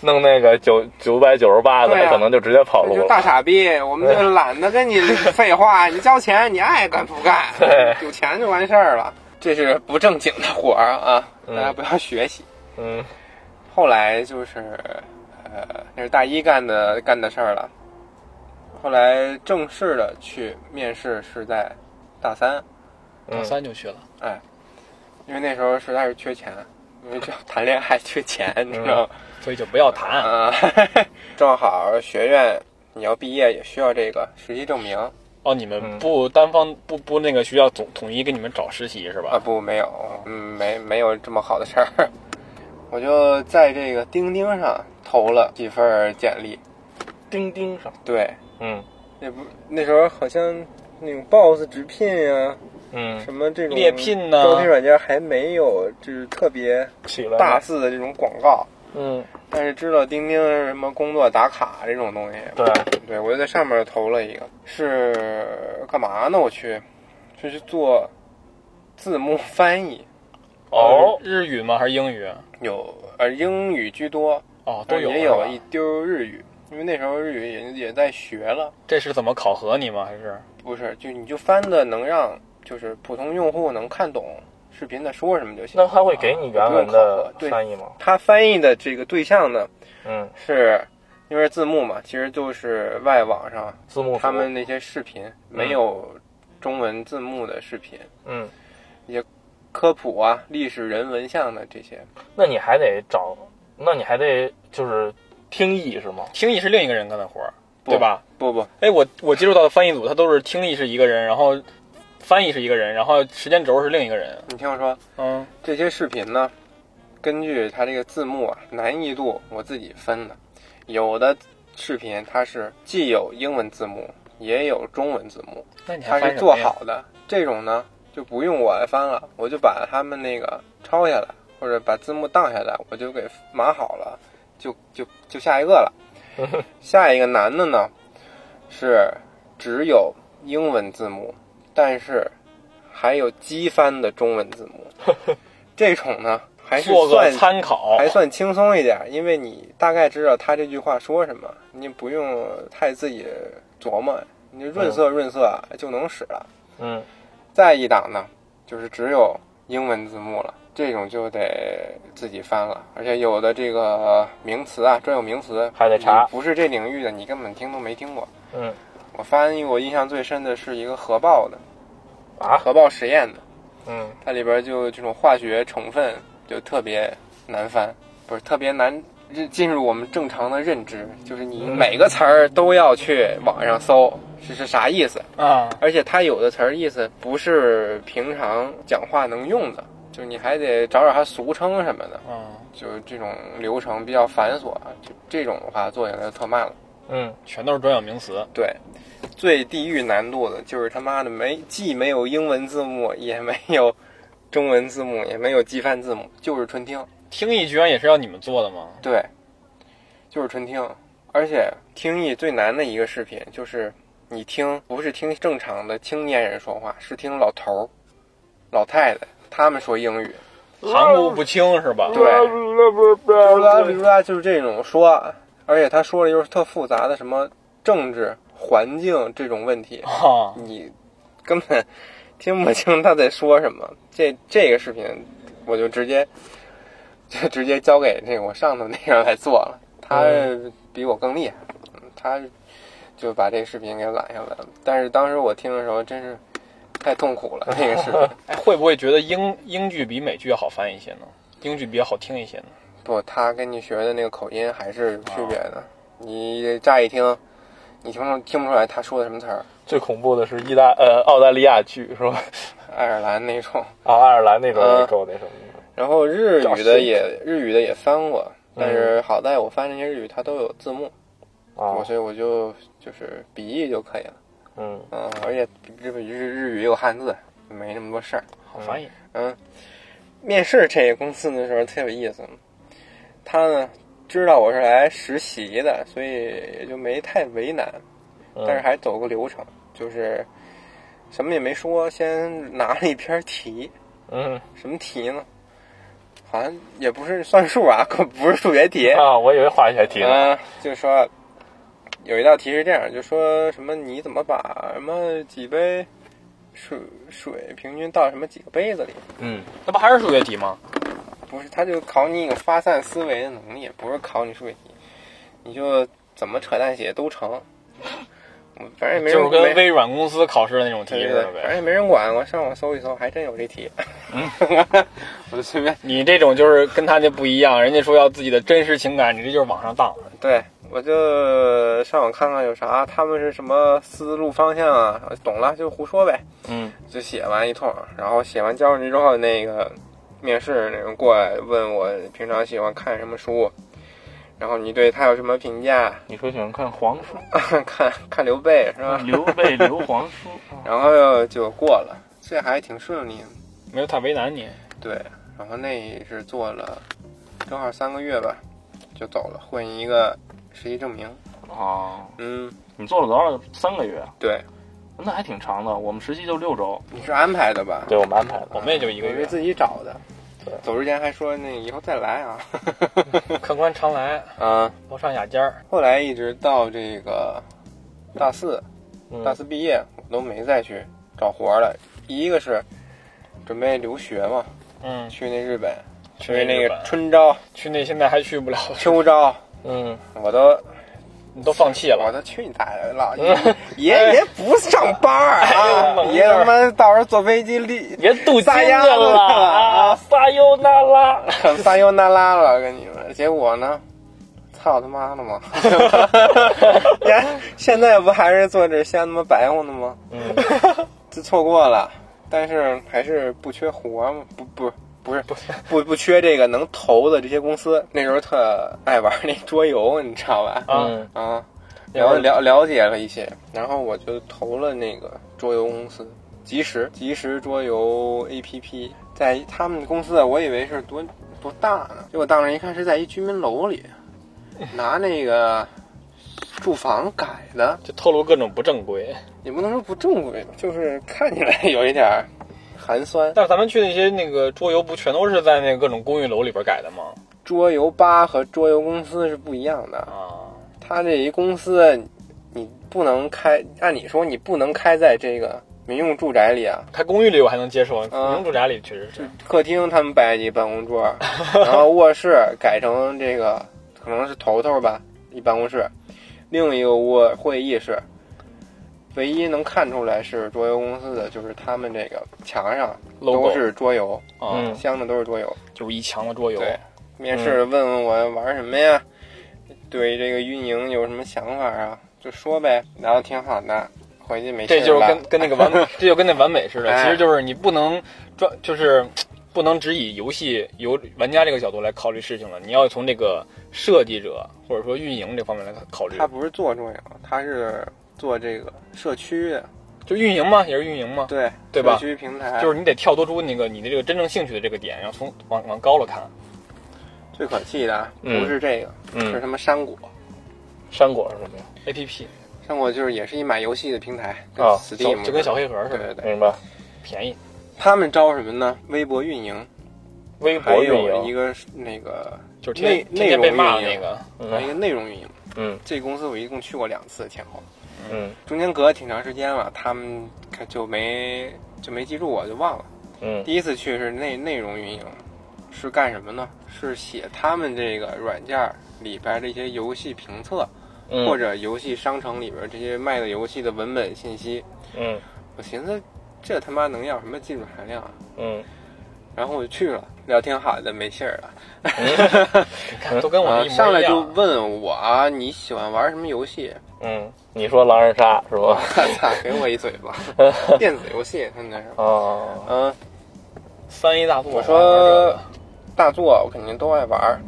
S3: 弄那个九九百九十八的，
S1: 对啊
S3: 他可能就直接跑
S1: 我
S3: 路
S1: 就
S3: 了。
S1: 大傻逼，我们就懒得跟你废话，你交钱，你爱干不干，有钱就完事儿了。这是不正经的活儿啊，
S3: 嗯
S1: 大家不要学习。
S3: 嗯
S1: 后来就是，呃，那是大一干的干的事儿了。后来正式的去面试是在大三，
S2: 大
S3: 嗯
S2: 三就去了，
S1: 哎因为那时候实在是缺钱，因为就谈恋爱缺钱，你知道吗？
S2: 所以就不要谈。
S1: 啊，正好学院你要毕业也需要这个实习证明
S2: 哦，你
S1: 嗯
S2: 们不单方不不那个学校总统一给你们找实习是
S1: 啊，
S2: 吧？
S1: 不，没有，嗯，没没有这么好的事儿。 [laughs] 我就在这个钉钉上投了几份简历，
S3: 钉钉上，
S1: 对，
S3: 嗯
S1: 那不那时候好像那种 Boss 直聘呀、
S3: 嗯，
S1: 什么这种
S2: 猎聘呐
S1: 招聘软件还没有就是特别
S3: 起来
S1: 大
S3: 吧，
S1: 肆的这种广告，
S3: 嗯，
S1: 但是知道钉钉是什么工作打卡这种东西，
S3: 对，
S1: 对，我就在上面投了一个，是干嘛呢？我去，是去做字幕翻译，
S3: 哦，
S2: 日语吗？还是英语？
S1: 有呃英语居多，
S2: 哦，都
S1: 但是啊也
S2: 是
S1: 有
S2: 吧
S1: 一丢日语，因为那时候日语也也在学了，
S2: 这是怎么考核你吗？还是
S1: 不是就你就翻的能让就是普通用户能看懂视频在说什么就行。啊
S3: 那他会给你原文的翻译吗？
S1: 他翻译的这个对象呢
S3: 嗯，
S1: 是。因为字幕嘛，其实就是外网上
S3: 字幕组
S1: 他们那些视频
S2: 嗯
S1: 没有中文字幕的视频，
S3: 嗯，
S1: 科普啊、历史人文像的这些，
S3: 那你还得找，那你还得就是听译是吗？
S2: 听译是另一个人干的活儿，
S1: 不
S2: 对吧？
S1: 不不，
S2: 哎，我我接触到的翻译组，他都是听力是一个人，然后翻译是一个人，然后时间轴是另一个人。
S1: 你听我说，
S2: 嗯，
S1: 这些视频呢，根据它这个字幕啊难易度，我自己分的。有的视频它是既有英文字幕，也有中文字幕，
S2: 那你
S1: 它
S2: 还翻
S1: 是
S2: 什
S1: 做
S2: 么呀？
S1: 好的。这种呢就不用我来翻了，我就把他们那个抄下来，或者把字幕荡下来，我就给码好了，就就就下一个
S2: [laughs]
S1: 了。下一个男的呢是只有英文字幕，但是还有机翻的中文字幕，
S2: [laughs]
S1: 这种呢还是
S2: 做个
S1: 算
S2: 参考
S1: 还。算轻松一点，因为你大概知道他这句话说什么，你不用太自己琢磨，你就润色润色就能使了。
S3: 嗯，
S1: 再一档呢，就是只有英文字幕了，这种就得自己翻了，而且有的这个名词啊，专有名词
S3: 还得查
S1: 你不是这领域的，你根本听都没听过。
S3: 嗯，
S1: 我翻译我印象最深的是一个核爆的
S3: 啊
S1: 核爆实验的，
S3: 嗯，
S1: 它里边就这种化学成分就特别难翻，不是特别难认进入我们正常的认知，就是你每个词儿都要去网上搜，这是啥意思？
S2: 啊，
S1: 而且它有的词儿意思不是平常讲话能用的，就是你还得找找它俗称什么的，
S2: 嗯，
S1: 就是这种流程比较繁琐，啊就这种的话做起来就特慢了。
S3: 嗯，
S2: 全都是专有名词。
S1: 对，最地狱难度的就是他妈的没，既没有英文字幕，也没有中文字幕，也没有机翻字幕，就是纯听。
S2: 听译居然也是要你们做的吗？
S1: 对，就是纯听。而且听译最难的一个视频就是你听，不是听正常的青年人说话，是听老头儿、老太太他们说英语。
S2: 含糊不清是吧？
S1: 对，比如啦，比如啦，就是这种说，而且他说的又是特复杂的什么政治、环境这种问题。
S2: 啊，
S1: 你根本听不清他在说什么。这这个视频，我就直接就直接交给那个我上头那个人来做了，他比我更厉害，嗯他就把这个视频给揽下来了。但是当时我听的时候，真是太痛苦了，那个视频。
S2: 哎，会不会觉得英英剧比美剧要好翻一些呢？英剧比较好听一些呢？
S1: 不，他跟你学的那个口音还是有区别的。你乍一听，你听不听不出来他说的什么词儿，
S3: 最恐怖的是意大呃澳大利亚剧是吧？
S1: 爱尔兰那种。
S3: 啊，爱尔兰那种
S1: 嗯
S3: 也够那什么的。
S1: 然后日
S3: 叫
S1: 语的
S3: 谁
S1: 也日语的也翻过，但是好在我翻那些日语它都有字幕，
S3: 啊
S1: 我，所以我就就是笔译就可以了。
S3: 嗯，
S1: 嗯，而且日本日日语也有汉字，没那么多事儿。
S2: 好翻译。
S1: 嗯，面试这个公司的时候特有意思，他呢知道我是来实习的，所以也就没太为难，
S3: 嗯
S1: 但是还走个流程，就是什么也没说，先拿了一篇题，
S3: 嗯
S1: 什么题呢？好像也不是算数啊， [laughs] 可不是数学题。
S3: 啊，我以为化学题呢。
S1: 嗯，就说有一道题是这样，就说什么你怎么把什么几杯水水平均到什么几个杯子里？
S3: 嗯，
S2: 那不还是数学题吗？
S1: 不是，他就考你有发散思维的能力，不是考你数学题，你就怎么扯淡写都成。嗯反正也没
S2: 就是
S1: 人
S2: 跟
S1: 没
S2: 微软公司考试的那种题
S1: 对
S2: 似
S1: 对
S2: 的
S1: 对，反正
S2: 呗。嗯
S1: 也没人管。我上网搜一搜，还真有这题。 [laughs] 我就随便
S2: 你这种就是跟他那不一样，人家说要自己的真实情感，你这就是往上荡。
S1: 对，我就上网看看有啥，他们是什么思路方向啊？懂了就胡说呗。
S3: 嗯，
S1: 就写完一通，然后写完交上去之后，那个面试那人过来问我平常喜欢看什么书，然后你对他有什么评价？ [laughs]
S3: 你说喜欢看黄书，
S1: 看看刘备是吧？
S3: 刘备刘皇叔，
S1: 然后就过了，这还挺顺利的。
S2: 没有太为难你。
S1: 对，然后那也是做了正好三个月吧，就走了，混一个实习证明。
S3: 啊，
S1: 嗯，
S3: 你做了多少三个月？啊
S1: 对，
S3: 那还挺长的，我们实习就六周。
S1: 你是安排的吧？
S3: 对我们安排
S2: 我
S3: 的，
S2: 们也就一个
S1: 我是
S2: 月，
S1: 自己找的
S3: 对。
S1: 走之前还说那以后再来啊。
S2: 客官常来，
S1: 啊，
S2: 楼上雅间儿。
S1: 后来一直到这个大四，
S3: 嗯
S1: 大四毕业我都没再去找活儿了。一个是准备留学嘛，
S2: 嗯，
S1: 去那日本，
S2: 去
S1: 去那
S2: 日
S1: 个
S2: 本
S1: 春招、
S2: 去那现在还去不了，
S1: 秋招，
S3: 嗯，
S2: [laughs]
S1: 我都
S2: 你都放弃
S1: 我
S2: 了。
S1: 都去你大爷了！
S2: 嗯
S1: 爷爷不上班儿
S2: 哎
S1: 啊，爷他妈到时候坐飞机立
S3: 也镀金
S1: 撒丫子
S3: 的了
S1: 啊
S3: 啊，撒尤那拉，
S1: 撒尤那拉了，跟你们。结果呢，操他妈的 [laughs] 嘛！现在不还是坐这儿瞎他妈白活呢吗？
S3: 嗯，
S1: 就错过了，但是还是不缺活嘛，不不。不是不不不缺这个能投的这些公司，那时候特爱玩那桌游，你知道吧？
S3: 嗯
S1: 啊，然后了了解了一些，然后我就投了那个桌游公司，即时即时桌游 APP，在他们公司啊，我以为是多多大呢，结果当时一看是在一居民楼里，拿那个住房改的，
S4: 就透露各种不正规。
S1: 也不能说不正规吧，就是看起来有一点儿寒酸。
S4: 但是咱们去那些那个桌游，不全都是在那个各种公寓楼里边改的吗？
S1: 桌游吧和桌游公司是不一样的，
S4: 啊，
S1: 它这一公司，你不能开，按理说你不能开在这个民用住宅里啊，
S4: 开公寓里我还能接受，民
S1: 啊
S4: 用住宅里确实是。
S1: 客厅他们摆一办公桌， [laughs] 然后卧室改成这个可能是头头吧，一办公室，另一个屋会议室。唯一能看出来是桌游公司的，就是他们这个墙上
S4: logo
S1: 都是桌游，
S4: 啊，
S3: 嗯
S1: 镶的都是桌游。
S4: 就是一墙的桌游。
S1: 对，面
S4: 嗯
S1: 试问问我玩什么呀，对这个运营有什么想法啊，就说呗，然后挺好的，回去没事
S4: 这
S1: 儿
S4: 就是
S1: 吧
S4: 跟跟那
S1: [laughs]
S4: 个完，这就跟那完美似的。
S1: 哎
S4: 其实就是你不能专，就是不能只以游戏由玩家这个角度来考虑事情了，你要从这个设计者或者说运营这方面来考虑
S1: 他。不是做桌游，他是做这个社区的，
S4: 就运营嘛，也是运营嘛，
S1: 对
S4: 对吧
S1: 社区平台
S4: 就是你得跳脱出那个你的这个真正兴趣的这个点，然后从往往高了看。
S1: 最可气的啊，
S3: 嗯
S1: 不是这个，是
S3: 嗯，
S1: 他妈山谷。
S3: 山果是什么呀？
S4: A P P
S1: 山谷就是也是一买游戏的平台，跟
S3: 哦
S1: Steam
S4: 就跟小嗯
S1: 黑
S4: 黑盒似
S1: 对对
S4: 的，
S1: 对，
S3: 明白。
S4: 便宜。
S1: 他们招什么呢？微博运营，
S3: 微
S1: 还
S3: 博运
S1: 有一
S3: 营，
S1: 个是那个
S4: 就是天
S1: 内
S4: 天天被骂的
S1: 内容运啊
S4: 那
S1: 营 [laughs]
S4: 个，
S1: 还有一
S3: 嗯
S1: 个内容运营。
S3: 嗯
S1: 这公司我一共去过两次，前后
S3: 嗯
S1: 中间隔了挺长时间了，他们可就没就没记住我，就忘了。
S3: 嗯
S1: 第一次去是内内容运营，是干什么呢？是写他们这个软件儿里边儿的一些游戏评测，
S3: 嗯，
S1: 或者游戏商城里边儿这些卖的游戏的文本信息。
S3: 嗯
S1: 我寻思这他妈能要什么技术含量啊？
S3: 嗯
S1: 然后我就去了，聊挺好的，没信儿了。
S4: 你看都跟我
S1: 啊
S4: 们一模一样。
S1: 上来就问我啊你喜欢玩什么游戏？ [laughs]
S3: 嗯，你说狼人杀是吧？
S1: 我操，给我一嘴
S4: [laughs]
S1: 巴！电子游戏他们那是。
S3: 哦，
S1: 嗯，
S4: 三 A 大作，
S1: 我说大作我肯定都爱玩儿，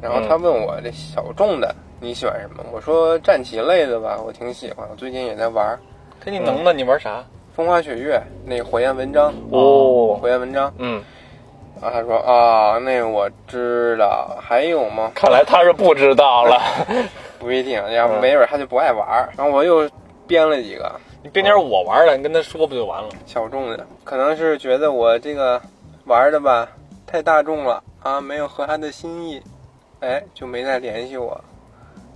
S1: 然后他
S4: 嗯
S1: 问我这小众的你喜欢什么？我说战棋类的吧，我挺喜欢，我最近也在玩儿
S4: 给
S1: 嗯
S4: 你能的，你玩啥？
S1: 《风花雪月》那个火焰文章，
S3: 哦，
S1: 火焰文章。
S3: 嗯，
S1: 然后他说啊，那个我知道，还有吗？
S3: 看来他是不知道了。
S1: 不一定，要不没准他就不爱玩儿。然后我又编了几个
S4: 你别
S1: 嗯
S4: 点我玩的，你跟他说不就完了？
S1: 小众的，可能是觉得我这个玩儿的吧太大众了啊，没有合他的心意，哎，就没再联系我。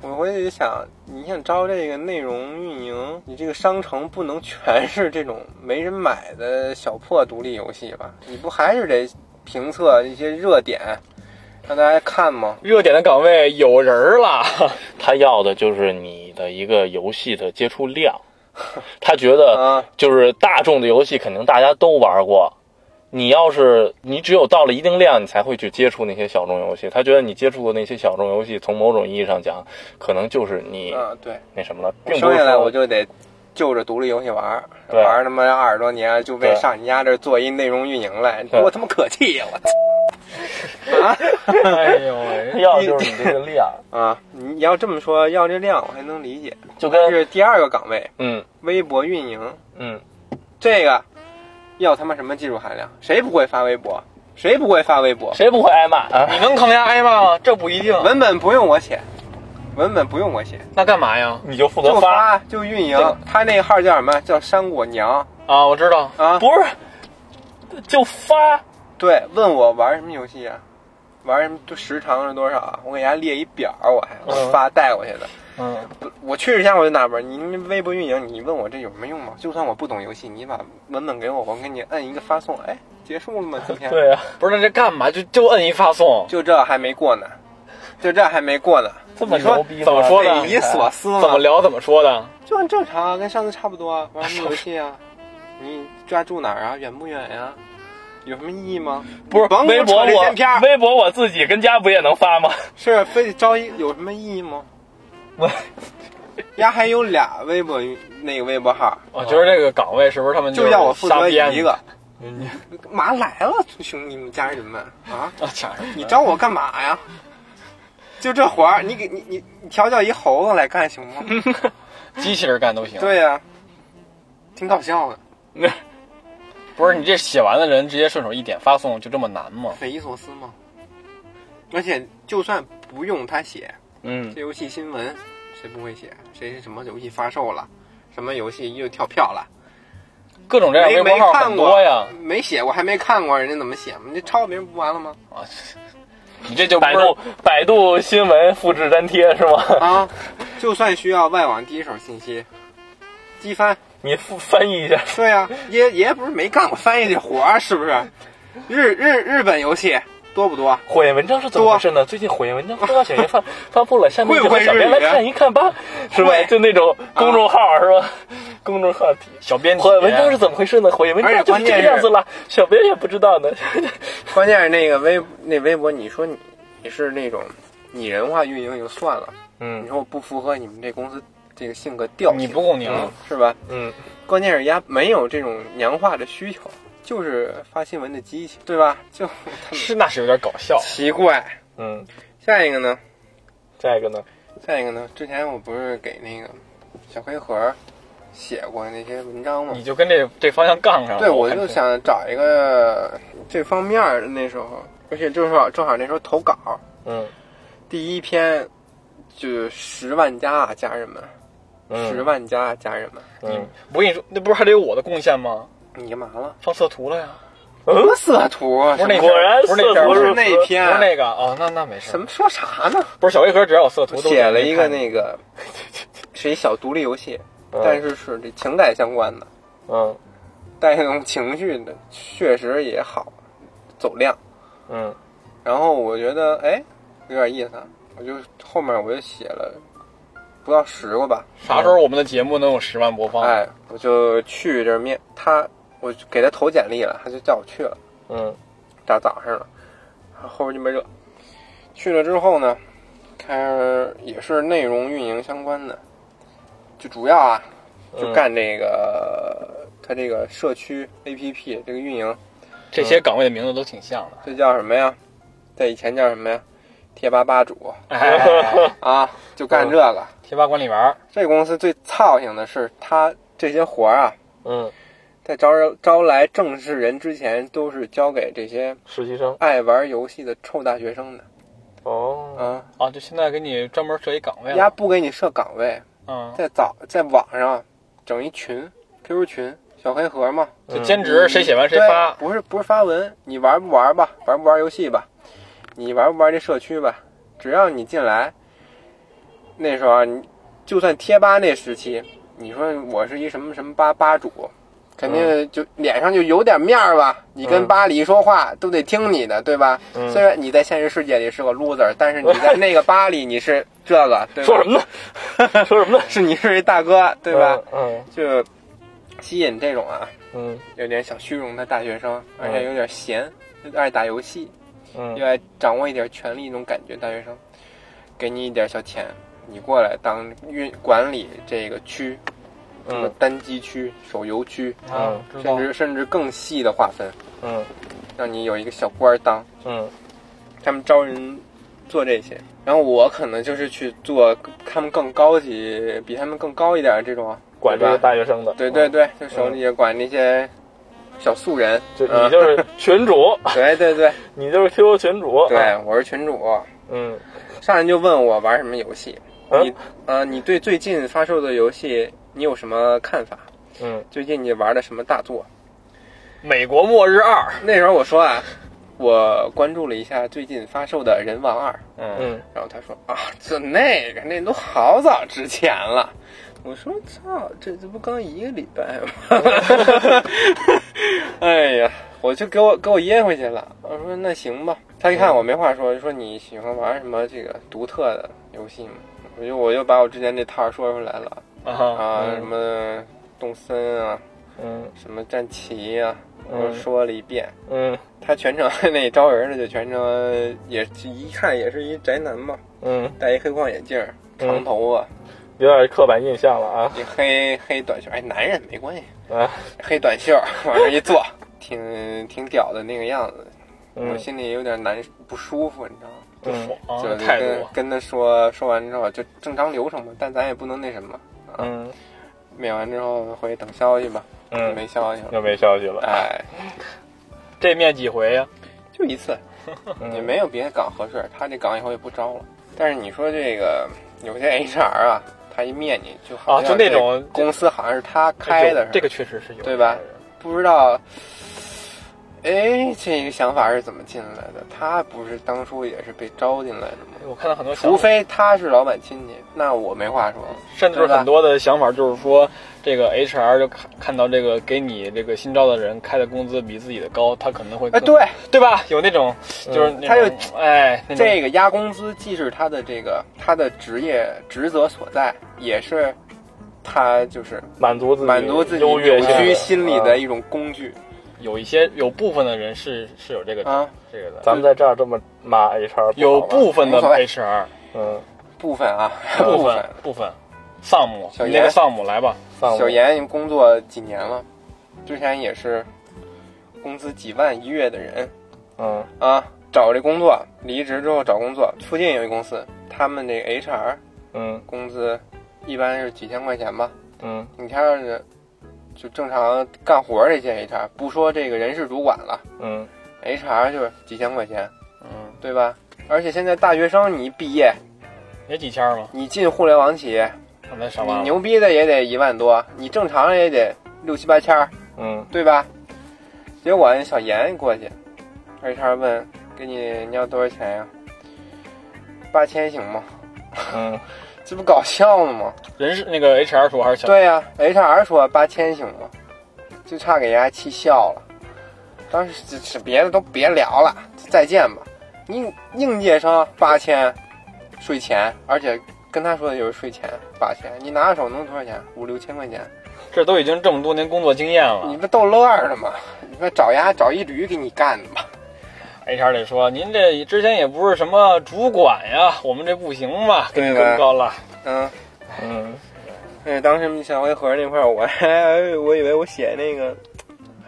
S1: 我回去就想，你想招这个内容运营，你这个商城不能全是这种没人买的小破独立游戏吧？你不还是得评测一些热点，让大家看吗？
S4: 热点的岗位有人儿
S1: [laughs]
S4: 了，
S3: 他要的就是你的一个游戏的接触量。他觉得
S1: 啊，
S3: 就是大众的游戏肯定大家都玩过，你要是你只有到了一定量，你才会去接触那些小众游戏。他觉得你接触的那些小众游戏，从某种意义上讲，可能就是你
S1: 嗯、对，
S3: 那什么了，
S1: 我
S3: 并不
S1: 生
S3: 是
S1: 下来
S3: 说
S1: 我就得就着独立游戏玩儿，
S3: 对
S1: 玩儿他妈二十多年，就为
S3: 对
S1: 上你家这儿做一内容运营来，
S3: 对
S1: 多他妈可气呀！我操
S4: 哎呦喂！
S3: 要就是你这个量，
S1: 啊！你要这么说，要这量我还能理解。
S3: 就
S1: 这
S3: 跟
S1: 是第二个岗位，
S3: 嗯
S1: 微博运营，
S3: 嗯
S1: 这个要他妈什么技术含量？谁不会发微博？谁不会发微博？
S3: 谁不会挨骂啊？
S4: [laughs] 你能抗压挨骂吗？这不
S1: [laughs]
S4: 一定。
S1: 文本不用我写，文本不用我写，
S4: 那干嘛呀？
S3: 你就负责
S1: 就 [laughs]
S3: 发，
S1: 发就运营。他那号叫什么？叫山果娘
S4: 啊，我知道，
S1: 啊！
S3: 不是就发，
S1: 对，问我玩什么游戏啊？玩什么？就时长是多少啊？我给大家列一表儿，我还
S4: 嗯
S1: 发带过去的。
S4: 嗯，
S1: 不我去之前我就纳闷儿，你们微博运营，你问我这有什么用吗？就算我不懂游戏，你把文本给我，我给你摁一个发送，哎，结束了吗？今天
S3: 对啊，
S4: 不是那这干嘛？就就摁一发送，
S1: 就这还没过呢，就这还没过呢，
S3: 这么
S1: 你说
S3: 牛逼吗？
S4: 怎么说呢
S1: 匪夷所思
S4: 怎么
S1: 嘛，
S4: 聊怎么说的？
S1: 就很正常啊，跟上次差不多啊。玩什么游戏啊？你家住哪儿啊？远不远呀、有什么意义吗？
S3: 不是
S1: 甭给
S3: 微
S1: 我
S3: 博
S1: 扯这
S3: 我
S1: 闲篇儿
S3: 微博我
S1: 啊
S3: 自己跟家不也能发吗？
S1: 是非得招一有什么意义吗？ [laughs] 丫还有俩微博那个微博号，
S2: 我觉得这个岗位是不是他们
S1: 就要我负责一
S4: [laughs]
S2: 个？
S1: 个。
S3: 你
S1: 嘛来了，兄弟们家人们啊！
S2: 啊，抢什么？
S1: 你找我干嘛呀？就这活儿，你给你你你调教一猴子来干行吗？ [laughs]
S2: 机器人干都行。，
S1: 对呀、挺搞笑的，
S2: 不是你这写完的人直接顺手一点发送，就这么难吗？
S1: 匪夷所思嘛。而且就算不用他写，
S3: 嗯，
S1: 这游戏新闻谁不会写？谁是什么游戏发售了？什么游戏又跳票了？
S2: 各种这样
S1: 没
S2: 微博
S1: 没
S2: 号
S1: 看
S2: 很
S1: 过
S2: 多呀。
S1: 没写过，还没看过人家怎么写吗？你抄别人不完了吗？ [laughs]
S2: 啊，你这就不
S3: 百
S2: 是
S3: 度百度新闻复制粘贴是吗？
S1: 啊，就算需要外网第一手信息，机翻
S3: 你复翻译一下，
S1: 对呀、爷爷不是没干过翻译这活儿，是不是？日日日本游戏多不多？
S3: 火焰文章是怎么回事呢？最近火焰文章播报小爷发发布了，下面
S1: 会
S3: 就
S1: 不会
S3: 和小编
S1: 日语
S3: 来看一看吧，是吧
S1: 会？
S3: 就那种公众号是吧？公众号体。
S2: 小编辑
S3: 火焰文章是怎么回事呢？火焰文
S1: 而且
S3: 章就
S1: 关
S3: 是这
S1: 键
S3: 个
S1: 是
S3: 样子了，小编也不知道呢。
S1: 关键是那个微那微博，你说你你是那种拟人化运营也就算了，你
S3: 嗯
S1: 说我不符合你们这公司这个性格调性，
S2: 你不共赢，
S1: 嗯是吧？
S3: 嗯，
S1: 关键是人家没有这种娘化的需求，就是发新闻的机器，对吧？就是
S2: 那是有点搞笑。
S1: 奇怪。
S3: 嗯，
S1: 下一个呢？
S3: 下一个呢？
S1: 下一个呢？之前我不是给那个小黑盒写过那些文章吗？
S2: 你就跟这这方向杠上了。
S1: 嗯对，我
S2: 看
S1: 就想找一个这方面儿的那时候，而且正好正好那时候投稿，
S3: 嗯
S1: 第一篇就十万加啊，家人们，
S3: 嗯，
S1: 十万加啊，家人们，
S3: 嗯
S2: 我跟你说，那不是还得有我的贡献吗？
S1: 你干嘛了？
S2: 放色图了呀？
S1: 什么色图啊？
S2: 嗯不是那
S1: 什
S2: 篇
S3: 果然
S2: 不是那
S3: 色
S2: 篇
S1: 么
S3: 图
S2: 不是
S1: 不是那篇
S2: 不是那个哦，那那没事。
S1: 什么说啥呢？
S2: 不是小黑盒，只要有色图都
S1: 写了一个
S2: 那
S1: 那个 [laughs] 是一小独立游戏，
S3: 嗯
S1: 但是是这情感相关的，
S3: 嗯
S1: 带动情绪的，确实也好走量。
S3: 嗯
S1: 然后我觉得哎有点意思，啊我就后面我就写了不到十个吧，
S2: 啥时候我们的节目能有十万
S4: 哦
S2: 播放？
S1: 哎，我就去这儿面他，我就给他投简历了，他就叫我去了，
S3: 嗯
S1: 大早上了，然后后边就没这。去了之后呢，开始也是内容运营相关的，就主要啊就
S3: 嗯
S1: 干这个、他这个社区 APP 这个运营，
S2: 这
S1: 嗯
S2: 些岗位的名字都挺像的。
S1: 这叫什么呀？在以前叫什么呀？贴吧吧主
S2: 哎，
S1: 啊，就干这个。
S2: 贴吧管理员，
S1: 这公司最操心的是，他这些活儿啊，
S3: 嗯，
S1: 在招人招来正式人之前，都是交给这些
S3: 实习生
S1: 爱玩游戏的臭大学生的
S3: 哦，
S1: 啊。
S2: 啊，就现在给你专门设一岗位
S1: 人家
S2: 了。
S1: 不给你设岗位，
S2: 嗯，
S1: 在早在网上整一群 QQ 群，小黑盒嘛，
S2: 就兼职，谁写完谁
S1: 嗯对
S2: 发。
S1: 不是不是发文，你玩不玩吧，玩不玩游戏吧，你玩不玩这社区吧，只要你进来，那时候啊你就算贴吧那时期，你说我是一什么什么吧吧主，肯定就脸上就有点面儿吧，你跟
S3: 嗯
S1: 吧里说话都得听你的，对吧？
S3: 嗯
S1: 虽然你在现实世界里是个 loser，但是你在那个吧里你是这个，对吧？
S3: 说什么呢？说什么呢？
S1: 是你是一大哥，对吧？？
S3: 嗯
S1: 就吸引这种啊，
S3: 嗯
S1: 有点小虚荣的大学生，而且有点闲，又爱打游戏，
S3: 嗯
S1: 又爱掌握一点权力那种感觉。大学生，给你一点小钱，你过来当运管理这个区，什么
S3: 嗯
S1: 单机区、手游区，
S2: 啊，知
S1: 甚
S2: 道。
S1: 至甚至更细的划分，
S3: 嗯
S1: 让你有一个小官儿当。
S3: 嗯
S1: 他们招人做这些，然后我可能就是去做他们更高级、比他们更高一点儿这种，
S3: 管这
S1: 对
S3: 个
S1: 吧
S3: 大学生的，嗯
S1: 对对，对，就手里管那些小素人，
S3: 就
S1: 嗯
S3: 你就是群主，
S1: [laughs] 对对对。
S3: 你就是 QQ 群主，啊
S1: 对，哎我是群主。
S3: 嗯
S1: 上来就问我玩什么游戏，
S3: 嗯
S1: 你呃，你对最近发售的游戏你有什么看法？
S3: 嗯
S1: 最近你玩的什么大作？
S2: 美国末日二，
S1: 那时候我说啊，我关注了一下最近发售的《人王二》，
S2: 嗯，
S3: 嗯
S1: 然后他说啊，就那个那都好早之前了。我说操，这这不刚一个礼拜吗？ [laughs] 哎呀，我就给我给我噎回去了。我说那行吧。他一看我没话说，就说你喜欢玩什么这个独特的游戏吗？我就我就把我之前那套说出来了
S2: 啊，
S1: 啊，
S3: 嗯
S1: 什么动森啊，
S3: 嗯
S1: 什么战旗啊，我都
S3: 嗯
S1: 说了一遍。
S3: 嗯
S1: 他全程 [laughs] 那招人的就全程也一看也是一宅男嘛，
S3: 嗯
S4: 嗯
S1: 戴一黑框眼镜儿，长头发，
S3: 有点刻板印象了啊
S1: 一黑黑短袖，哎，男人没关系，
S3: 啊，
S1: 黑短袖往这一坐，挺挺屌的那个样子，我
S3: 嗯
S1: 心里有点难不舒服，你知道吗？
S3: 嗯
S4: 啊
S1: 就
S4: 态
S1: 跟
S4: 度
S1: 跟他说说完之后就正常流程嘛，但咱也不能那什么。
S3: 嗯
S1: 免完之后回去等消息吧，
S3: 嗯，
S1: 没消息了，
S3: 又没消息了，
S1: 哎，
S4: 这面几回啊呀、
S1: 就一次，
S4: 嗯
S3: 嗯
S1: 也没有别的岗合适，他这岗以后也不招了。但是你说这个有些 HR 啊，他一面你就好
S4: 啊，
S1: 像
S4: 就那
S1: 这
S4: 种
S1: 公司好像是他开的似的，
S4: 这个确实是有，
S1: 对吧？不知道，哎，这个想法是怎么进来的？他不是当初也是被招进来的吗？
S4: 哎我看到很多想法，
S1: 除非他是老板亲戚，那我没话说。
S4: 甚至很多的想法就是说，这个 HR 就看看到这个给你这个新招的人开的工资比自己的高，他可能会
S1: 哎，
S4: 更
S1: 对，嗯
S4: 对吧？有那种就是那种
S1: 他
S4: 哎那种
S1: 这个压工资既是他的这个他的职业职责所在，也是他就是
S3: 满足自己
S1: 满足自己
S3: 优越
S1: 扭
S3: 性的啊
S1: 曲心理的一种工具
S4: 有一些有部分的人是是有这
S3: 嗯
S4: 个、
S1: 啊。
S4: 这个的，
S3: 咱们在这儿这么骂 HR，
S4: 有
S3: 不
S4: 部分的
S1: 无所谓
S4: HR
S3: 嗯，
S1: 部分
S3: [laughs]
S1: 啊，
S4: 部
S1: 部
S4: 分
S1: 分。
S4: 部分，丧母
S1: 小
S4: 你
S1: 严
S4: 那个丧母来吧，
S3: 放
S1: 小严工作几年了，之前也是工资几万一月的人
S3: 嗯
S1: 啊，找这工作，离职之后找工作，附近有一公司，他们这 HR
S3: 嗯
S1: 工资一般是几千块钱吧，
S3: 嗯
S1: 你看上去就正常干活儿这些 HR，不说这个人事主管了
S3: 嗯
S1: ，HR 就是几千块钱，
S4: 嗯，
S1: 对吧？而且现在大学生你一毕业，
S4: 也几千嘛，
S1: 你进互联网企业，
S4: 让咱上
S1: 你
S4: 班了，
S1: 牛逼的也得一万多，你正常也得六七八千儿，
S3: 嗯
S1: 对吧？结果那小严过去，HR 问给你你要多少钱呀、八千行吗？
S3: 嗯
S1: 这不搞笑呢吗？
S4: 人是那个 HR 说还是小
S1: 对呀、h r 说八千行吗？就差给人家气笑了。当时这这别的都别聊了，再见吧。应应届生八千，税前，而且跟他说的就是税前八千，你拿手能多少钱？五六千块钱，
S4: 这都已经这么多年工作经验了
S1: 你不逗乐儿呢吗？你说找丫找一驴给你干的吧？
S4: ，HR 得说您这之前也不是什么主管呀，我们这不行嘛，给你
S1: 对吧
S4: 更高了。
S1: 嗯，
S3: 嗯
S1: 哎，当时小回合那块儿，我还我以为我写那个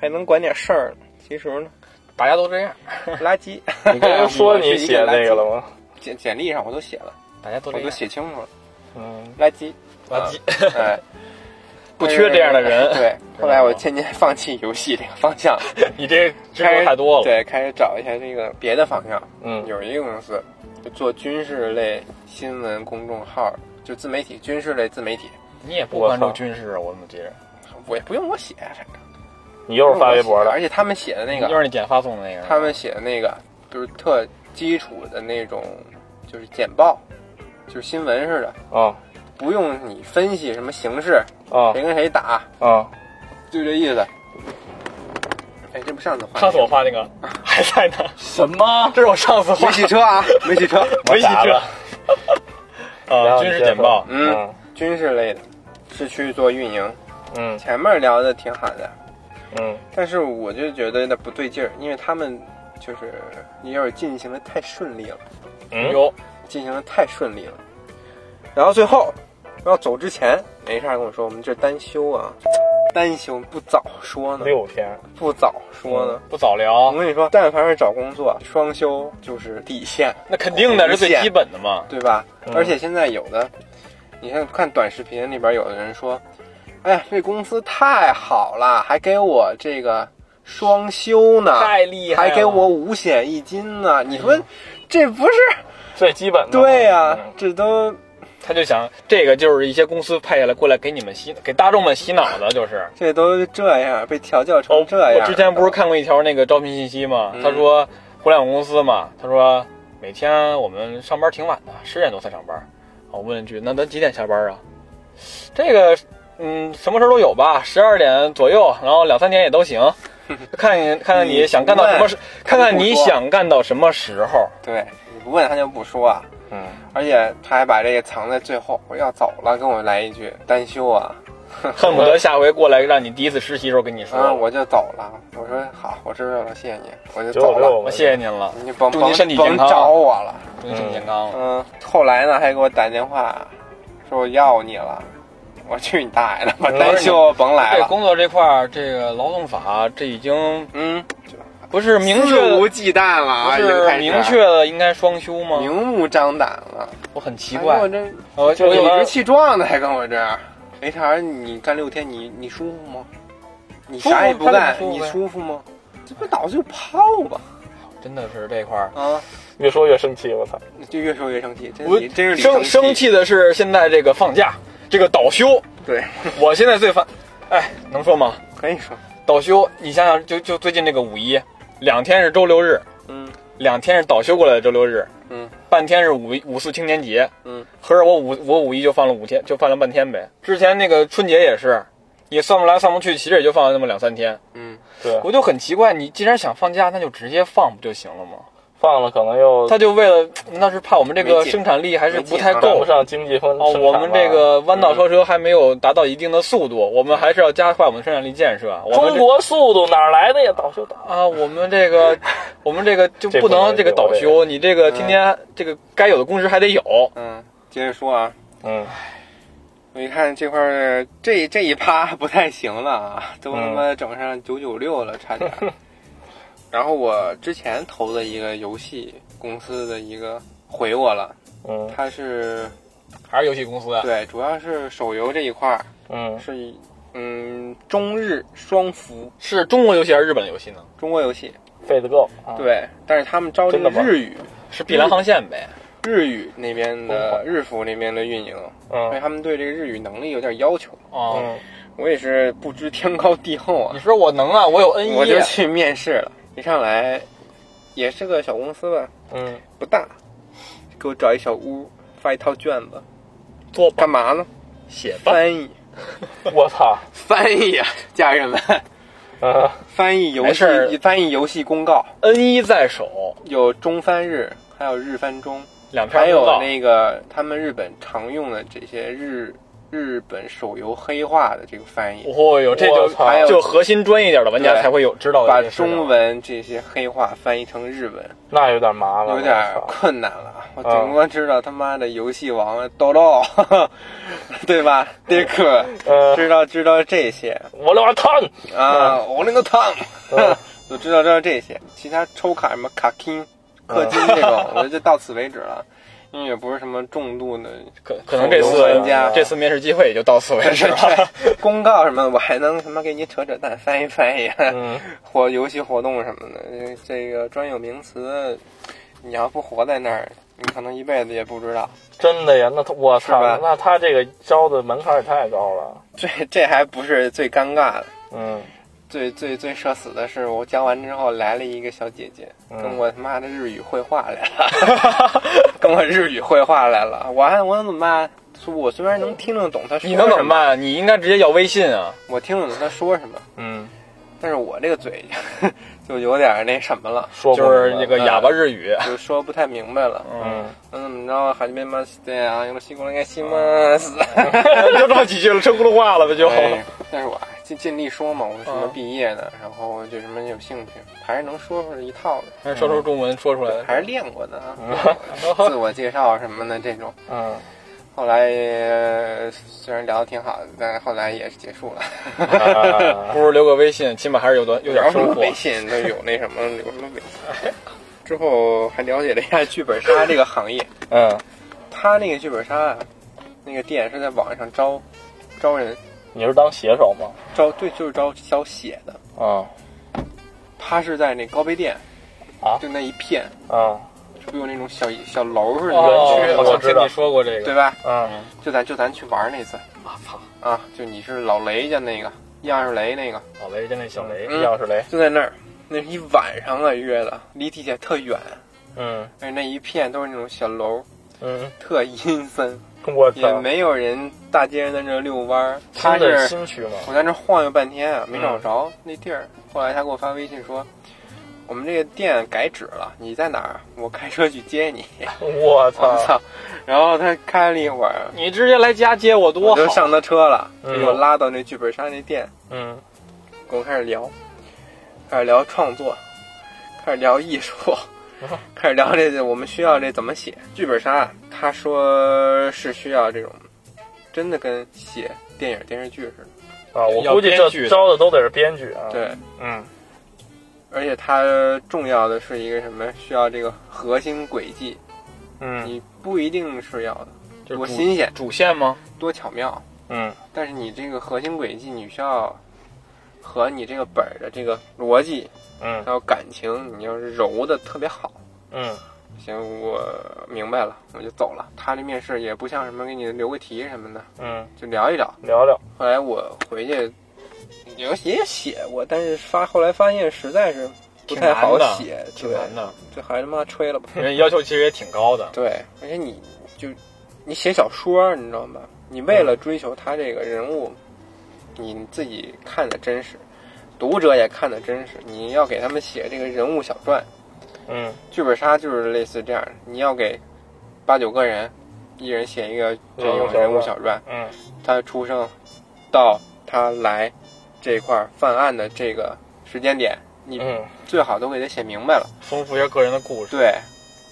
S1: 还能管点事儿呢，其实呢，
S4: 大家都这样，
S1: 垃 [laughs] 圾。
S3: 嗯，你刚
S1: 啊
S3: 才说你写那个了吗？
S1: 简简历上我都写了，
S4: 大家都这
S1: 我都
S4: 样，
S1: 写清楚了，
S3: 嗯
S1: 垃圾。
S4: 啊垃圾，
S1: 哎，
S4: [laughs] 不缺这样的人。
S1: [laughs] 对，后来我渐渐放弃游戏这个方
S4: [laughs]
S1: 向，
S4: 你这知
S1: 开
S4: 识
S1: 始
S4: 太多了。
S1: 对，开始找一下这个别的方向。
S3: 嗯
S1: 有一个公司就做军事类新闻公众号，就自媒体，军事类自媒体。
S4: 你也不
S3: 我
S4: 关注
S3: 操
S4: 军事啊，我怎么记着？
S1: 我也不用我写，啊反正
S3: 你又是发微博
S1: 而
S3: 的，
S1: 且他们写的那
S4: 就
S1: 个，
S4: 是你捡发送的那个。
S1: 他们写的那个就是特基础的那种，就是简报，就是新闻似的，
S3: 啊
S1: 不用你分析什么形势，
S4: 哦
S3: 啊
S1: 谁跟谁打，
S3: 啊，
S1: 就这意思。哎，这不上次画
S4: [laughs] 上次我
S1: [laughs]
S4: 发那个还在呢，
S3: 什么？
S4: [laughs] 这是我上次
S1: 没
S4: 画
S1: 洗车 [laughs] 啊，没洗车。
S3: [laughs]
S4: 没洗
S3: 打
S4: 车
S3: 了然
S4: [laughs] 啊，
S3: 后
S4: 军
S3: 你
S4: 事
S3: 接
S4: 简
S3: 着
S4: 报。
S1: 嗯
S3: 嗯，
S1: 军事类的，是去做运营。
S3: 嗯
S1: 前面聊的挺好的，
S3: 嗯
S1: 但是我就觉得那不对劲儿，因为他们就是也有点进行的太顺利了，
S3: 嗯，
S4: 哟，
S1: 进行的太顺利了。然后最后要走之前，没啥跟我说，我们这单休啊，单休不早说呢，
S3: 嗯六天，
S1: 不早说呢。
S4: 不早聊
S1: 我，跟你说，但凡是找工作，双休就是底线，
S4: 那肯定的，
S1: 红
S4: 这
S1: 线
S4: 最基本的嘛。
S1: 对吧？
S3: 嗯
S1: 而且现在有的，你看看短视频里边有的人说，哎呀，这公司太好了，还给我这个双休呢，
S4: 太厉
S1: 啊
S4: 害
S1: 还
S4: 了，嗯
S1: 给我五险一金呢。你说这不是
S3: 最基本的。
S1: 对呀、
S3: 嗯
S1: 这都
S4: 他就想这个就是一些公司派下来过来给你们洗，给大众们洗脑的，就是。
S1: 这都这样，被调教成哦这样。
S4: 哦我之前不是看过一条那个招聘信息吗？
S1: 嗯
S4: 他说互联网公司嘛，他说每天我们上班挺晚的，十点多才上班。我问了一句，那咱几点下班啊？这个，嗯，什么时候都有吧，十二点左右，然后两三点也
S1: [laughs]
S4: 都行。看你看看你想干到什么时，看看你想干到什么时候。
S1: 对你不问他就不说啊，
S3: 嗯，
S1: 而且他还把这个藏在最后，我要走了，跟我来一句单休啊，
S4: 恨不得下回过来让你第一次实习时候跟你说，
S1: 啊，我就走了。我说好，我知道了，谢谢你，我就
S3: 九
S1: 走
S3: 九
S1: 了。
S3: 六
S4: 我
S3: 嘛，
S4: 谢谢您了，
S1: 你甭
S4: 祝您
S1: 甭
S4: 身体健康
S1: 甭找我了。呃
S4: 祝您身体健康。
S1: 嗯，后来呢还给我打电话，说我要你了，我说去你大爷的吧，
S4: 嗯
S1: 单休甭来
S4: 这
S1: 了。
S4: 工作这块儿，这个劳动法这已经
S1: 嗯，
S4: 不是明确
S1: 肆无
S4: 的，
S1: 忌惮了
S4: 不
S1: 啊，已经
S4: 是
S1: 开始
S4: 明确的应该双休吗？
S1: 明目张胆了。
S4: 我很奇
S1: 哎
S4: 怪
S1: 我，这
S4: 我我
S1: 就
S4: 有
S1: 理直
S4: 点
S1: 气壮的还跟我这儿。HR，你干六天，你你舒服吗？你
S4: 舒服
S1: 啥也不干，
S4: 他怎么
S1: 你
S4: 舒服呀
S1: 舒服吗？这不脑子有泡吧？
S4: 真的是这块儿。
S1: 啊，
S3: 越说越生气，我操！
S1: 就越说越生气，真
S4: 我
S1: 是真是理
S4: 生生
S1: 生
S4: 气的是现在这个放假，这个倒休，
S1: 对，
S4: 我现在最烦，哎，能说吗？
S1: 可以说，
S4: 倒休，你想想，就就最近这个五一，两天是周六日，
S1: 嗯
S4: 两天是倒休过来的周六日，
S1: 嗯，
S4: 半天是五一五四青年节，
S1: 嗯，
S4: 合着我五我五一就放了五天，就放了半天呗。之前那个春节也是，你算不来算不去，其实也就放了那么两三天。
S1: 嗯，
S3: 对，
S4: 我就很奇怪，你既然想放假，那就直接放不就行了吗？
S3: 放了可能又
S4: 他就为了，那是怕我们这
S1: 没
S4: 个
S1: 劲
S4: 生产力还是不
S1: 没劲
S4: 太
S3: 赶
S4: 够
S3: 啊不。上经济分
S4: 哦，我们这个弯
S1: 嗯
S4: 道超车还没有达到一定的速度，我们还是要加快我们生产力建设。我们
S3: 中
S4: 这
S3: 国速度哪儿来的呀？倒休倒。
S4: 啊，我们这个，我们这个就
S3: 这
S4: 不
S3: 不能
S4: 能这个倒
S3: 有
S4: 休，你这个天天这个该有的工时还得有。
S1: 嗯，接着说啊，
S3: 嗯，
S1: 我一看这块儿这这一趴 [laughs] 不太行了啊，都他
S3: 嗯
S1: 妈整上九九六了，差
S3: [laughs]
S1: 点儿。然后我之前投的一个游戏公司的一个回我了，
S3: 嗯
S1: 它是
S4: 还是游戏公司啊？
S1: 对，主要是手游这一块儿
S3: 嗯，
S1: 是以嗯中日双服
S4: 是中国游戏还是日本游戏呢？
S1: 中国游戏，
S3: 费得够。啊，
S1: 对，但是他们招这个
S3: 真的吗
S1: 日语
S4: 是碧
S1: 嗯
S4: 蓝航线呗。
S1: 日语那边
S3: 疯
S1: 的
S3: 狂
S1: 日服那边的运营，所以
S3: 哦嗯
S1: 他们对这个日语能力有点要求。
S4: 哦，
S3: 嗯，
S1: 我也是不知天高地厚啊
S4: 你，说我能啊，我有 N
S1: 我
S4: 一
S1: 就，去面试了。一上来也是个小公司吧，
S3: 嗯，
S1: 不大，给我找一小屋，发一套卷子，
S4: 做吧啊
S1: 干嘛呢？
S4: 写吧。
S1: 翻
S4: [laughs]
S1: 译，
S3: 我操，
S1: 翻译啊，家人们，
S3: 嗯，
S1: [laughs] 翻译游
S4: 没
S1: 戏
S4: 事儿，
S1: 翻译游戏公告，
S4: N 一在手，
S1: 有中翻日，还有日翻中，
S4: 两篇
S1: 还
S4: 公
S1: 有
S4: 告。
S1: 那个他们日本常用的这些日日本手游黑化的这个翻译，
S4: 哦哟，这就
S3: 我操
S1: 还有
S4: 就核心专业点的玩家
S1: 对
S4: 才会有知道
S1: 把
S4: 的这些事情啊
S1: 中文这些黑话翻译成日文。
S3: 那有点麻烦，
S1: 有点
S3: 我操
S1: 困难了。我
S3: 啊
S1: 顶多知道他妈的游戏王 [laughs] 豆豆，对吧？迪克，
S3: 呃，
S1: 知道知道这些
S3: 我来烫，
S1: 啊，我那个汤
S3: 嗯，
S1: 就知道知道这些。其他抽卡什么卡金、氪金这种， [laughs] 我觉得就到此为止了。因为也不是什么重度的
S4: 可可能这次
S1: 手游玩家
S4: 这次面试机会也就到此为
S1: [laughs]
S4: 止了。
S1: 公告什么的，我还能他妈给你扯扯淡，翻译翻译。
S3: 嗯，
S1: 活游戏活动什么的，这这个专有名词，你要不活在那儿，你可能一辈子也不知道。
S3: 真的呀，那他我
S1: 是吧
S3: 操，那他这个招的门槛也太高了，
S1: [laughs] 这这还不是最尴尬的，
S3: 嗯，
S1: 最最最社死的是，我教完之后来了一个小姐姐，
S3: 嗯
S1: 跟我他妈的日语绘画来了， [laughs] 跟我日语绘画来了，我还我能怎么办？说我虽然能听得懂她说
S4: 你能怎
S1: 什
S4: 么办？啊你应该直接要微信啊。
S1: 我听得懂她说什么，
S3: 嗯，
S1: 但是我这个嘴 [laughs] 就有点那什么了，
S3: 说不
S4: 就是
S3: 明白
S4: 那个哑巴日语。 [laughs]
S1: 就说不太明白了。
S3: 嗯，
S1: 那怎么着？还没嘛死的啊，用西瓜应该西嘛死。 [laughs]
S4: 就这么几句了，车轱辘话了呗就。
S1: 哎但是我还尽尽力说嘛，我什么
S4: 嗯
S1: 毕业的，然后就什么有兴趣，还是能说出来一套的。
S4: 还是说出中文说出来嗯
S1: 还
S4: 的，
S1: 是练过的啊， [laughs] 自我介绍什么的这种。
S3: 嗯，
S1: 后来呃虽然聊得挺好的，但是后来也是结束了。
S3: 啊
S4: 不如留个微信，起码还是有 [laughs] 段有点
S1: 聊什
S4: 收
S1: 么
S4: 获
S1: 微。信都有那什么，留什么微信。 [laughs] 之后还了解了一下剧本杀这个行业，
S3: [laughs] 嗯，
S1: 他那个剧本杀啊，那个店是在网上招招人，
S3: 你是当写手吗？
S1: 招对就是招招写的。
S3: 嗯
S1: 他是在那高碑店
S3: 啊
S1: 就那一片，
S3: 嗯
S1: 不有那种小小楼似的
S4: 哦
S1: 园区，
S4: 好
S3: 我
S4: 像
S3: 知
S4: 听
S3: 道
S4: 你说过这个。
S1: 对吧？
S3: 嗯
S1: 就咱就咱去玩那次
S4: 我操，
S1: 啊，就你是老雷家那个样式雷那个。
S4: 老雷跟那小雷，
S1: 嗯
S3: 钥匙雷，
S1: 就在那儿，那是一晚上啊约的，离地铁特远，
S3: 嗯
S1: 而且那一片都是那种小楼，
S3: 嗯，
S1: 特阴森，
S3: 我
S1: 也
S3: 操，
S1: 没有人，大街上在那儿遛弯儿。他
S3: 听着
S1: 是
S3: 新区吗？
S1: 我在那儿晃悠半天啊，没找着那地儿。后来他给我发微信说，我们这个店改址了，你在哪儿？我开车去接你。
S3: 我
S1: [laughs] 我
S3: 操，
S1: 操！然后他开了一会儿，
S4: 你直接来家接我多
S1: 我就
S4: 好。
S1: 上他车了，
S3: 嗯
S1: 给我拉到那剧本杀那店。
S3: 嗯
S1: 跟我开始聊，开始聊创作，开始聊艺术，
S4: 啊
S1: 开始聊这个我们需要这怎么写剧本杀。他说是需要这种真的跟写电影电视剧似的。
S3: 啊，我
S4: 要
S3: 估计
S4: 编剧
S3: 这
S4: 的
S3: 招的都得是编剧啊。，
S1: 对，
S3: 嗯，
S1: 而且它重要的是一个什么？需要这个核心轨迹，
S3: 嗯
S1: 你不一定是要的
S4: 就
S1: 多
S4: 是主
S1: 新鲜、
S4: 主线吗？
S1: 多巧妙，
S3: 嗯
S1: 但是你这个核心轨迹，你需要和你这个本儿的这个逻辑
S3: 嗯
S1: 还有感情，你要是揉的特别好。
S3: 嗯
S1: 行，我明白了，我就走了。他这面试也不像什么给你留个题什么的，
S3: 嗯，
S1: 就聊一聊。
S3: 聊聊，
S1: 后来我回去，有也写过，但是发后来发现实在是不太好写，
S2: 挺
S1: 对，
S2: 难的，
S1: 这孩子妈吹了吧？
S4: 人家要求其实也挺高的。
S1: 对，而且你就你写小说，你知道吗？你为了追求他这个人物，你自己看的真实，读者也看的真实，你要给他们写这个人物小传，
S3: 嗯
S1: 剧本杀就是类似这样，你要给八九个人，一人写一个这种人物小传，
S3: 嗯
S1: 他出生到他来这块儿犯案的这个时间点，你
S3: 嗯
S1: 最好都给他写明白了。
S4: 丰富一下个人的故事。
S1: 对，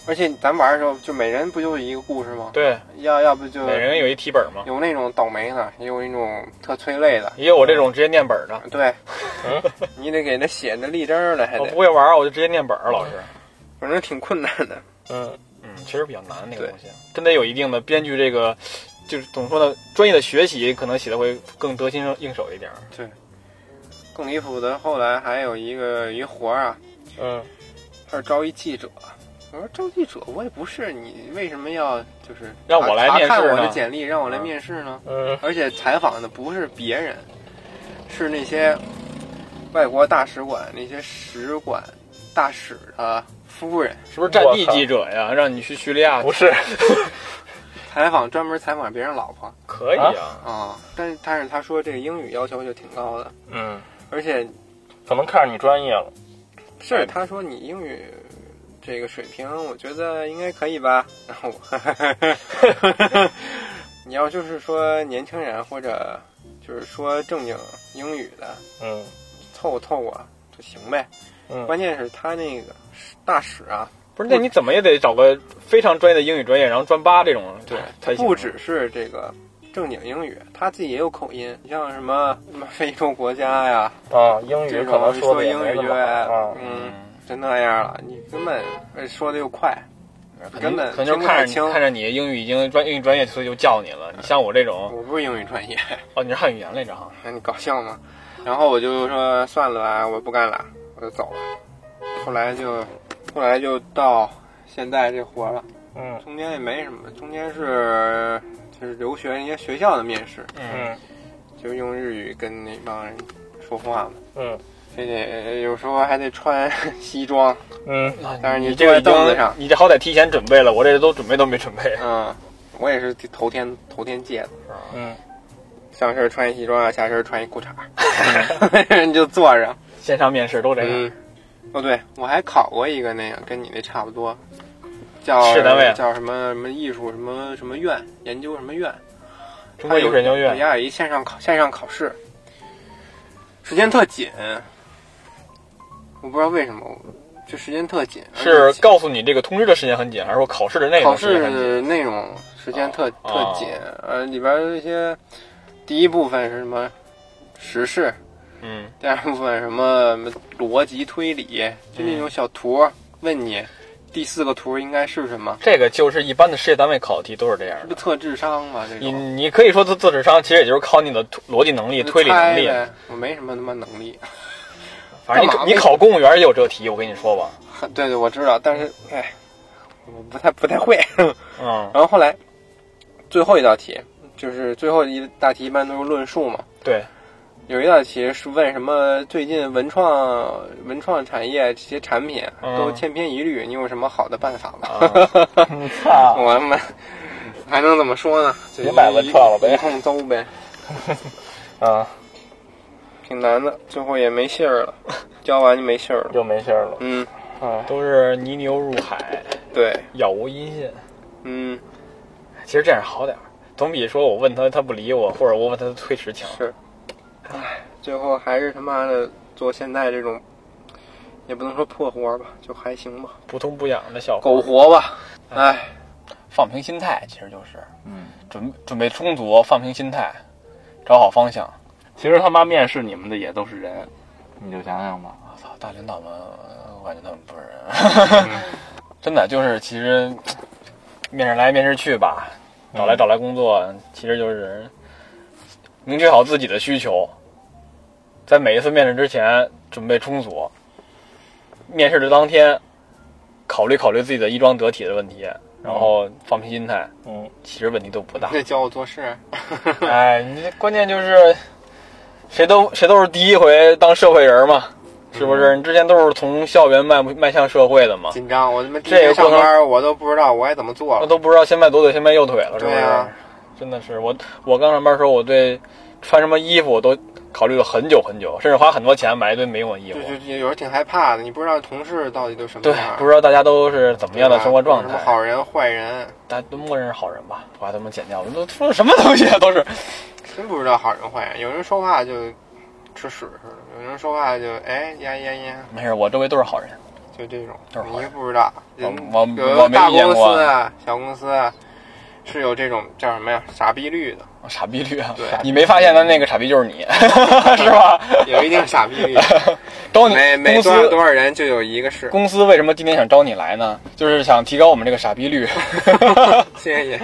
S1: 而且咱玩的时候，就每人不就一个故事吗？
S4: 对，
S1: 要要不就
S4: 每人有一题本嘛，
S1: 有那种倒霉的，也有那种特催泪的。
S4: 也有我这种直接念本儿的。
S1: 对
S3: 嗯，
S1: 你得给他写那立正儿来，还
S4: 我
S1: 得
S4: 不，会玩儿，我就直接念本儿，老师。
S1: 反正挺困难的。
S3: 嗯
S4: 嗯，其实比较难那个
S1: 对
S4: 东西，真得有一定的编剧这个，就是怎么说呢，专业的学习可能写的会更得心应手一点儿。
S1: 更离谱的，后来还有一个一活儿啊，
S3: 嗯
S1: 他是招一记者。我说招记者，我也不是，你为什么要就是
S4: 让我来
S1: 查
S4: 面试
S1: 查看我
S4: 呢
S1: 的简历，让我来面试呢？
S3: 嗯
S1: 而且采访的不是别人，是那些外国大使馆那些使馆大使的夫人，
S4: 是不是战地记者呀？让你去叙利亚
S3: 不是
S1: 采访专门采访别人老婆
S4: 可以啊？
S1: 啊、但是但是他说这个英语要求就挺高的，
S3: 嗯，
S1: 而且
S3: 可能看上你专业了，
S1: 是他说你英语这个水平，我觉得应该可以
S3: [laughs]
S1: 吧。然后我，你要就是说年轻人或者就是说正经英语的，
S3: 嗯
S1: 凑合凑合就行呗。
S3: 嗯
S1: 关键是他那个大使啊，
S4: 不是，那你怎么也得找个非常专业的英语专业，然后专八这种才
S3: 啊
S4: 行。啊
S1: 不只是这个正经英语，他自己也有口音，你像什么什么非洲国家呀，
S3: 啊，英语
S1: 这
S3: 可
S1: 种
S3: 能
S1: 说
S3: 的也
S1: 英
S3: 没
S1: 语
S3: 那么好啊，
S1: 嗯，就那样了，你根本呃说的又快，
S4: 可
S1: 啊根
S4: 能
S1: 本
S4: 可能就
S1: 听
S4: 是
S1: 不太
S4: 看着
S1: 清嗯
S4: 你看。着你英语已经专英语专业，所以就叫你了。你像我这种，
S3: 嗯
S1: 我不是英语专业，
S4: 哦，你是汉语言来着哈？
S1: 哎那你搞笑吗？然后我就说算了吧，我不干了，我就走了。后来就，后来就到现在这活了，
S3: 嗯
S1: 中间也没什么，中间是就是留学人家学校的面试，
S3: 嗯
S1: 就用日语跟那帮人说话嘛，
S3: 嗯
S1: 非得有时候还得穿 [laughs] 西装，
S3: 嗯
S4: 那
S1: 但是你
S4: 啊你这个已
S1: 坐在凳子
S4: 经
S1: 上，
S4: 你这好歹提前准备了，我这都准备都没准备。
S1: 嗯，我也是头天头天借的，
S3: 嗯
S1: 上身穿一西装，下身穿一裤衩儿， [laughs] 你就坐着，
S4: 线上面试都这样，
S1: 嗯，哦对，我还考过一个那个跟你那差不多，叫
S4: 是单位啊
S1: 叫什么什么艺术什么什么院研究什么院，
S4: 中国艺术研究
S1: 人
S4: 院，
S1: 家有一线上考线上考试，时间特紧，我不知道为什么，就时间特紧，而
S4: 是
S1: 且
S4: 告诉你这个通知的时间很紧，还是说考试的内容
S1: 考
S4: 时间很紧？
S1: 试内容时间特、
S4: 哦
S1: 特紧，呃，里边儿一些第一部分是什么时事，
S4: 嗯，
S1: 第二部分什么什么逻辑推理，就那
S4: 嗯
S1: 种小图儿问你，第四个图儿应该是什么？
S4: 这个就是一般的事业单位考题都是这样
S1: 这不
S4: 的。
S1: 测智商吗？这
S4: 你
S1: 种
S4: 你可以说自自智商，其实也就是靠你的推逻辑能力、
S1: 就
S4: 推理
S1: 猜
S4: 能力。
S1: 呗我没什么他妈能力。 [laughs]
S4: 反正
S1: 干嘛
S4: 你
S1: 呗
S4: 你考公务员也有这题，我跟你说吧。
S1: 对对，我知道，但是哎，我不太不太会。 [laughs]
S4: 嗯，
S1: 然后后来最后一道题就是最后一大题，一般都是论述嘛。
S4: 对，
S1: 有一道题是问什么最近文创文创产业这些产品啊
S4: 嗯
S1: 都千篇一律，你有什么好的办法吗？
S3: 嗯，操，
S1: 我他妈还能怎么说呢？就
S3: 别买文创了呗
S1: 一通邹呗，
S3: 啊，
S1: 挺难的，最后也没信儿了， [laughs] 教完就没信儿了。
S3: 又没信儿了，
S1: 嗯，
S3: 哎，
S4: 都是泥牛入海，
S1: 对，
S4: 杳无音信。
S1: 嗯，
S4: 其实这样好点儿，总比说我问他他不理我，或者我问他他推迟强。
S1: 是，唉，最后还是他妈的做现在这种，也不能说破活儿吧，就还行吧，
S4: 不痛不痒的小
S1: 苟
S4: 活
S1: 活吧，唉，
S4: 放平心态，其实就是
S3: 嗯，
S4: 准准备充足，放平心态，找好方向。
S3: 其实他妈面试你们的也都是人，你就想想吧。
S4: 我操，啊大领导们，呃我感觉他们不是人， [laughs] 真的就是其实面试来面试去吧，
S3: 嗯
S4: 找来找来工作，其实就是明确好自己的需求，在每一次面试之前准备充足，面试的当天考虑考虑自己的衣装得体的问题，然后放平心态，
S3: 嗯，
S4: 其实问题都不大
S1: [laughs] 你。得教我做事，
S4: 哎，你这关键就是，谁都谁都是第一回当社会人嘛，是不是？你之前都是从校园迈迈向社会的嘛，
S1: 紧张。我他妈第一
S4: 这个
S1: 天
S4: 过
S1: 上
S4: 程
S1: 班，我都不知道我该怎么做
S4: 那
S1: 了。
S4: 都不知道先迈左腿先迈右腿了，是不
S1: 哦对啊
S4: 是？
S1: 呀，
S4: 真的是我，我刚上班的时候，我对穿什么衣服我都考虑了很久很久，甚至花很多钱买一堆没用的衣服
S1: 就。啊就有时候挺害怕的，你不知道同事到底都什么
S4: 对
S1: 样，，
S4: 不知道大家都是怎么
S1: 什
S4: 样的生活状
S1: 啊什么
S4: 态，
S1: 好人坏人，
S4: 大家都默认是好人吧？我把他们剪掉，我都说的什么东西啊，都是
S1: 真不知道好人坏人。有人说话就吃屎似的，有人说话就哎呀呀呀，
S4: 没事，我周围都是好人。
S1: 就这种
S4: 都是，
S1: 你又不知道。
S4: 我
S1: 人
S4: 我
S1: 有
S4: 我
S1: 的
S4: 没
S1: 大
S4: 遇见
S1: 公
S4: 过
S1: 司啊，小公司啊，是有这种叫什么呀？傻逼率的，
S4: 傻逼率啊
S1: 对！
S4: 你没发现的那个傻逼就是
S1: [laughs]
S4: 你，是吧？
S1: 有一定傻逼率的。
S4: 招你
S1: 每每
S4: [laughs] 公
S1: 多少
S4: 司
S1: 多少人就有一个是。
S4: 公司为什么今天想招你来呢？就是想提高我们这个傻逼率。 [laughs]
S1: 谢谢。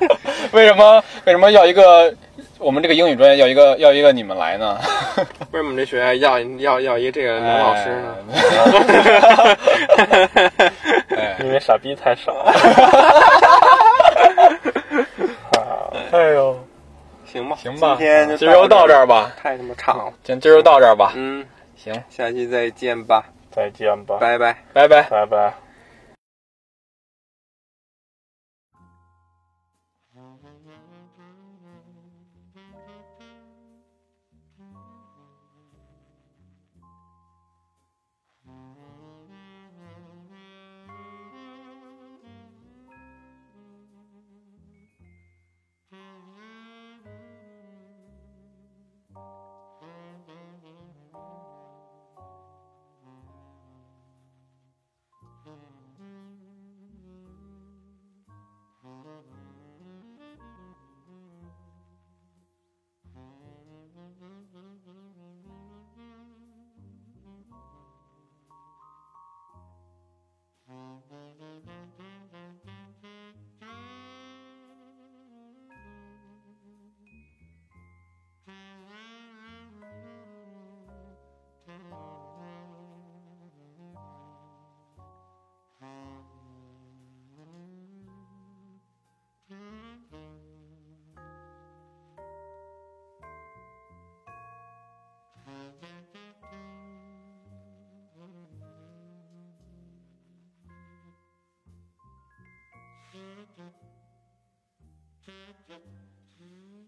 S1: [laughs]
S4: 为什么为什么要一个我们这个英语专业要一个要一个你们来呢？
S1: 为什么我们这学校要要要一这个男老师呢？
S4: [laughs] 哎？
S3: 因为傻逼太少。 [laughs] 哎呦，
S1: 行吧，
S4: 行吧
S1: 今天就
S4: 哎，今儿就到这
S1: 儿，
S4: 儿吧，
S1: 太他妈长了。
S4: 今今儿就到这儿吧，
S1: 嗯，
S4: 行，
S1: 下期再见吧，
S3: 再见吧，
S1: 拜拜。
S4: 拜拜。
S3: 拜拜。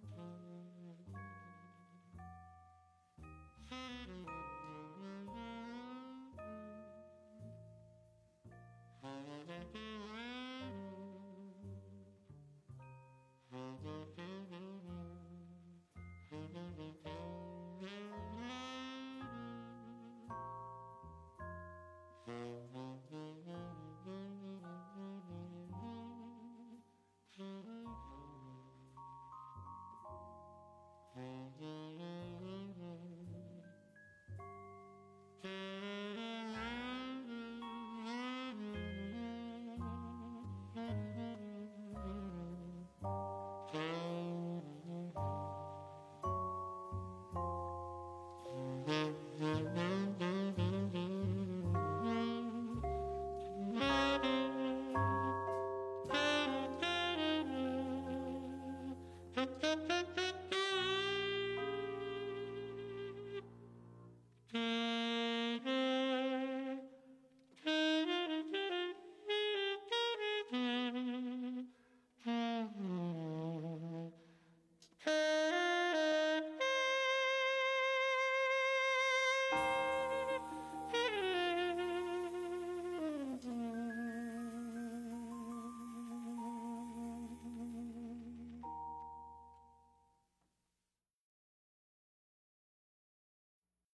S5: Thank you.